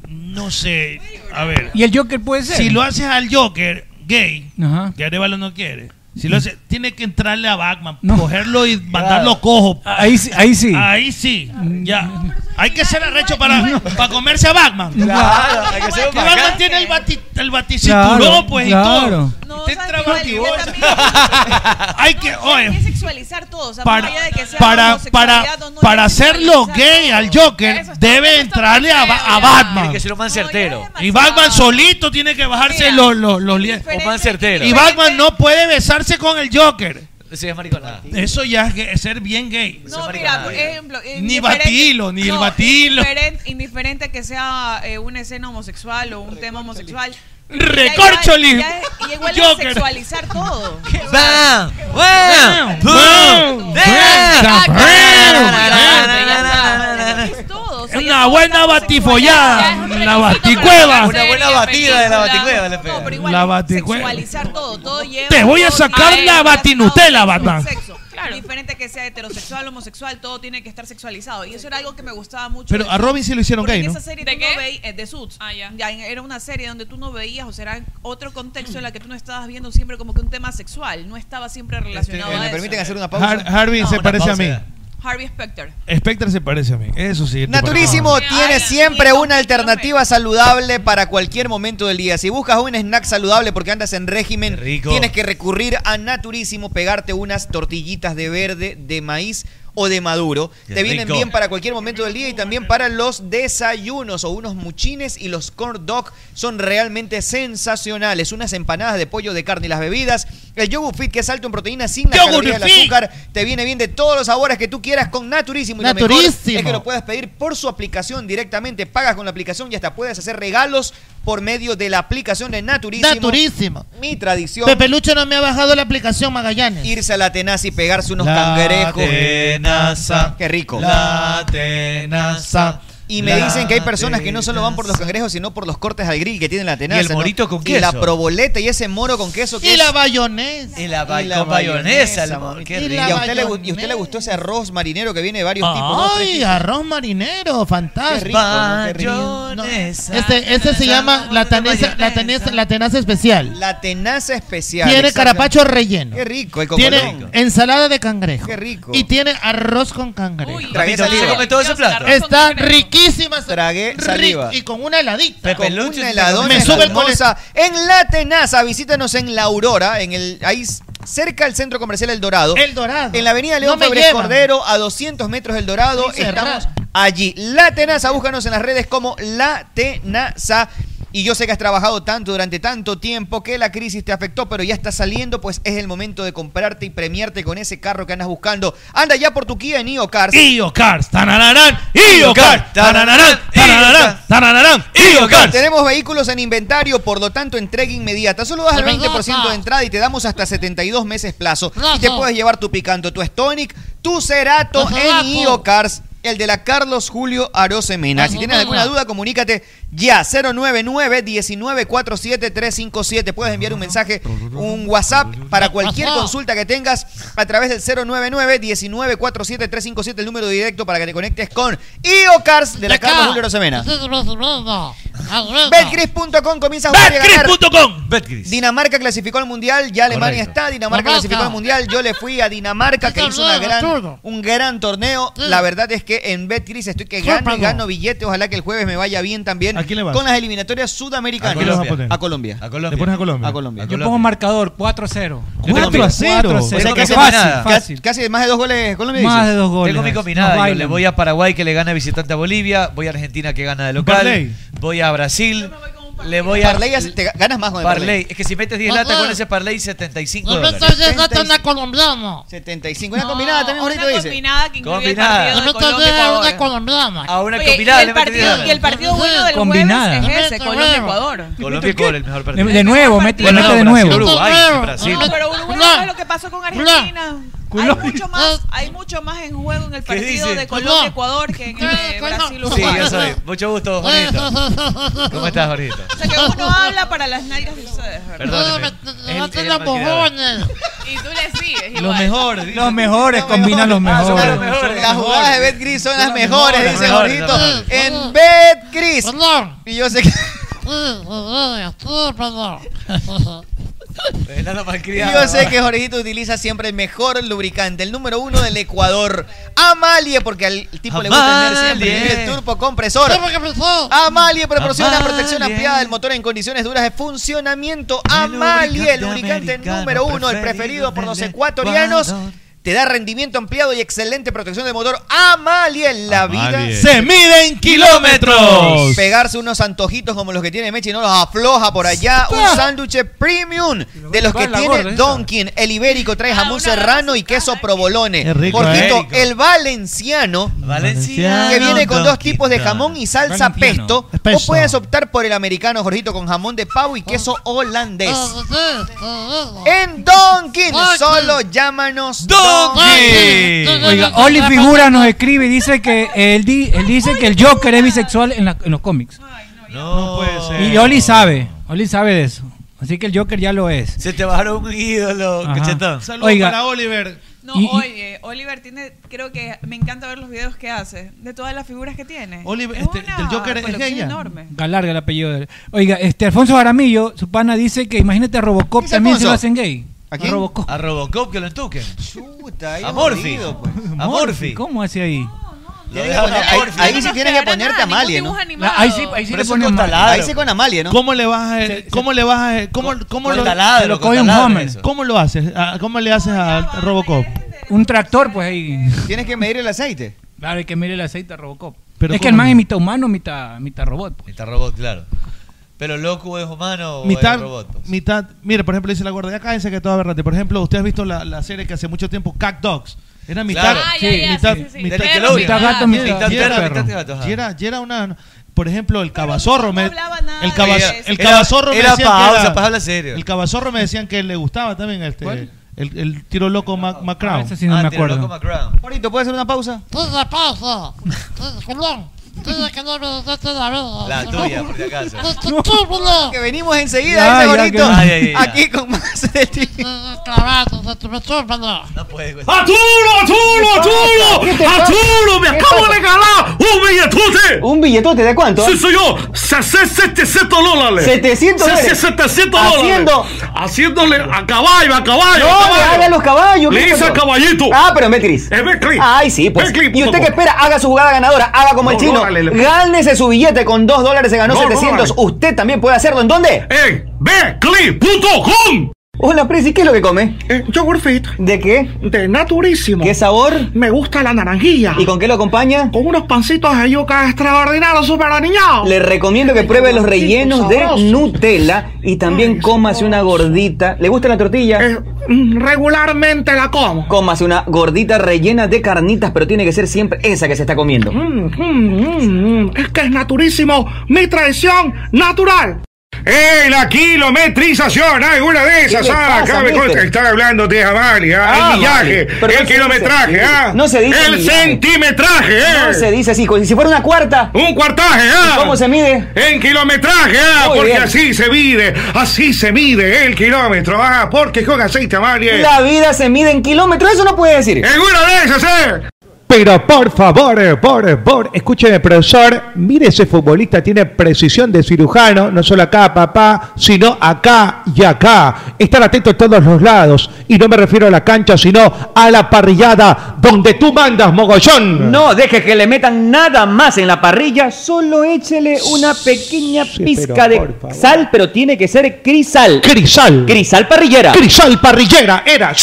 no sé, a ver. ¿Y el Joker puede ser? Si lo haces al Joker gay, Ajá. que Arevalo no quiere, si lo hace, tiene que entrarle a Batman, cogerlo y mandarlo Claro. cojo. Ahí sí- ahí sí. Ahí sí, ya. Hay que ser arrecho para, para comerse a Batman. Claro, [LAUGHS] hay que ser un Que Batman bacán. tiene el, bati, el baticinturón, Claro, pues, y claro. todo. No, Te ¿sabes entra qué? batibolsa. Yo también- Hay que, Hay que oye, sexualizar todo, [LAUGHS] o sea, para, más allá de que sea para, para, homosexualidad o no, para hay que hacerlo gay al Joker, debe entrarle a, Ba- a Batman. Tiene que ser un man certero. Y Batman solito tiene que bajarse los, los, los lie- Un man certero. Y Batman no puede besarse con el Joker. Sí, es mariconada. Eso ya es ge- ser bien gay. No, mira, por ejemplo, eh, Ni indiferente- batilo, ni el batilo. Indiferente, indiferente que sea eh, una escena homosexual o un tema homosexual. ya igual- Recorcholis. ya es- Y igual es Joker. sexualizar todo. ¡Bam! ¡Bam! ¡Bam! Es todo. o sea, Es una buena batifollada. La baticueva. Una buena batida de la baticueva. le pega. pero igual, La baticueva. Sexualizar todo, todo lleva. Te voy a todo sacar lleva la batinutela, Batman. Sexo. Indiferente que sea heterosexual, homosexual, todo tiene que estar sexualizado. Y eso era algo que me gustaba mucho. Pero de a Robin sí lo hicieron Porque gay, en ¿no? Esa serie ¿De qué? de Suits. Ah, Ya, en- era una serie donde tú no veías, o será en otro contexto en la que tú no estabas viendo siempre como que un tema sexual. No estaba siempre relacionado Este, ¿me a eso. permiten hacer una pausa? Har- Ah, Harvey se parece a mí. Harvey Specter. Spectre se parece a mí. Eso sí. te Naturísimo parece. tiene siempre una alternativa saludable para cualquier momento del día. Si buscas un snack saludable porque andas en régimen, tienes que recurrir a Naturísimo, pegarte unas tortillitas de verde, de maíz o de maduro. Qué Te vienen rico. bien para cualquier momento del día y también para los desayunos o unos muchines y los corn dog son realmente sensacionales. Unas empanadas de pollo de carne y las bebidas. El yogur fit que es alto en proteínas sin la Yogurt caloría del Fit. azúcar. Te viene bien de todos los sabores que tú quieras con Naturísimo. Y lo mejor Naturísimo. es que lo puedes pedir por su aplicación directamente. Pagas con la aplicación y hasta puedes hacer regalos por medio de la aplicación de Naturísimo. Naturísimo. Mi tradición. Pepe Lucho no me ha bajado la aplicación Magallanes. Irse a la tenaza y pegarse unos La cangrejos. tenaza. Qué rico. La tenaza. Y me La dicen que hay personas que no solo van por los cangrejos, sino por los cortes al grill que tienen la tenaza. Y el ¿no? morito con Y la queso. proboleta y ese moro con queso que Y es- la bayonesa. Y la, ba- y la con bayonesa, mayonesa, el amor, mamita. qué y, rico. a usted le, gu- y usted le gustó ese arroz marinero que viene de varios tipos. ¿no? Tres Ay, tipos. arroz marinero, Qué fantástico. rico, ¿no? Qué rico. No, Este, este se llama la tenaza, la tenaza, la tenaza especial. La tenaza especial. Tiene exacto. carapacho relleno. Qué rico, y con Tiene colón. ensalada de cangrejo. Qué rico. Y tiene arroz con cangrejo. Tragué Papito, ¿usted saliva. come todo ese plato? Está riquísimo. riquísimas. Tragué Ri- eh, saliva. Y con una heladita. Con una heladona Me sube el colesterol. hermosa. En La Tenaza, visítanos en La Aurora, en el, ahí s- cerca del centro comercial El Dorado. El Dorado. En la avenida No León me Febres llevan. Cordero, a 200 metros del Dorado. Sí, cerrado. Estamos allí. La Tenaza, búscanos en las redes como La Tenaza. Y yo sé que has trabajado tanto durante tanto tiempo que la crisis te afectó, pero ya estás saliendo, pues es el momento de comprarte y premiarte con ese carro que andas buscando. Anda ya por tu Kia en IO Cars. IO Cars, tananarán, IO Cars, tananarán, tananarán, tananarán, IO Cars. Tenemos vehículos en inventario, por lo tanto, entrega inmediata. Solo das el 20% de entrada y te damos hasta 72 meses plazo. Y te puedes llevar tu Picanto, tu Stonic, tu Cerato en IO Cars. El de la Carlos Julio Arosemena. Si tienes alguna duda, comunícate ya. 099-1947-357. Puedes enviar un mensaje, un WhatsApp para cualquier consulta que tengas a través del 099-1947-357. El número directo para que te conectes con IO Cars de la Carlos Julio Arosemena. Betcris.com comienza a jugar y a ganar. Betcris.com. Dinamarca clasificó al mundial, ya Alemania Correcto. está, Dinamarca Dinamarca. clasificó al mundial, yo le fui a Dinamarca que hizo una torneo, gran, absurdo. un gran torneo. Sí. La verdad es que en Betcris estoy que Sí, gano y Paco. gano billete, ojalá que el jueves me vaya bien también ¿A quién le vas? con las eliminatorias sudamericanas. ¿A quién le vas a poner? A Colombia. A Colombia. ¿Le pones a Colombia? A Colombia. Yo pongo marcador 4-0. Yo tengo 4 a 0. O sea, casi, fácil, ca- fácil. casi más de dos goles Colombia. Más dice. de dos goles. Tengo mi Nos combinada. Yo bailan. le voy a Paraguay que le gana visitante a Bolivia, voy a Argentina que gana de local, Parley. voy a Brasil, le voy a... Parley, hace- te ganas más con el Parley. Parley. Es que si metes 10 latas con ese Parley, 75 No me dólares. estás llegando. colombiana. 75. Una combinada también, ahorita dice. combinada que incluye el Combinada. partido No me de estás Colombia llegando Ecuador. colombiana. Ah, A una Oye, combinada y le el, metí partido, 10 y el partido bueno del Combinada. jueves es ese, Colombia-Ecuador. Colombia y Ecuador, el mejor partido. De nuevo, mete, le mete de nuevo. Uruguay, Brasil. No, pero Uruguay sabe lo que pasó con Argentina. Hay mucho, más, hay mucho más en juego en el partido dice? de Colombia-Ecuador que en el de Sí, Brasil-Uruguay. yo soy. Mucho gusto, Juanito. ¿Cómo estás, Jorgito? O sea que [LAUGHS] uno habla para las nalgas de ustedes, ¿verdad? Perdóneme. Es el que ya me ha quedado. Y tú le sigues. Los igual. mejores. Los mejores, combinan los mejores. Las jugadas de Betcris son las mejores, mejores, dice las mejores, Jorgito. las mejores. En Betcris. Y [LAUGHS] yo sé que. [LAUGHS] Enano malcriado. Yo sé que Jorgito utiliza siempre el mejor lubricante, el número uno del Ecuador. Amalie, porque al tipo le gusta tener siempre Amalie. el turbo compresor. Amalie proporciona una protección Amalie. ampliada del motor en condiciones duras de funcionamiento. Amalie, el lubricante número uno, el preferido por los ecuatorianos. Te da rendimiento ampliado y excelente protección del motor. Amalie, la vida Amalie. Se mide en kilómetros. Pegarse unos antojitos como los que tiene Mechi y no los afloja por allá. Un sándwich premium de los que la gorda tiene esa. Donkin. El ibérico trae jamón serrano y queso provolone. Qué rico, Jorgito, ibérico. el valenciano. Valenciano, Que viene con dos Donkin, tipos de claro. jamón y salsa Valenciano. pesto. O Pesto. puedes optar por el americano, Jorgito, con jamón de pavo y queso holandés. En Donkin. Oh, Solo llámanos Donkin. Oiga, Oli Figura nos escribe y dice que él, di- él dice que el Joker es bisexual en, la- en los cómics. No puede ser. Y Oli sabe, Oli sabe de eso. Así que el Joker ya lo es. Se te bajaron un ídolo, Ajá. cachetón. Saludos Oiga. para Oliver. No, Y- y- oye, Oliver tiene, creo que me encanta ver los videos que hace, de todas las figuras que tiene. Oliver, es este, una del Joker es colección ella. enorme. Galarga el apellido de él. Oiga, este Alfonso Jaramillo, su pana dice que imagínate a Robocop Dice también se lo Alfonso. hacen gay. ¿A quién? Robocop. A Robocop que lo entuquen. Chuta, ahí A Morphy. jodido, pues. A Morphy. ¿Cómo hace ahí? Lo Tiene que dejan poner- a ahí, Morphy. ahí sí tienes que ponerte a Amalie, ¿no? Ahí sí, ahí sí Pero le eso ponen con mal. taladro. Ahí sí con Amalie, ¿no? ¿Cómo le vas a.? ¿Cómo le vas a.? ¿Cómo, cómo con lo.? taladro, te lo con coge un taladro Homer. eso. ¿Cómo lo haces? Ah, ¿Cómo le haces a Robocop? Un tractor, pues ahí. Tienes que medir el aceite. Claro, hay que medir el aceite a Robocop. Pero es que ¿cómo el man no? es mitad humano, mitad, mitad robot. pues. Está robot, claro. Pero loco es humano o mitad, es robot. mitad. Mire, por ejemplo, dice la guardia, acá dice que todo aberrante. Por ejemplo, usted ha visto la, la serie que hace mucho tiempo, Cat Dogs. Era mitad. Claro. Ah, ya, ya, mitad, sí, sí, sí. mitad, Del Nickelodeon. Mitad gato, Y era- mitad y era- perro. Mitad gato, ajá. y era- y era una. Por ejemplo, el cabazorro. me- el, de caba- eso. el Era- cabazorro era me decían pa' que habla, pa' habla serio. El cabazorro me decían que le gustaba también este. El, el tiro loco Mac- Macrown. ese sí no Ah, me tiro acuerdo. loco Morito, ¿puedes hacer una pausa? Tuya pausa. Culón. Tuya que no me dejaste la vida. La tuya, por si acaso. Que venimos enseguida, Ya, dice ya, Gorito. que- Ay, ay, ay, ya. Aquí con más de ti. No puede, güey. ¡Arturo, Arturo, Arturo! ¡Arturo, me acabo de ganar ¡Un billetote! ¿Un billetote de cuánto? Sí, señor. Se- se- 700 dólares. 700 Se- se- dólares. 700 dólares. Haciendo- Haciéndole a caballo, a caballo. No, a caballo. haga los caballos. Le ¿qué hice al pasó? caballito. Ah, pero en Betcris. En Betcris. Ay, sí, pues. Betcris, y usted por que favor. espera, haga su jugada ganadora, haga como el No, chino. no, dale, le- Gánese su billete con 2 dólares, se ganó No, no, 700. usted también puede hacerlo. ¿En dónde? En Betcris.com. Hola, Prezi, ¿qué es lo que come? Eh, yogurt fit. ¿De qué? De naturísimo. ¿Qué sabor? Me gusta la naranjilla. ¿Y con qué lo acompaña? Con unos pancitos de yuca extraordinarios, super aniñados. Le recomiendo que pruebe los rellenos de Nutella y también cómase una gordita. ¿Le gusta la tortilla? Eh, mm, regularmente la como. Cómase una gordita rellena de carnitas, pero tiene que ser siempre esa que se está comiendo. Mm, mm, mm. Es que es naturísimo, mi tradición natural. ¡Eh, la kilometrización! ¡Hay una de esas! le ¡Ah! pasa, Acá me consta mister? que están hablando de Amalia, Ah, el millaje, vale. Pero no el se kilometraje, dice así. ¿ah? No se dice ¡El millaje. centimetraje, eh! No se dice así, como si fuera una cuarta. ¡Un cuartaje, ah! ¿Y ¿Cómo se mide? En kilometraje, ah, Muy porque bien. así se mide, así se mide el kilómetro, ah, porque con aceite Amalia. La vida se mide en kilómetros, eso no puede decir. ¡En una de esas, eh! Pero por favor, eh, por favor, escúcheme, profesor. Mire, ese futbolista tiene precisión de cirujano, no solo acá, papá, sino acá y acá. Estar atento a todos los lados. Y no me refiero a la cancha, sino a la parrillada donde tú mandas, mogollón. No deje que le metan nada más en la parrilla, solo échele una pequeña pizca de sal, pero tiene que ser crisal. Crisal. Crisal parrillera. Crisal parrillera, era.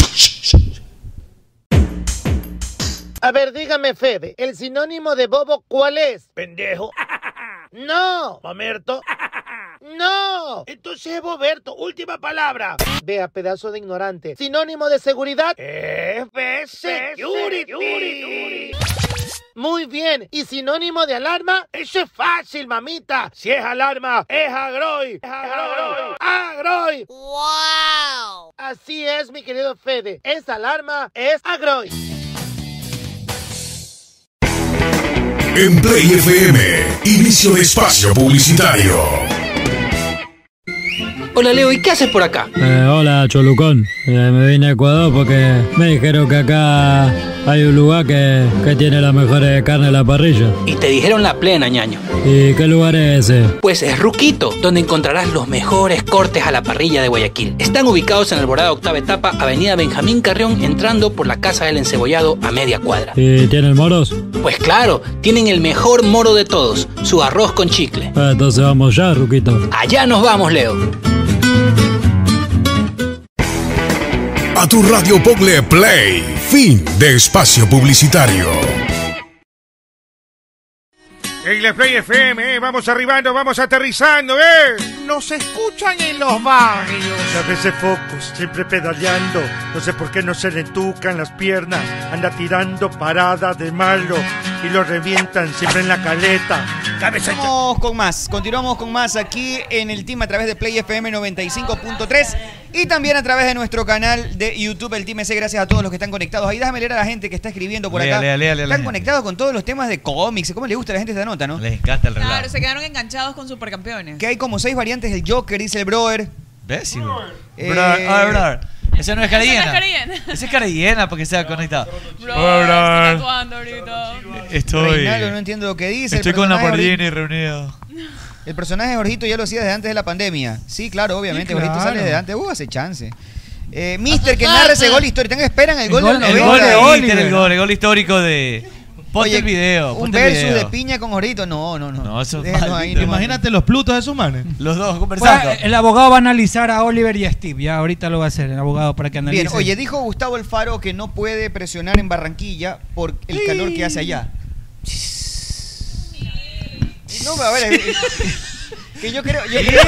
A ver, dígame, Fede, ¿el sinónimo de bobo cuál es? Pendejo. [LAUGHS] No. Mamerto. [LAUGHS] No. Entonces es boberto. Última palabra. Vea, pedazo de ignorante. Sinónimo de seguridad. Eh, Security. Muy bien. ¿Y sinónimo de alarma? Eso es fácil, mamita. Si es alarma, es agroy. Es agroy. Agroy. ¡Wow! Así es, mi querido Fede. Es alarma, es agroy. En Play FM, inicio de espacio publicitario. Hola Leo, ¿y qué haces por acá? Eh, hola Cholucón, Eh, me vine a Ecuador porque me dijeron que acá hay un lugar que, que tiene las mejores carnes de la parrilla. Y te dijeron la plena, ñaño. ¿Y qué lugar es ese? Pues es Ruquito, donde encontrarás los mejores cortes a la parrilla de Guayaquil. Están ubicados en Alborada Octava Etapa, Avenida Benjamín Carrión, entrando por la Casa del Encebollado a media cuadra. ¿Y tienen moros? Pues claro, tienen el mejor moro de todos, su arroz con chicle. Ah, entonces vamos ya, Ruquito. Allá nos vamos, Leo. A tu radio Pogle Play, fin de espacio publicitario. En la Play FM, eh, vamos arribando, vamos aterrizando, eh. Nos escuchan en los barrios. A veces focos, siempre pedaleando. No sé por qué no se le entucan las piernas. Anda tirando parada de malo y lo revientan siempre en la caleta. Continuamos con más, continuamos con más aquí en el team a través de Play FM 95.3 y también a través de nuestro canal de YouTube, el Team S. Gracias a todos los que están conectados. Ahí déjame leer a la gente que está escribiendo por Lea, acá. lea, lea, lea a la están gente. conectados con todos los temas de cómics. ¿Cómo le gusta a la gente esta nota, no? Les encanta el relato. Claro, se quedaron enganchados con supercampeones. Que hay como seis variantes del Joker, dice el brother. ¿Ves? hijo? Eh, Bro, ah, bro. Ese Ese no no es es cariñena. cariñena. Ese es cariñena porque sea conectado. Bro, Oh, estoy bro. tatuando ahorita. Estoy. Reinaldo, no entiendo lo que dice. El Estoy con la personaje ahorita- Pardini reunido. El personaje de Jorgito ya lo hacía desde antes de la pandemia. Sí, claro, Sí, obviamente. claro. Jorgito sale desde antes. Uh, hace chance. Eh, Mister, que narra ese gol histórico. Tengan esperan el El gol, gol, de el los gol 90. de Inter, el gol, el gol histórico de. Ponte Oye, el video. Un ponte el versus de video. piña con Jorgito. No, no, no. No, eso es Déjenlo ahí, maldito, nomás. Imagínate los plutos de esos manes. Los dos Bueno, el abogado va a analizar a Oliver y a Steve. Ya ahorita lo va a hacer el abogado para que analice. Bien, oye, dijo Gustavo Alfaro que no puede presionar en Barranquilla por el calor que hace allá. No, a ver, eh, que yo creo, yo creo-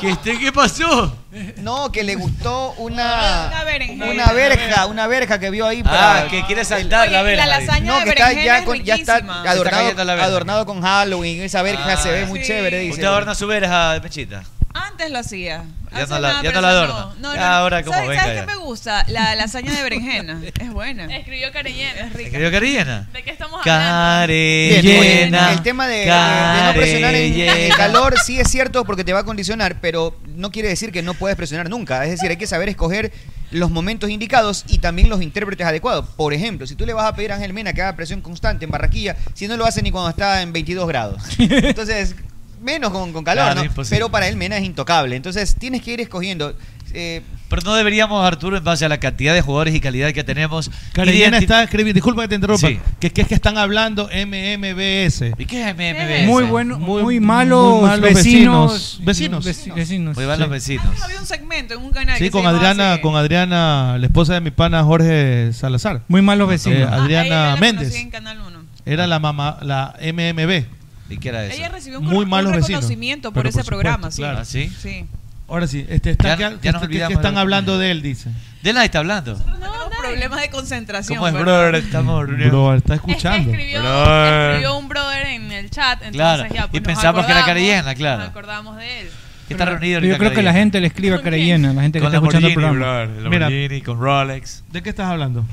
¿Qué, este- ¿Qué pasó? No, que le gustó una Una berenjena. una verja, una verja que vio ahí Ah, para que quiere saltar la Oye, y verga. la lasaña No, de que está berenjena ya, es con- ya está riquísima. adornado, cayendo la verja. adornado con Halloween. Esa verja se ve Ah, muy chévere, dice. Usted adorna su verja, Pechita. Antes lo hacía. Ya Hace no la- nada, ya no Ah, pero la eso adorna. no. No, Ya no, no. ahora como ¿Sabes, venga ¿sabes ya. qué me gusta? La lasaña de berenjena. Es buena. Escribió Carellena. Es rica. ¿Escribió Carellena? ¿De qué estamos Care Bien, oye, llena. el tema de, de no presionar en, care en llena. calor sí es cierto porque te va a condicionar, pero no quiere decir que no puedes presionar nunca. Es decir, hay que saber escoger los momentos indicados y también los intérpretes adecuados. Por ejemplo, si tú le vas a pedir a Ángel Mena que haga presión constante en Barranquilla, si no lo hace ni cuando está en 22 [LAUGHS] grados. Entonces, menos con, con calor, Claro, ¿no? imposible. Pero para él Mena es intocable. Entonces, tienes que ir escogiendo. eh, Pero no deberíamos, Arturo, en base a la cantidad de jugadores y calidad que tenemos. Carolina identi- está escribiendo, disculpa que te interrumpa, Sí. que, que es que están hablando MMBS. ¿Y qué es MMBS? Muy bueno, muy, malos, muy malos vecinos. Vecinos. Veci- vecinos, Muy malos sí. vecinos. Había un segmento en un [LAUGHS] canal. Sí, que con se llamaba Adriana, así. con Adriana, la esposa de mi pana Jorge Salazar. Muy malos vecinos. Adriana Ah, ella la Méndez. conocí en Canal uno. Era la mamá, la MMB. ¿Y qué era Ella recibió un, Muy un malos vecinos. reconocimiento por Pero ese por supuesto, programa. sí. claro. Ah, ¿sí? Sí. Ahora sí, este, está, que- ya nos que- que olvidamos están de- hablando de él, dice. De nadie está hablando. Tenemos problemas de concentración. ¿Cómo es, pero- brother? Estamos reunidos. Bro, está escuchando. Escribió, escribió un brother en el chat. Entonces Claro, ya, pues, y nos pensamos que era acordamos, Carellena, claro. Nos acordamos de él. Que está reunido Yo creo que la gente le escribe a Carellena, la gente que Con está escuchando el Lamborghini, programa. brother, Mira. Lamborghini, con Rolex. Eh, ¿De qué estás hablando?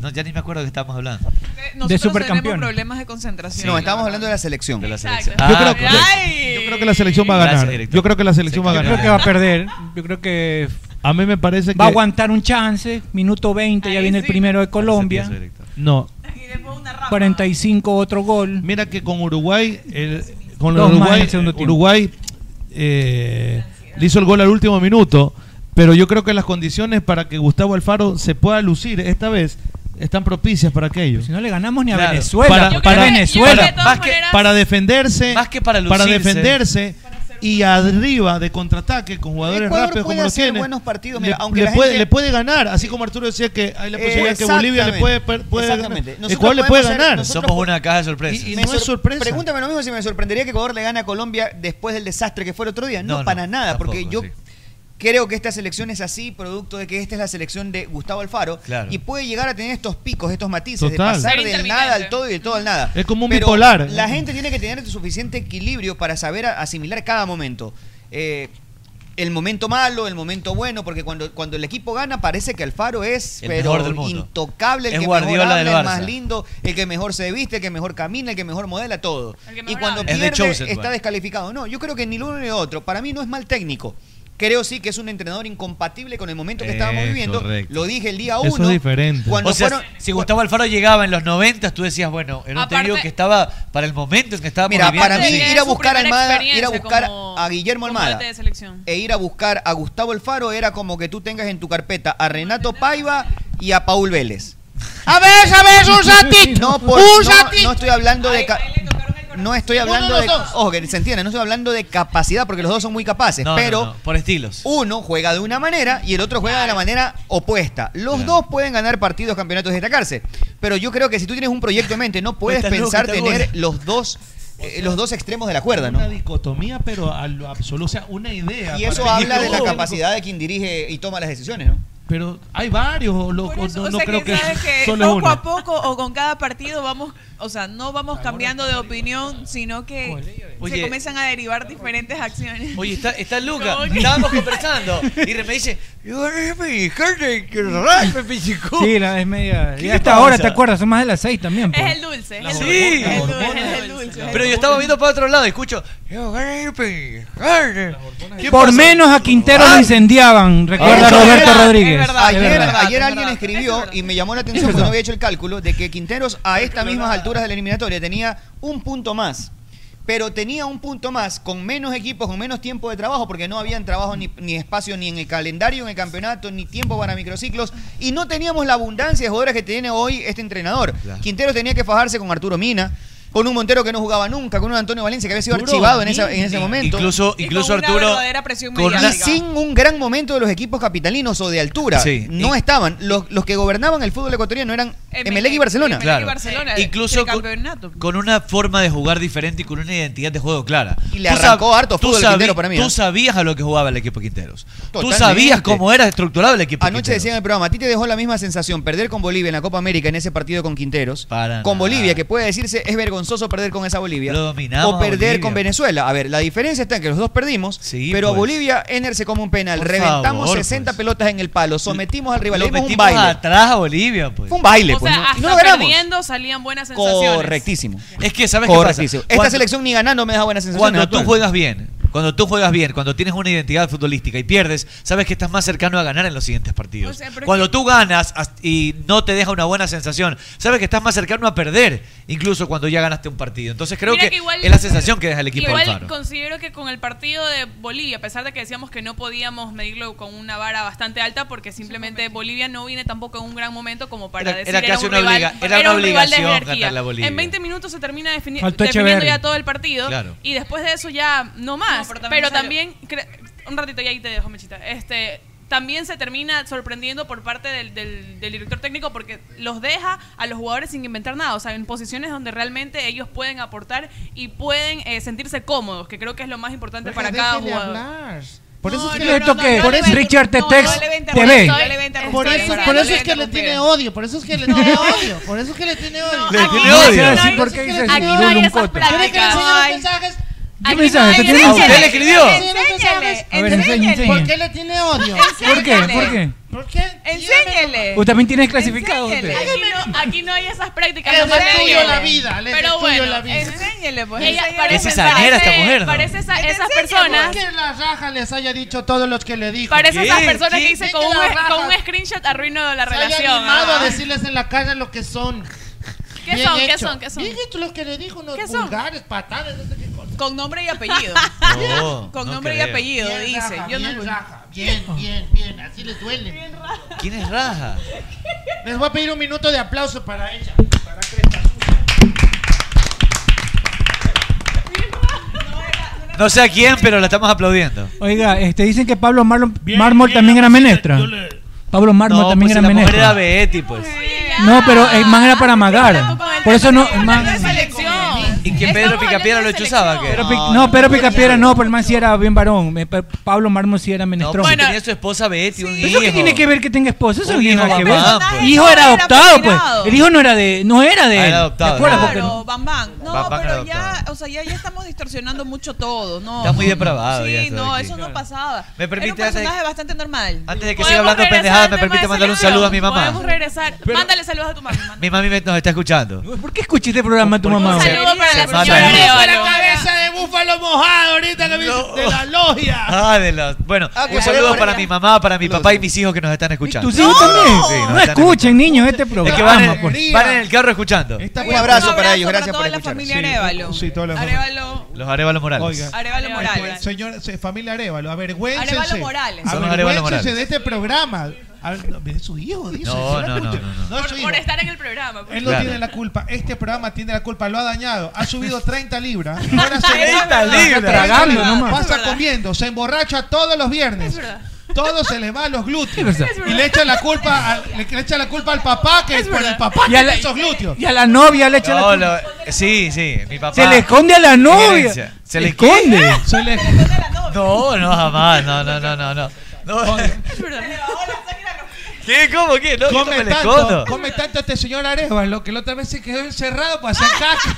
No, ya ni me acuerdo de qué estamos hablando. Eh, Nosotros supercampeón. tenemos problemas de concentración. no, estábamos hablando de la selección. De la selección. Ah, Yo creo que- Yo creo que la selección va a Gracias, ganar. director. Yo creo que la selección va a Yo ganar. creo que va a perder. Yo creo que A mí me parece que va a aguantar un chance. Minuto 20, ya viene el primero de Colombia. No. 45 otro gol. Mira que con Uruguay, el- con Dos más en Uruguay, el segundo tiempo. Uruguay eh, le hizo el gol al último minuto, pero yo creo que las condiciones para que Gustavo Alfaro se pueda lucir esta vez están propicias para aquello. Si no le ganamos ni a Claro. Venezuela, Para- porque para- Venezuela. para- más que- para defenderse, más que para para lucirse. defenderse y arriba de contraataque con jugadores Ecuador rápidos puede como lo hacer tiene. buenos partidos, le, mira, aunque le la puede, gente- le puede ganar, así como Arturo decía que hay la posibilidad que Bolivia le puede, per- puede Exactamente. ganar. Nosotros Ecuador le puede podemos ganar. hacer- nosotros Somos una caja de sorpresas. Y, y me no es sor- sorpresa. Pregúntame lo mismo si me sorprendería que Ecuador le gana a Colombia después del desastre que fue el otro día. No, No, no, para nada, tampoco, porque yo sí. creo que esta selección es así, producto de que esta es la selección de Gustavo Alfaro Claro. y puede llegar a tener estos picos, estos matices, de Total. pasar Ser del nada al todo y del todo al nada. Es como un Pero bipolar. La gente tiene que tener suficiente equilibrio para saber a- asimilar cada momento. Eh, el momento malo, el momento bueno, porque cuando, cuando el equipo gana parece que Alfaro es El pero mejor del mundo. intocable, el Es que mejor Guardiola habla, del el Barça. más lindo, el que mejor se viste, el que mejor camina, el que mejor modela, todo. Y cuando habla. Es de pierde Chosen, está bueno. descalificado. No, yo creo que ni lo uno ni lo otro. Para mí no es mal técnico. Creo sí que es un entrenador incompatible con el momento que estábamos Eh, viviendo. correcto. Lo dije el día Eso es uno. diferente. Cuando o sea, fueron- si Gustavo Alfaro llegaba en los 90, tú decías, bueno, era un Aparte- trío que estaba para el momento en que estábamos Mira, viviendo, para mí sí. ir a buscar a primera Almada, ir a experiencia buscar como- a Guillermo como Almada parte de selección. e ir a buscar a Gustavo Alfaro era como que tú tengas en tu carpeta a Renato Paiva y a Paul Vélez. A ver, a ver, un ratito. No, por- un no- ratito. no estoy hablando de... ca- No estoy hablando Uno de de... los dos. Ojo, que se entiende, no estoy hablando de capacidad, porque los dos son muy capaces, No, no, pero... no, por estilos. Uno juega de una manera y el otro juega de la manera opuesta. Los dos pueden ganar partidos, campeonatos y destacarse. Pero yo creo que si tú tienes un proyecto en mente, no puedes Está loco, pensar está tener bueno. los dos, eh, los dos extremos de la cuerda, ¿no? Una dicotomía, pero a lo absoluto. O sea, una idea. Y eso para- habla de la Oh, capacidad de quien dirige y toma las decisiones, ¿no? Pero hay varios, o lo- o no, O no sea, creo que, sabes [LAUGHS] que solo poco uno. a poco o con cada partido vamos, o sea, no vamos cambiando de opinión, sino que Oye. se comienzan a derivar diferentes acciones. Oye, está, [LAUGHS] está Luca, ¿Cómo que? estábamos conversando y me dice, yo me dijiste que rap me picó. Sí, la, es media. Y ¿Qué le hasta pasa? ahora, ¿te acuerdas? Son más de las 6 también. pues. po. Es el dulce, es el dulce, Sí. es el dulce, es el dulce. es el Pero yo dulce. estaba viendo para otro lado y escucho, yo me picó. ¿Qué Por pasó? menos a Quintero lo incendiaban, recuerda Eso Roberto era- Rodríguez. Ah, ayer Es verdad. ayer alguien escribió y me llamó la atención porque no había hecho el cálculo de que Quinteros a estas mismas alturas de la eliminatoria tenía un punto más. Pero tenía un punto más con menos equipos, con menos tiempo de trabajo, porque no habían trabajo ni, ni espacio ni en el calendario, en el campeonato, ni tiempo para microciclos. Y no teníamos la abundancia de jugadores que tiene hoy este entrenador. Claro. Quinteros tenía que fajarse con Arturo Mina, con un Montero que no jugaba nunca, con un Antonio Valencia que había sido Arturo archivado en, esa- en Mina. ese momento. Incluso- Y con incluso una Arturo- verdadera presión con mediática. Y sin un gran momento de los equipos capitalinos o de altura. Sí. No estaban. Los, los que gobernaban el fútbol ecuatoriano eran Em, Emelec y Barcelona. Eh, Claro. Barcelona, Incluso con, tricampeonato. con una forma de jugar diferente y con una identidad de juego clara. Y le Tú sab- arrancó harto tú fútbol sabí- Quintero para mí, Tú ¿eh? sabías a lo que jugaba el equipo Quinteros. Totalmente. Tú sabías cómo era estructurado el equipo Anoche Quinteros. decía en el programa, a ti te dejó la misma sensación perder con Bolivia en la Copa América en ese partido con Quinteros. con Bolivia, que puede decirse es vergonzoso perder con esa Bolivia. Lo dominamos o perder a Bolivia. con Venezuela. A ver, la diferencia está en que los dos perdimos, pero a pues. Bolivia Ener se come un penal. Por Reventamos favor, pues. 60 pelotas en el palo, sometimos al rival, Lo le dimos un metimos baile. atrás a Bolivia, pues. Fue un baile, O pues, sea, ¿no? Y hasta no lo ganamos. perdiendo salían buenas sensaciones. Correctísimo. Es que, ¿sabes qué pasa? Correctísimo. Esta Cuando- selección ni ganando me deja buenas sensaciones. Cuando tú actual. juegas bien, Cuando tú juegas bien, cuando tienes una identidad futbolística y pierdes, sabes que estás más cercano a ganar en los siguientes partidos. O sea, pero es cuando tú ganas as- y no te deja una buena sensación, sabes que estás más cercano a perder, incluso cuando ya ganaste un partido. Entonces creo Mira que, que igual- es la sensación que deja el equipo Igual del Faro. considero que con el partido de Bolivia, a pesar de que decíamos que no podíamos medirlo con una vara bastante alta, porque simplemente Bolivia no viene tampoco en un gran momento como para Era- decir era casi un una rival, obliga- era un una rival de obligación jerarquía. ganarle a Bolivia. En 20 minutos se termina defini- Faltó definiendo Echeverri. ya todo el partido Claro. y después de eso ya no más. pero pero también también, cre- un ratito y ahí te dejo, Mechita. Este, también se termina sorprendiendo por parte del, del- del director técnico porque los deja a los jugadores sin inventar nada, o sea, en posiciones donde realmente ellos pueden aportar y pueden eh, sentirse cómodos, que creo que es lo más importante para cada Déjele jugador. hablar. Por eso es que le- Esto que por eso- Richard no, no Tetex le voy a te interrumpir, ve. no le voy a interrumpir. Por eso, por eso es que le tiene odio, por eso es que le tiene odio, por eso es que le tiene odio. Le tiene odio. Sí, ¿por qué dices Aquí Lulun no hay esas Coto? ¿Quiere que le enseñe los Ay. mensajes? ¿Qué mensaje? este ¿Te tiene ¿A odio? usted le escribió? A ver, enseñe, enseñe. ¿Por qué le tiene odio? ¿Por qué? ¿Por qué? ¿Por qué? Enséñele. Usted también tiene clasificado. Usted. Aquí no, aquí no hay esas prácticas. Es nomás del que- tuyo la vida, es del Pero tuyo bueno, la vida. Enséñele, pues. Ella enséñele. parece- Es sanera esta mujer, ¿no? Parece esa- esas ¿Por personas. qué la raja les haya dicho todo lo que le dijo? Parece esas personas que dicen dice con un, la raja con un screenshot arruino la se haya relación. animado ah. a decirles en la cara lo que son. ¿Qué Bien son? ¿Qué hecho. son? ¿Qué son? Bien hecho lo que le dijo unos ¿Qué son? vulgares, patadas, no sé qué cosa. Con nombre y [LAUGHS] apellido. [LAUGHS] No, Con no nombre y creo. apellido, Bien dice. raja, Yo no- bien raja, [LAUGHS] bien, bien, bien, así les duele. ¿Quién es Raja? Les voy a pedir un minuto de aplauso para ella. Para No sé a quién, pero la estamos aplaudiendo. Oiga, este, dicen que Pablo Marlon- Mármol también era menestra. Pablo Mármol No, también pues, si era la mujer menestra. era Betty, pues. No, pero el man era para magar. Por eso no, el man- Y que Pedro Picapiedra lo chuzaba. ¿qué? Pero Pic- no, pero Picapiedra no, pero el man sí era bien varón. Eh, pero Pablo Mármol sí era menestrón. Bueno, tenía su esposa Betty, un ¿Eso qué hijo. tiene que ver que tenga esposa? Eso no Un tiene hijo nada que ver. bambán, pues. El hijo era Era adoptado, pues. patinado. El hijo no era de, no era de Ah, él. era ¿Te adoptado, acuerdas? ¿no? Porque Claro, Bam Bam. pues. No, Bam Bam era pero ya, o sea, ya, ya estamos distorsionando mucho todo, ¿no? Está muy depravado Sí, ya esto de no, aquí. eso no pasaba. ¿Me permite Era un antes de- personaje bastante normal. Antes de que siga hablando regresar pendejadas, al me tema permite de mandarle un Celedón? saludo a mi mamá. Podemos regresar. Mándale saludos a tu mamá. Mi mami me- nos está escuchando. ¿Por qué escuché este programa tu mamá? Un saludo para la señora la [LAUGHS] cabeza de búfalo mojado ahorita que me de la [LAUGHS] logia. Ah, de los- Bueno, que un se ve saludo por para allá. mi mamá, para mi papá y mis hijos que nos están escuchando. Tus hijos también. Sí, nos no están escuchen, niños, este escuchando. programa. Es que van en, por- van en el carro escuchando. Un abrazo para ellos, gracias por La familia Arevalo. Sí, todos los Arevalo. Los Arevalo Morales. Oiga. Arevalo Morales. Señor, se- familia Arevalo, avergüénsense. Arevalo Morales. Son los Arevalo Avergüénsense Morales. de este programa. A ver, no, es su hijo, dice. No, será no, no, puto. no, no. es su Por, hijo. por estar en el programa. Él no Claro. tiene la culpa. Este programa tiene la culpa. Lo ha dañado. Ha [LAUGHS] subido 30 libras. Ahora se- 30 libras. Tragando nomás. Pasa comiendo. Se emborracha todos los viernes. Todo se le va a los glúteos. verdad. Y le echa la culpa al, le, le echa la culpa al papá que por el papá Y a que la- esos glúteos. Y a la novia le echa la No, culpa. lo- sí, sí, mi papá. Se le esconde a la novia. Herencia. Se le esconde. Se le- No, no, jamás. No, no, no, no. no. [LAUGHS] no. ¿Qué? ¿Cómo? ¿Qué? No, yo no Come me le tanto, escondo. come tanto este señor Arevalo que la otra vez se quedó encerrado para hacer caca.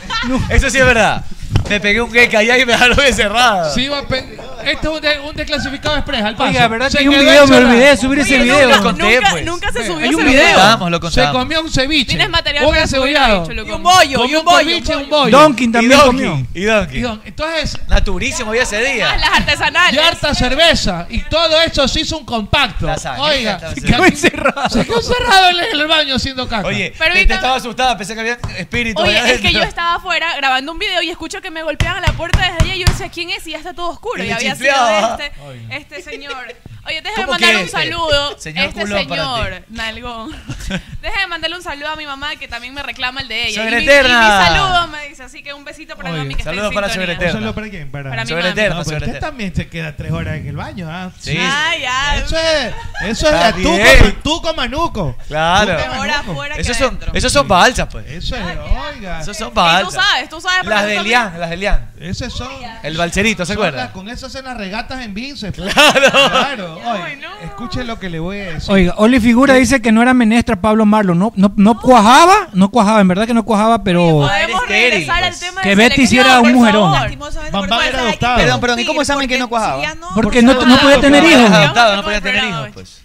[LAUGHS] Eso sí es verdad. Me pegué un gay allá y me dejaron encerrado. Sí, va a pe- Esto es un, de- un desclasificado express, al paso. Oiga, ¿verdad Se que hay un quedó video? Me encerrado. olvidé de subir ese Oye, video. nunca- nunca- pues. nunca se subió Hay ese un video. Lo video. contamos, lo se contamos. comió un ceviche. Tienes material un para subir, encebollado. bicho, loco. Y un bollo, Comió y un bollo, ceviche, pues. un un bollo. Donkin también y comió. Donkey. Y Donkey. Don- Entonces, Naturísimo había ese día. Ah, Las y artesanales. harta cerveza. Y todo eso se hizo un compacto. La sangre, Oiga, la se sangre. quedó encerrado. Se quedó encerrado en el baño haciendo caca. Oye, Pero te, ahorita- te estaba asustada, pensé que había espíritus Oye, allá es que adentro. yo estaba afuera grabando un video y escucho que me golpeaban la puerta desde allá y yo decía, ¿quién es? Y ya está todo oscuro. Y, Y le había chifleaba. sido este, este señor. Oye, déjame ¿Cómo mandar que un este? saludo. Señor este culón para señor, Nalgón. [LAUGHS] déjame mandarle un saludo a mi mamá que también me reclama el de ella. Sobre y, mi, y mi Eterna. saludo me dice, así que un besito para mi mami que está en Saludos para sintonía. Sobre Eterna. ¿Solo para quién? Para, Para mi Sobre mami. Eterna, No, pero sobre usted Eterna. también se queda tres horas en el baño, ¿ah? Sí. Ay, ay. Eso es, eso es Está la tuco, bien. tuco manuco. Claro. Ahora afuera que Esos son, adentro. esos son balsas, pues. Eso es, oiga. Esos son Y tú balsas. sabes, tú Ah, sabes. porque Las tú de también- Lian, las de Lian. Eh, Esos son. El balserito, ¿se son acuerdan? las- con eso hacen las regatas en bíceps. Claro. Claro. oiga, Escuchen lo que le voy a decir. Oiga, Oli Figura dice que no era menestra Pablo Marlon. No, no, no cuajaba, no cuajaba, en verdad que no cuajaba, pero. Podemos Era estéril, regresar al pues. tema Que de Betty selección, hiciera un por mujerón. favor. Bam Bam era adoptado. Perdón, perdón, ¿y cómo saben que no cuajaba? Porque no, no Ah, [LAUGHS] podía tener Pero hijos. adoptado, no podía tener hijos, pues.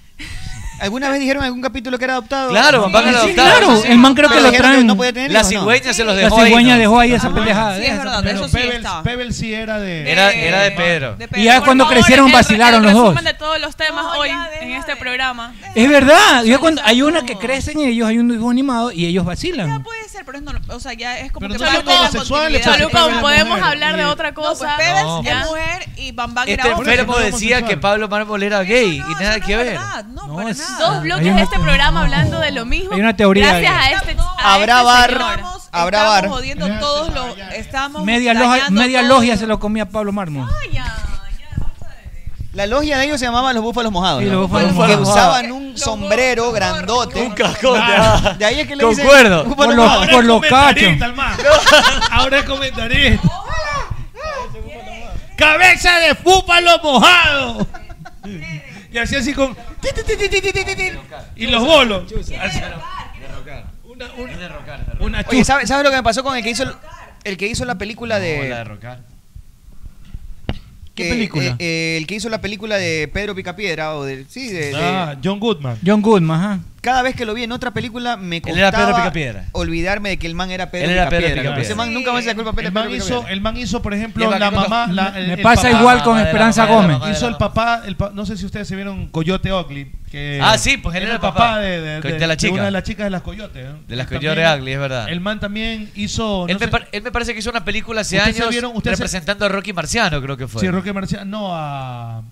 ¿Alguna vez dijeron en algún capítulo que era adoptado? Claro, van Sí, adoptados. claro. sí. el man creo que Pero lo dijeron traen. no podía tener La hijos, ¿no? Ah, cigüeña se los La dejó cigüeña ahí. dejó ahí esa pendejada. Sí, es verdad, eso sí está. Pebble sí era de. Era, era de Pedro. Y ya cuando crecieron vacilaron los dos. Resumen de todos los temas hoy en este programa. Es verdad. Ya cuando hay una que crecen y ellos hay un hijo animado y ellos vacilan. pues, Puede ser, pero es normal. O sea, ya es como que Pero no salió como homosexual, continuidad. le Lucón, podemos hablar de otra cosa. Pebbles No. es mujer y Bambán Este era hombre. enfermo decía que Pablo Mármol era gay y nada que ver. Dos bloques de este programa hablando de lo mismo. hay una teoría Gracias ahí. a este. a Habrá este bar. señor. Habrá bar. Estamos jodiendo todos los... Estamos Media loja, media logia se lo comía Pablo Mármol. La logia de ellos se llamaba Los Búfalos Mojados. Sí, ¿no? los Búfalos Que Mojados. usaban un sombrero grandote. Un cascote. De ahí es que le dicen Concuerdo. Búfalos Por los- Mojados. por los cachos. Ahora es comentarista. Cabeza de fúpalo mojado. Y así así con. Y los bolos. Una, Oye, ¿sabes sabes lo que me pasó con el que hizo el que hizo la película Eh, de ¿Qué que- película? eh, eh, el que hizo la película de Pedro Picapiedra o de sí de, de- Ah, John Goodman. John Goodman, ajá. cada vez que lo vi en otra película me Él era costaba Pedro Picapiedra. olvidarme de que el man era Pedro Él era Pedro Picapiedra. Picapiedra. Ese man nunca me hace culpa a Pedro El man, Picapiedra. hizo, el man hizo, por ejemplo, Lleva la aquí con mamá. los- la- el- Me el pasa papá. igual con Esperanza Gómez. Hizo el papá, el pa- no sé si ustedes se vieron Coyote Ugly. Que Ah, sí, pues él era el papá. de, de- Que- de de- la de chica. una de las chicas de las Coyotes. ¿eh? De las También- Coyote Ugly, es verdad. El man también hizo. Él no me, sé- par- él me parece que hizo una película hace ¿Ustedes se años vieron- ustedes se- representando a Rocky Marciano, creo que fue. Sí, Roque Marciano. No, a.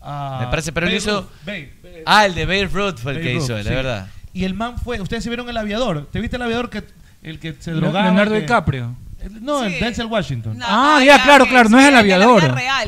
a- me parece, pero él Babe hizo. Ruth, Babe, Babe. ah, el de Babe Ruth fue el Babe que Ruth, hizo, él, sí. es verdad. Y el man fue. Ustedes se vieron el aviador. ¿Te viste el aviador que el que se Le- drogaba? Leonardo que- DiCaprio. El- No, el Denzel Washington. Ah, ya, claro, claro. No es el aviador.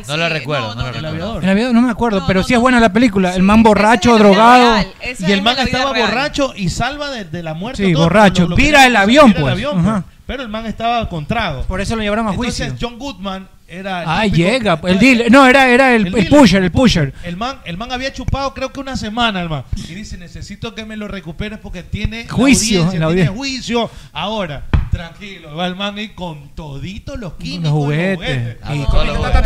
No lo recuerdo, no, lo recuerdo. El aviador, no me acuerdo, pero sí es buena la película. El man borracho, drogado. Y el man estaba borracho y salva de, de la muerte. Sí, todo, borracho. que Vira le el hizo, avión, vira pues. Ajá. Pero el man estaba con trago. Por eso lo llevaron a juicio. Entonces John Goodman era. el Ah, típico- llega. El deal. No, era, era el, el dealer, pusher, el pusher. El man, el man había chupado creo que una semana, el man. Y dice, necesito que me lo recuperes porque tiene la Juicio, audiencia, la tiene audiencia. juicio. Ahora, tranquilo, va el man y con todito los químicos, los juguetes. juguetes. Ah, Y- todos los juguetes.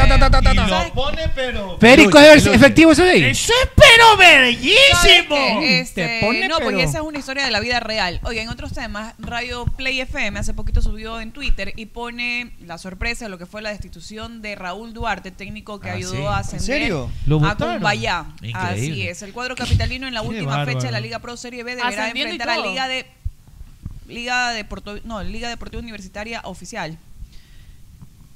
Y lo pone, pero... Perico Lucha, es lucha. efectivo ese de ahí. Eso es pero bellísimo. Este, Te pone, no, porque pero- esa es una historia de la vida real. Oye, en otros temas, Radio Play FM hace poquito subió en Twitter y pone la sorpresa de lo que fue la destitución de Raúl Duarte, técnico que Ah, ayudó sí. a ¿En ascender serio? Lo a votaron. Cumbayá. Increíble. Así es. El cuadro capitalino en la Qué última bárbaro. fecha de la Liga Pro Serie B deberá Ascendiendo y enfrentar a todo. Liga de Liga de Porto, no, Liga Deportiva Universitaria oficial.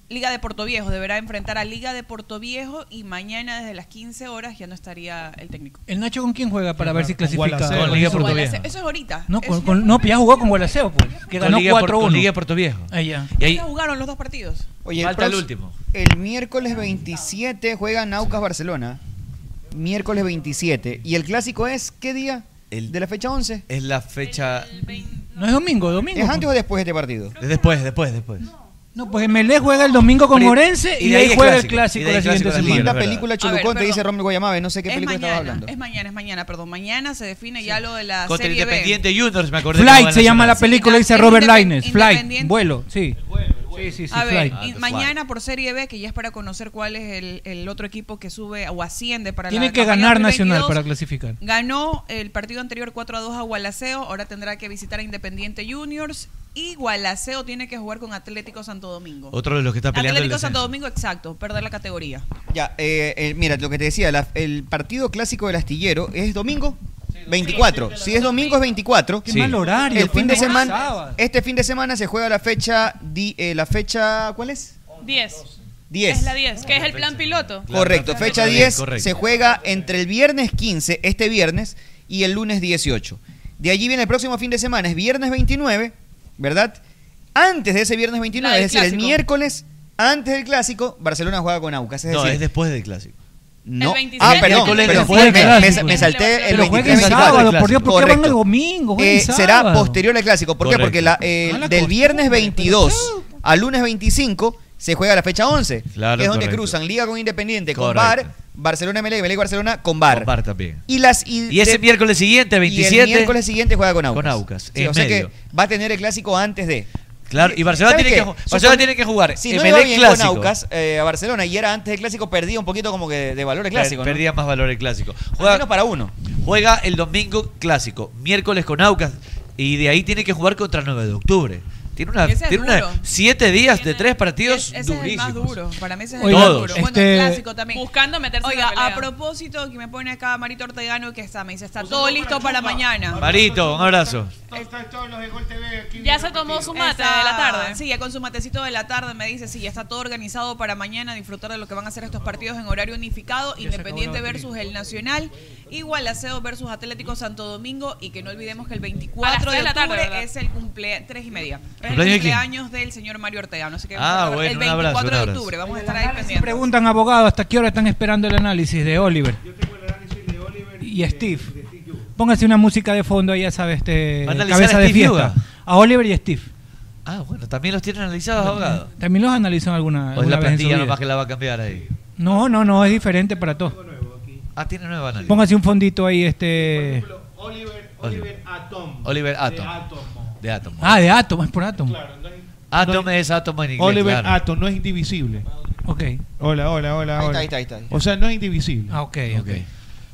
Liga de Portoviejo deberá enfrentar a Liga de Portoviejo y mañana desde las 15 horas ya no estaría el técnico. ¿El Nacho con quién juega para ver si Con clasifica? Gualaceo. Con Liga Portoviejo. Eso es ahorita. No, con- con- no, ya jugó con Gualaceo, pues. Que Con ganó Liga Por- con 4-1. Liga Puerto Viejo. Ah, ya. Y ahí- Ya jugaron los dos partidos. Oye, Falta el prox- último. El miércoles 27 juega Naucas Barcelona. Miércoles 27 y el clásico es ¿qué día? de la fecha 11. Es la fecha. No es domingo, domingo. ¿Es antes o después de este partido? Después, después, después. No, pues Melé juega el domingo con Pero- Morense y, y de ahí ahí juega el el clásico, clásico y de ahí la siguiente clásico la semana. Linda es verdad. película A Cholucón, ver, te dice perdón. Romel Guayamabe, no sé qué es película mañana, estaba hablando. es mañana, es mañana, perdón. Mañana se define ya lo de la Contra Serie B. Independiente Juniors, me acordé. que Flight jugaba se en llama la Nacional. película, dice Indepen- Robert Lines. Flight, Independiente- vuelo, sí. Sí, sí, a sí, ver, Ah, Flight. y mañana por Serie B, que ya es para conocer cuál es el, el otro equipo que sube o asciende para la Tiene que campaña ganar Nacional 2022. para clasificar. Ganó el partido anterior 4 a 2 a Gualaceo, ahora tendrá que visitar a Independiente Juniors y Gualaceo tiene que jugar con Atlético Santo Domingo. Otro de los que está peleando. el Atlético Santo descenso. Domingo, exacto, perder la categoría. Ya, eh, eh, mira, lo que te decía, la- el partido clásico del astillero es domingo 24. Si es domingo es 24. Qué Sí. mal horario, El fin de pues, no semana, sábado. este fin de semana se juega la fecha, di- eh, la fecha, ¿cuál es? 10. 10. Es la 10, que es el plan piloto. Correcto, fecha Correcto, 10 correcto. se juega entre el viernes 15, este viernes, y el lunes 18. De allí viene el próximo fin de semana, es viernes 29, ¿verdad? Antes de ese viernes 29, La es del decir, el clásico. miércoles, antes del clásico, Barcelona juega con Aucas. Es No, decir, es después del clásico. No. El 27. Ah, perdón. Miércoles perdón. después del Me- me, clásico. me salté el Pero jueguen 23, sábado, 24. por Dios, ¿por qué van el Correcto. domingo? Jueguen Eh, será sábado. posterior al clásico. ¿Por qué? Correcto. Porque la, eh, del viernes 22 al lunes 25 se juega la fecha 11, Claro, que es donde correcto. cruzan Liga con Independiente, con Correcto. Bar, Barcelona Melec, Melec Barcelona con Bar. Compar también. Y las y, Y ese de- miércoles siguiente, y 27. el miércoles siguiente juega con Aucas. Con Aucas, Sí, en o sea que medio. va a tener el clásico antes de Claro, y Barcelona ¿Sabes tiene que, qué? ju- Barcelona Supon- tiene que jugar Si no Emelec iba bien con clásico. Aucas eh, a Barcelona y era antes del clásico, perdía un poquito como que de, de valor el Per- clásico. ¿no? Perdía más valor el clásico. Juega, para uno. Juega el domingo clásico, miércoles con Aucas y de ahí tiene que jugar contra el 9 de octubre. Tiene una, Ese es tiene una duro. siete días de tres partidos Ese es el más durísimos. duro. Para mí ese es Oiga, el más duro. Bueno, este- el clásico también. Buscando meterse en Oiga, la pelea. a propósito, que me pone acá Marito Ortegano, que está, me dice, está todo listo para mañana. Marito, un abrazo. Ya se tomó su mate de la tarde. Sí, ya con su matecito de la tarde me dice, sí, ya está todo organizado para mañana disfrutar de lo que van a hacer estos partidos en horario unificado, Ya se Independiente acabó la versus el Nacional, Igualaceo versus Atlético Santo Domingo y que no olvidemos que el 24 seis de de la tarde, octubre ¿verdad? es el cumpleaños, tres y media, es el ¿Cumpleaños de quién? cumpleaños del señor Mario Ortega, no sé qué. Ah, vamos a hablar. bueno, el un 24 abrazo, un de abrazo. octubre, vamos a estar ahí pendientes. Preguntan, abogado, ¿hasta qué hora están esperando el análisis de Oliver? Y Steve. Póngase una música de fondo ahí, ya sabe, este, ¿Va a analizar cabeza a de Steve fiesta. Yuga? A Oliver y a Steve. Eh, Ah, bueno, también los tienen analizados, abogado. También los analizó alguna, O es alguna vez la en su plantilla vida. nomás que la va a cambiar ahí. No, no, no, es diferente para todos. Ah, tiene nueva análisis. Póngase un fondito ahí, este... Oliver Atom. Oliver Atom. De Atom. Ah, de átomo, es por átomo. Atom es átomo en inglés. Oliver claro. Atom no es indivisible. Ok. Hola, hola, hola. Ahí está, hola. ahí está, ahí está. O sea, no es indivisible. Ah, ok, ok.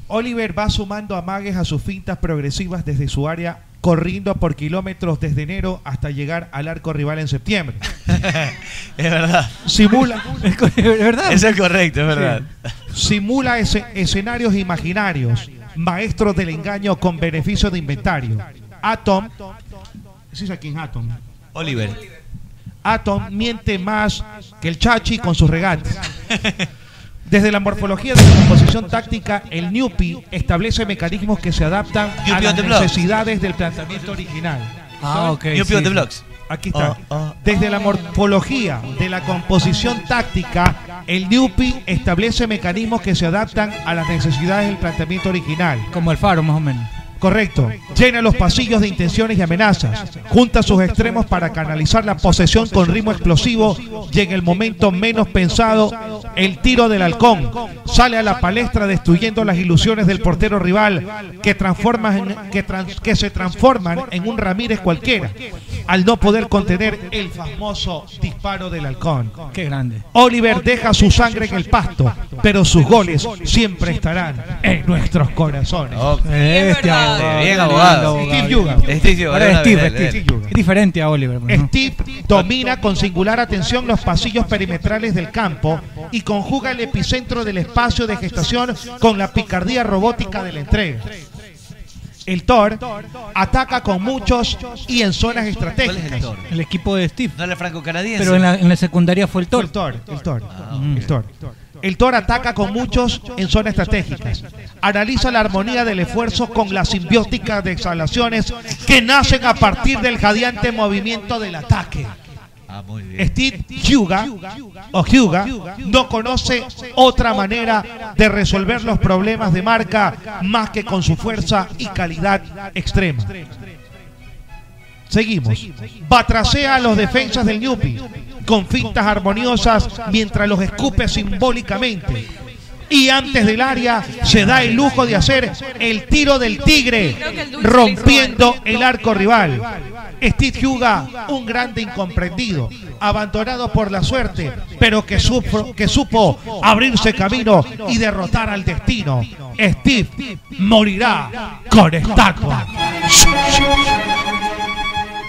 Oliver va sumando amagues a sus fintas progresivas desde su área, corriendo por kilómetros desde enero hasta llegar al arco rival en septiembre. [LAUGHS] es verdad. [LAUGHS] Simula. es verdad. Eso es correcto, es verdad. Simula ese- escenarios imaginarios, maestros del engaño con beneficio de inventario. Atom. ¿Sí a quién es Atom? Oliver. Atom miente más que el Chachi con sus [LAUGHS] regates. Desde la morfología de la composición táctica, el Newpi establece mecanismos que se adaptan a Newpi las on the block. necesidades del planteamiento original. Ah, ok. Ah. Newpi on the blocks. Aquí está. Oh, oh. Desde la morfología de la composición táctica, el Newpi establece mecanismos que se adaptan a las necesidades del planteamiento original. Como el faro, más o menos. Correcto. Llena los pasillos de intenciones y amenazas. Junta sus extremos para canalizar la posesión con ritmo explosivo y en el momento menos pensado, el tiro del halcón. Sale a la palestra destruyendo las ilusiones del portero rival que, transforman, que, trans- que se transforman en un Ramírez cualquiera al no poder contener el famoso disparo del halcón. Qué grande. Oliver deja su sangre en el pasto, pero sus goles siempre estarán en nuestros corazones. Este abogado. Bien, Qué abogado. lindo Steve Yuga. Steve Yuga, Ahora de es una Steve, vez, de Steve. una vez. Steve Yuga. Es diferente a Oliver. pues, ¿no? Steve domina con singular atención los pasillos perimetrales del campo y conjuga el epicentro del espacio de gestación con la picardía robótica de la entrega. El Thor ataca con muchos y en zonas estratégicas. El equipo de Steve. No es franco canadiense. Pero en la, en la secundaria fue el Thor. Ah, El Thor, el Thor, el Thor. El Thor ataca con muchos en zonas estratégicas. Analiza la armonía del esfuerzo con las simbióticas de exhalaciones que nacen a partir del jadeante movimiento del ataque. Ah, muy bien. Steve Hyuga o Hyuga no conoce otra manera de resolver los problemas de marca más que con su fuerza y calidad extrema. Seguimos. Batracea a los defensas del Newpi con fintas armoniosas mientras los escupe simbólicamente. Y antes del área se da el lujo de hacer el tiro del tigre, rompiendo el arco rival. Steve Huga, un grande incomprendido, abandonado por la suerte, pero que, sufro- que supo abrirse camino y derrotar al destino. Steve morirá con estatua.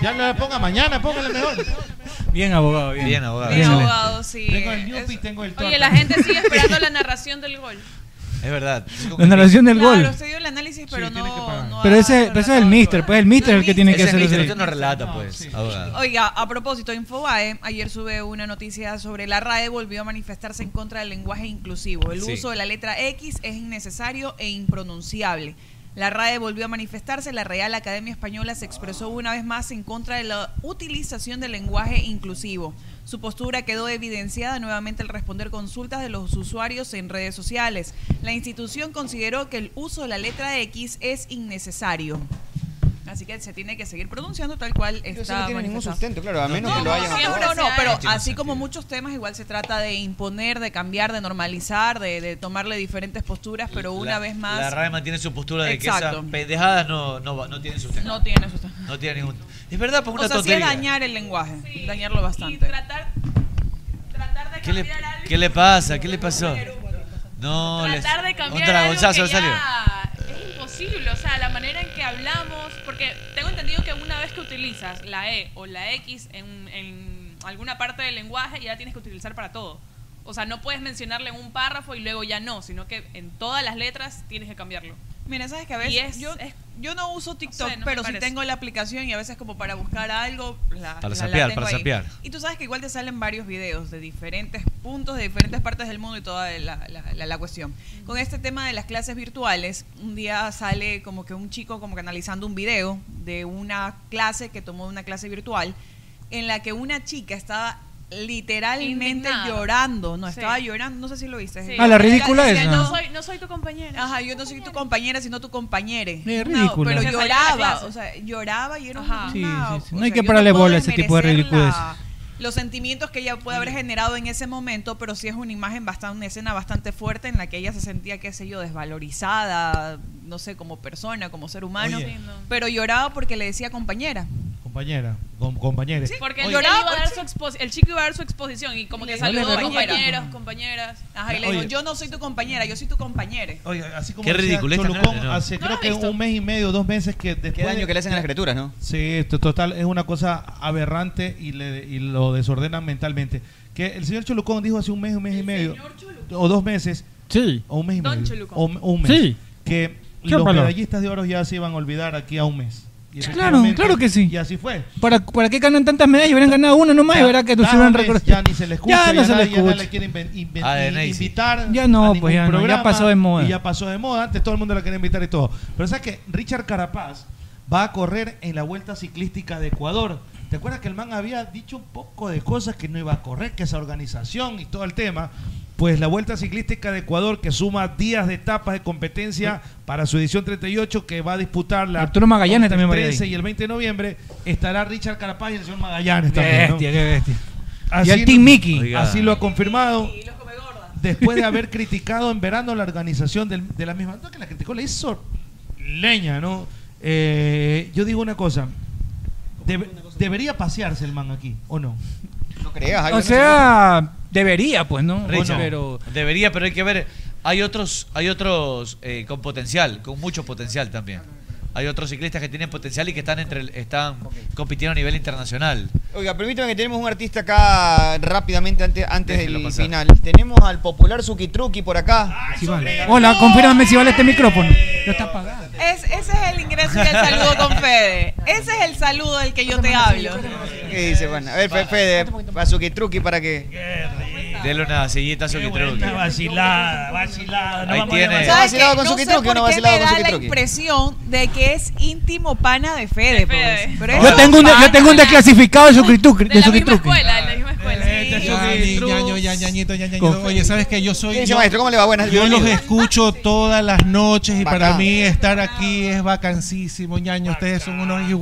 Ya no le ponga mañana, póngale mejor. Bien, abogado, bien. Bien, abogado. Bien, Excelente. abogado, sí. Tengo el Newpi, tengo el Oye, la [LAUGHS] gente sigue esperando la narración del gol. Es verdad. La narración del Claro, gol. usted dio el análisis, pero no, no Pero ese, pero ese es el mister, pues el mister es el que tiene que Ese hacer es ese- usted no relata, pues, abogado. Oiga, a propósito, Infobae ayer sube una noticia sobre la RAE volvió a manifestarse en contra del lenguaje inclusivo. El Sí. uso de la letra X es innecesario e impronunciable. La RAE volvió a manifestarse, la Real Academia Española se expresó una vez más en contra de la utilización del lenguaje inclusivo. Su postura quedó evidenciada nuevamente al responder consultas de los usuarios en redes sociales. La institución consideró que el uso de la letra X es innecesario. Así que se tiene que seguir pronunciando tal cual está Eso no tiene ningún manifestado. sustento, claro, a menos que lo hayan Sí, aprobado. no, no, pero así como muchos temas, igual se trata de imponer, de cambiar, de normalizar, de, de tomarle diferentes posturas, pero una La- vez La más RAE mantiene su postura de Exacto. que esas pendejadas no, no, va- no tienen sustento. no tiene sustento. No tiene ningún. Es verdad, pues una o sea, sí es tontería. dañar el lenguaje, dañarlo bastante. ¿Qué le, ¿Qué le pasa? ¿Qué le pasó? No, les- tratar de un cambiar algo que dragonzazo le salió. ya es imposible, o sea, la manera en que hablamos, porque tengo entendido que una vez que utilizas la E o la X en, en alguna parte del lenguaje, ya la tienes que utilizar para todo. O sea, no puedes mencionarle en un párrafo y luego ya no, sino que en todas las letras tienes que cambiarlo. Mira, sabes que a veces Y es- yo, es- yo no uso TikTok, sé, no me pero sí parece. tengo la aplicación y a veces como para buscar algo la, Para la- la sapear, tengo para ahí. sapear. Y tú sabes que igual te salen varios videos de diferentes puntos, de diferentes partes del mundo y toda la, la- la- la cuestión. Con este tema de las clases virtuales, un día sale como que un chico como que analizando un video de una clase que tomó una clase virtual en la que una chica estaba literalmente Indignada. llorando, no Sí. estaba llorando, no sé si lo viste. Sí. Ah, la ridícula Decía, esa. No soy No soy tu compañera. Ajá, yo no soy tu compañera, sino tu compañere. Es No, ridícula. pero Se salió de la lloraba, clase. o sea, lloraba y era un- Sí, una... sí, sí. o No hay sea, que yo pararle puedo bola a ese tipo de desmerecer ridiculez. la- Los sentimientos que ella puede haber generado en ese momento, pero sí es una imagen bastante, una escena bastante fuerte en la que ella se sentía, qué sé yo, desvalorizada, no sé, como persona, como ser humano, Oye. Sí, pero lloraba porque le decía compañera. Compañera, com- compañeros. Porque él Oye. iba a dar su expo- el chico iba a dar su exposición y como que Le saludó sale verruga. compañeros, compañeras. Ajá, y le digo, Oye. yo no soy tu compañera, yo soy tu compañere. Oye, así como Qué decía ridiculez tan Cholucón grande, ¿no? hace No creo lo he que visto. un mes y medio, dos meses que después... Qué daño que le hacen a las criaturas, ¿no? Sí, esto total, es una cosa aberrante y, le- y lo desordenan mentalmente. Que el señor Cholucón dijo hace un mes, un mes y medio, o dos meses, sí. o un mes y Don medio, Cholucón. o, un- o un mes, Sí. que Qué los palabra. medallistas de oro ya se iban a olvidar aquí a un mes. Y Claro, efectivamente, claro que sí. Y así fue. ¿Para, ¿Para qué ganan tantas medallas? Hubieran ganado una nomás y verá que nos Cada hubieran mes recordado. Ya ni se le escucha, Ya no se le nadie- ya nadie escucha. le quiere inven- inven- Ah, de in- Neisy. invitar Ya no, a pues, ningún ya no, ya programa, pasó de moda. Y ya pasó de moda, antes todo el mundo la quería invitar y todo. Pero sabes que Richard Carapaz va a correr en la Vuelta Ciclística de Ecuador. ¿Te acuerdas que el man había dicho un poco de cosas que no iba a correr, que esa organización y todo el tema? Pues la Vuelta Ciclística de Ecuador, que suma días de etapas de competencia para su edición 38, que va a disputar la Arturo Magallanes también va a ir ahí. 13 y el 20 de noviembre, estará Richard Carapaz y el señor Magallanes también. ¿no? Bestia, qué bestia. Así y el lo- Team Mickey. Así lo ha confirmado. Después de haber [LAUGHS] criticado en verano la organización del- de la misma. No, que la criticó, le hizo leña, ¿no? Eh, yo digo una cosa. Debe- debería pasearse el man aquí, ¿o no? No O sea, debería, pues, ¿no? Richard, Pero debería, pero hay que ver. Hay otros, hay otros eh, con potencial, con mucho potencial también. Hay otros ciclistas que tienen potencial y que están entre, el- están compitiendo a nivel internacional. Oiga, permítame que tenemos un artista acá rápidamente antes, antes Déjelo del pasar. final. Tenemos al popular Suki Truki por acá. si vale. Hola, confírmame si vale este micrófono. Lo está apagado. Es, ese es el ingreso y el saludo con Fede. Ese es el saludo del que yo te hablo. ¿Qué dice? Bueno, a ver, Fe- Fede, a Suki Truki para que. Dele una sillita a su vacilada, vacilada. Ahí tiene. ¿Sabes vacilado qué? con No Suki sé Truki o por no qué me vacilado con da Suki la Truki? impresión de que es íntimo pana de Fede. pues. Pero es Yo tengo un, de- yo tengo un desclasificado de Sucritruc. De Sucritruc. escuela, de la misma escuela. Este Oye, sabes que yo soy. dice, yo- maestro? ¿Cómo le va? Buenas, Yo los bienvenido. escucho todas las noches y Bacán. para mí estar aquí es vacancísimo, ñaño. Ustedes son unos hijos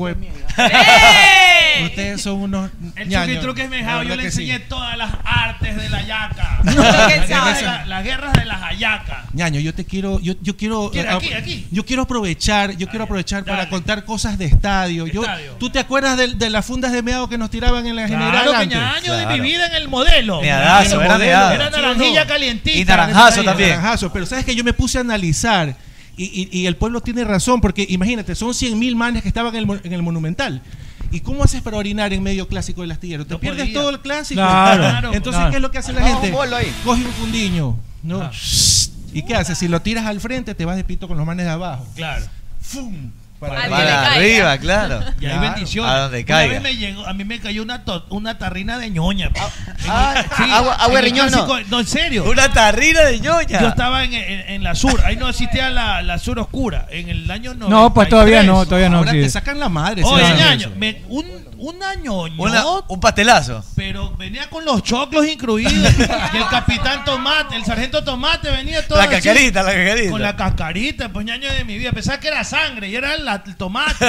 Ustedes son unos. El ñaños, truque es la mejado, yo verdad le que sí. enseñé todas las artes de la yaca. Lo que él las, sabe. guerras de la- las guerras de las ayacas. Ñaño, yo te quiero, yo, yo quiero, Quiere, eh, aquí, apro- aquí. yo quiero aprovechar, yo quiero aprovechar para contar cosas de estadio. Yo, ¿tú te acuerdas de, de las fundas de meado que nos tiraban en la general Claro, antes? ñaño de mi vida en el modelo. Meadazo, En el era modelo. meado. Era naranjilla Sí, no. calientita. Y naranjazo, pero sabes que yo me puse a analizar y, y- y el pueblo tiene razón, porque imagínate, son 100 mil manes que estaban en el, mon- en el Monumental. ¿Y cómo haces para orinar en medio clásico del astillero? Te pierdes todo el clásico. Claro, [LAUGHS] Claro, Entonces, claro. ¿qué es lo que hace la Armaba un gente? bolo ahí. Coge un fundiño, ¿no? ¿Y qué haces? Si lo tiras al frente, te vas de pito con los manes de [LAUGHS] abajo. Claro. ¡Fum! Para arriba, claro. Y hay Claro. bendiciones. A donde Una caiga. vez me llegó- a mí me cayó una, to- una tarrina de ñoña. pa. ah, En el- sí, agua- agua de en el riñón, no. clásico- en serio. Una tarrina de ñoña. Yo estaba en, en- en la sur. Ahí no existía la, la sur oscura. En el año 93. No, pues todavía no, todavía no. Ahora sí. te sacan la madre. Oye, No, no, ñaño, sí. me- un, una ñoñota. Una- un pastelazo. Pero venía con los choclos [LAUGHS] incluidos. y el capitán Tomate, el sargento Tomate venía todo. La así, cascarita, la cascarita. Con la cascarita, pues ñaño de mi vida. Pensaba que era sangre y era la- [LAUGHS] el tomate.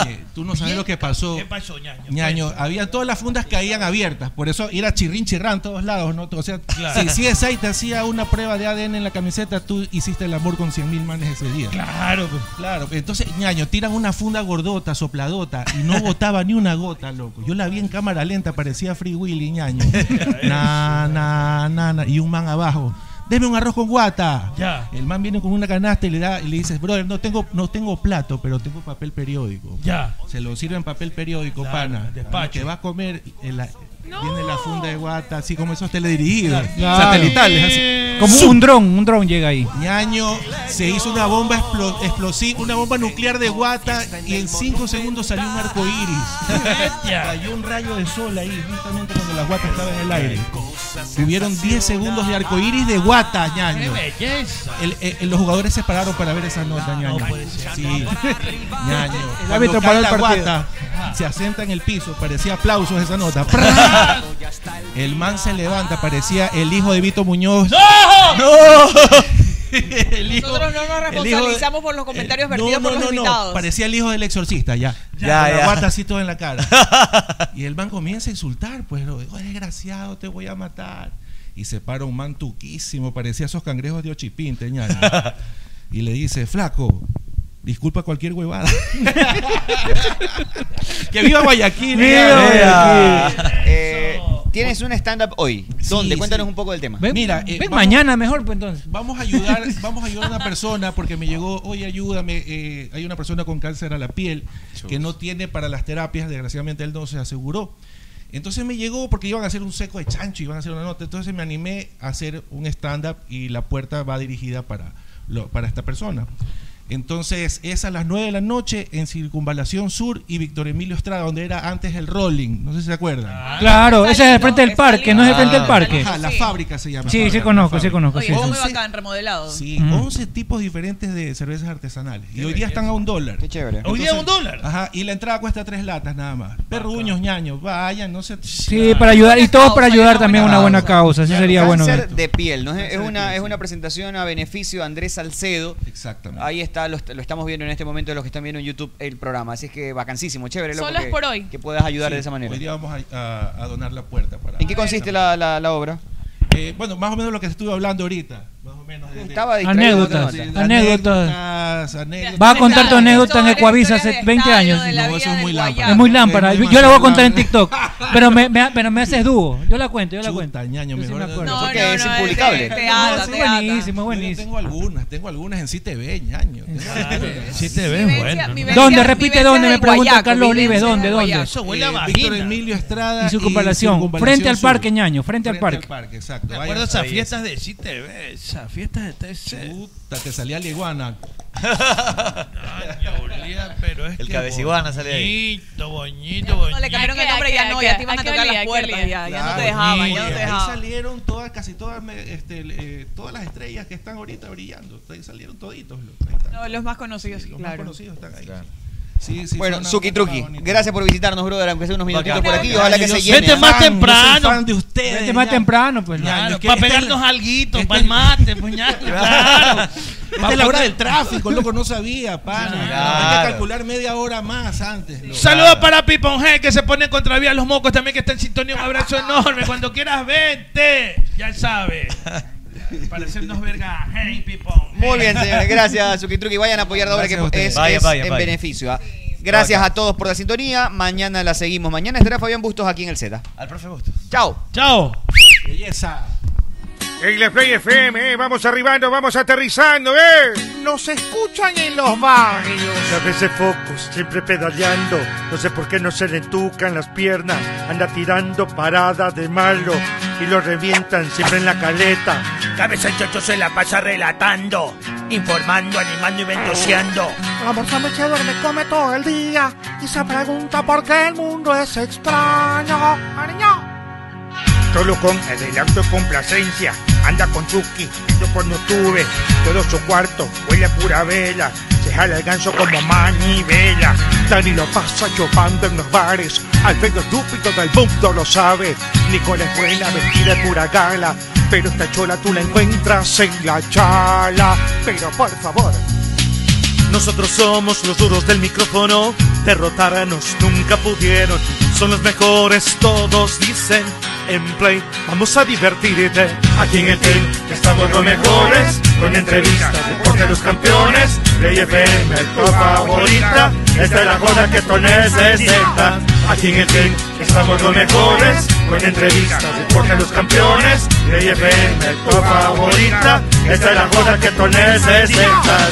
Oye, tú no sabes lo que pasó. ¿Qué pasó, ñaño? Ñaño, habían todas las fundas caían abiertas, por eso era chirrin chirrán todos lados, ¿no? O sea, si si es ahí te hacía una prueba de ADN en la camiseta, tú hiciste el amor con 100 mil manes ese día. Claro, pues. claro. Entonces, ñaño, tiran una funda gordota, sopladota, y no botaba ni una gota, loco. Yo la vi en cámara lenta, parecía Free Willy, [LAUGHS] ñaño. na, na, na, na, y un man abajo. Deme un arroz con guata. Ya. El man viene con una canasta y le da y le dices, brother, no tengo, no tengo plato, pero tengo papel periódico. Ya. Se lo sirve en papel periódico, Claro, pana. despacho. Lo Que va a comer en la- viene la funda de guata, así como esos teledirigidos, Claro. satelitales. así. Como un dron, un dron llega ahí. Ñaño se hizo una bomba explo- explosiva, una bomba nuclear de guata y en 5 segundos salió un arco iris. Cayó un rayo de sol ahí, justamente cuando la guata estaba en el aire. Tuvieron 10 segundos de arco iris de guata, ñaño. El- eh, los jugadores se pararon para ver esa nota, ñaño. Sí. [LAUGHS] Ñaño. El Cuando árbitro cae paró el la partido. guata, se asenta en el piso, parecía aplausos esa nota. ¡Pra! El man se levanta, parecía el hijo de Vito Muñoz. ¡No! [LAUGHS] El hijo- Nosotros no nos el hijo de- responsabilizamos por los comentarios no, vertidos no, por los no, no, invitados. Parecía el hijo del exorcista, ya. Ya, Con ya. La guata así todo en la cara. y el man comienza a insultar, pues, lo digo, desgraciado, te voy a matar. Y se para un man tuquísimo, parecía esos cangrejos de Ochipín, teñaño. y le dice, flaco, disculpa cualquier huevada. que viva [LAUGHS] Guayaquil. ya. [LAUGHS] Eh, Tienes un stand-up hoy. ¿Dónde? Sí, Cuéntanos sí. un poco del tema. Ven- Mira, eh, ven vamos- Mañana mejor, pues entonces. Vamos a ayudar, vamos a ayudar a una persona porque me llegó, oye, ayúdame, eh, hay una persona con cáncer a la piel que no tiene para las terapias, desgraciadamente él no se aseguró. Entonces me llegó porque iban a hacer un seco de chancho, iban a hacer una nota, entonces me animé a hacer un stand-up y la puerta va dirigida para, lo- para esta persona. Entonces es a las 9 de la noche en Circunvalación Sur y Víctor Emilio Estrada, donde era antes el Rolling, no sé si se acuerdan. Ah, Claro, ese Ah. es el frente del parque, no es el frente del parque. Ajá, la fábrica se llama. Sí, sí Fábrica, conozco, la sí fábrica. conozco, Oye, sí, Muy bacán, remodelado. Sí, Mm. Ujú. 11 tipos diferentes de cervezas artesanales. Y hoy día están a un dólar. Qué chévere. Hoy día a un dólar. Ajá, y la entrada cuesta tres latas nada más. Perruños, ñaños, vayan, no se. Sí, para ayudar, y todo para ayudar también a una buena causa, eso sería bueno. Cáncer ver. de piel, ¿no? Es, es una, es una presentación a beneficio de Andrés Salcedo. Exactamente. Ahí está, lo, est- lo estamos viendo en este momento, los que están viendo en YouTube el programa. Así es que vacancísimo, chévere. loco, Solo es que- por hoy. Que puedas ayudar Sí, de esa manera. Hoy día vamos a, a- a donar la puerta para. ¿En qué consiste la, la- la obra? Eh, bueno, más o menos lo que estuve hablando ahorita. Más o menos. de- de- Estaba distraído Anécdotas, Sí, anécdotas. anécdotas. Vas a contar tu anécdota en Ecuavisa hace 20 años. No, eso es muy lámpara. Es muy lámpara. Es Yo, muy yo la voy a contar en lámpara. TikTok. Pero me, me- pero me haces dúo. Yo la cuento, yo la cuento. ñaño, Yo sí mejor me no- acuerdo. no, Porque no, es no, impublicable. te- te ata, sí, te buenísimo, Yo tengo algunas, tengo algunas en CTV, ñaño. Sí te ves, Vivencia- bueno. vivencias- ¿Dónde? Repite dónde, me vivencias pregunta del Carlos Olives, Guayaco, ¿dónde, vivencias del dónde? Guayaco. Eso huele a Víctor vagina. Emilio Estrada. Y su comparación, circunvalación frente al sur. parque, ñaño, frente al parque. exacto. Me Vayan acuerdo esas ahí, fiestas de CTV, esas fiestas de TC. Puta, te salía la iguana. pero es El que cabeciguana sale ahí. Bonito, bonito, bonito. No, le cambiaron el nombre, ya no, ya te iban a tocar las puertas, ya, ya no te dejaban, ya no te Ahí dejaban. salieron todas, casi todas, me- este, eh, todas las estrellas que están ahorita brillando. Ahí salieron toditos. loco. Ahí están. No, los más conocidos, claro. Los más conocidos están ahí. Sí, sí, bueno, fue una- Suki una Truki, gracias por visitarnos, brother, aunque sea unos minutitos por aquí. Bacán. Ojalá Yo que se soy llene. fan, yo soy fan de ustedes. Vete más ya. temprano, pues. Ñaño, Claro, que para esta es pegarnos la- alguito, esta pa'l es- mate, [LAUGHS] puñal, Claro. claro. Esta Pa' es la hora poner- del tráfico, loco, no sabía, pana. Hay que Claro. calcular media hora más antes. loco. Saludos para Pipon G que se pone en contravía los mocos también que está en sintonía. Un abrazo enorme. Cuando quieras, vente. Ya sabes. Para hacernos verga. Hey, Pipon. Muy bien, [LAUGHS] señores. Gracias, Suki Truki. Vayan a apoyar la obra que Gracias a ustedes. es, Vaya, es vaya, en vaya. beneficio. ¿ah? Gracias a todos por la sintonía. Mañana la seguimos. Mañana estará Fabián Bustos aquí en el Z. Al profe Gusto. Chao. Chao. Belleza. En la Play FM, eh, vamos arribando, vamos aterrizando, ¿eh? Nos escuchan en los barrios. A veces focos, siempre pedaleando. No sé por qué no se le entucan las piernas. Anda tirando parada de malo y lo revientan siempre en la caleta. Cabeza el chocho se la pasa relatando, informando, animando y ventoseando. El amor se me que duerme, come todo el día y se pregunta por qué el mundo es extraño. Ariño. Solo con adelanto y complacencia. Anda con Chucky, yo pues no tuve. Todo su cuarto huele a pura vela. Se jala el ganso como manivela. Dani lo pasa chupando en los bares, Alfredo estúpido del mundo lo sabe. Nicole es buena, vestida de pura gala, pero esta chola tú la encuentras en la chala. Pero por favor, Nosotros somos los duros del micrófono, derrotarnos nunca pudieron. Son los mejores, todos dicen. En play, vamos a divertirte. Aquí en el team estamos los mejores, con entrevistas, deporte de los campeones. Play FM, tu favorita, esta es la joda que tú necesitas. Aquí en el team estamos los mejores, con entrevistas, deporte de los campeones. Play FM, tu favorita, esta es la joda que tú necesitas.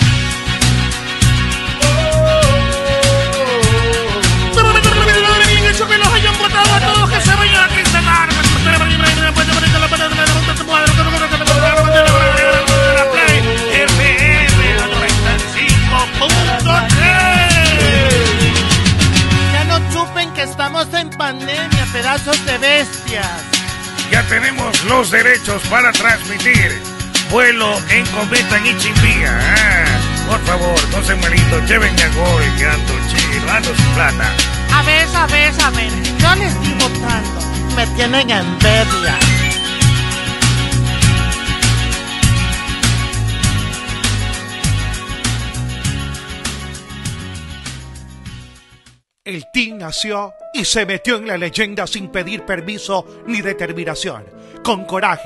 Eso que los hayan votado a todos que se vayan a cristalar. Ya no chupen que estamos en pandemia, pedazos de bestias. Ya tenemos los derechos para transmitir vuelo en cometa en Ichimbía. Ah, por favor, no se malito, llévenme a gol, quedando chido, dando su plata. A ver, a ver, a ver. Yo les estoy votando. Me tienen envidia. El team nació y se metió en la leyenda sin pedir permiso ni determinación, con coraje.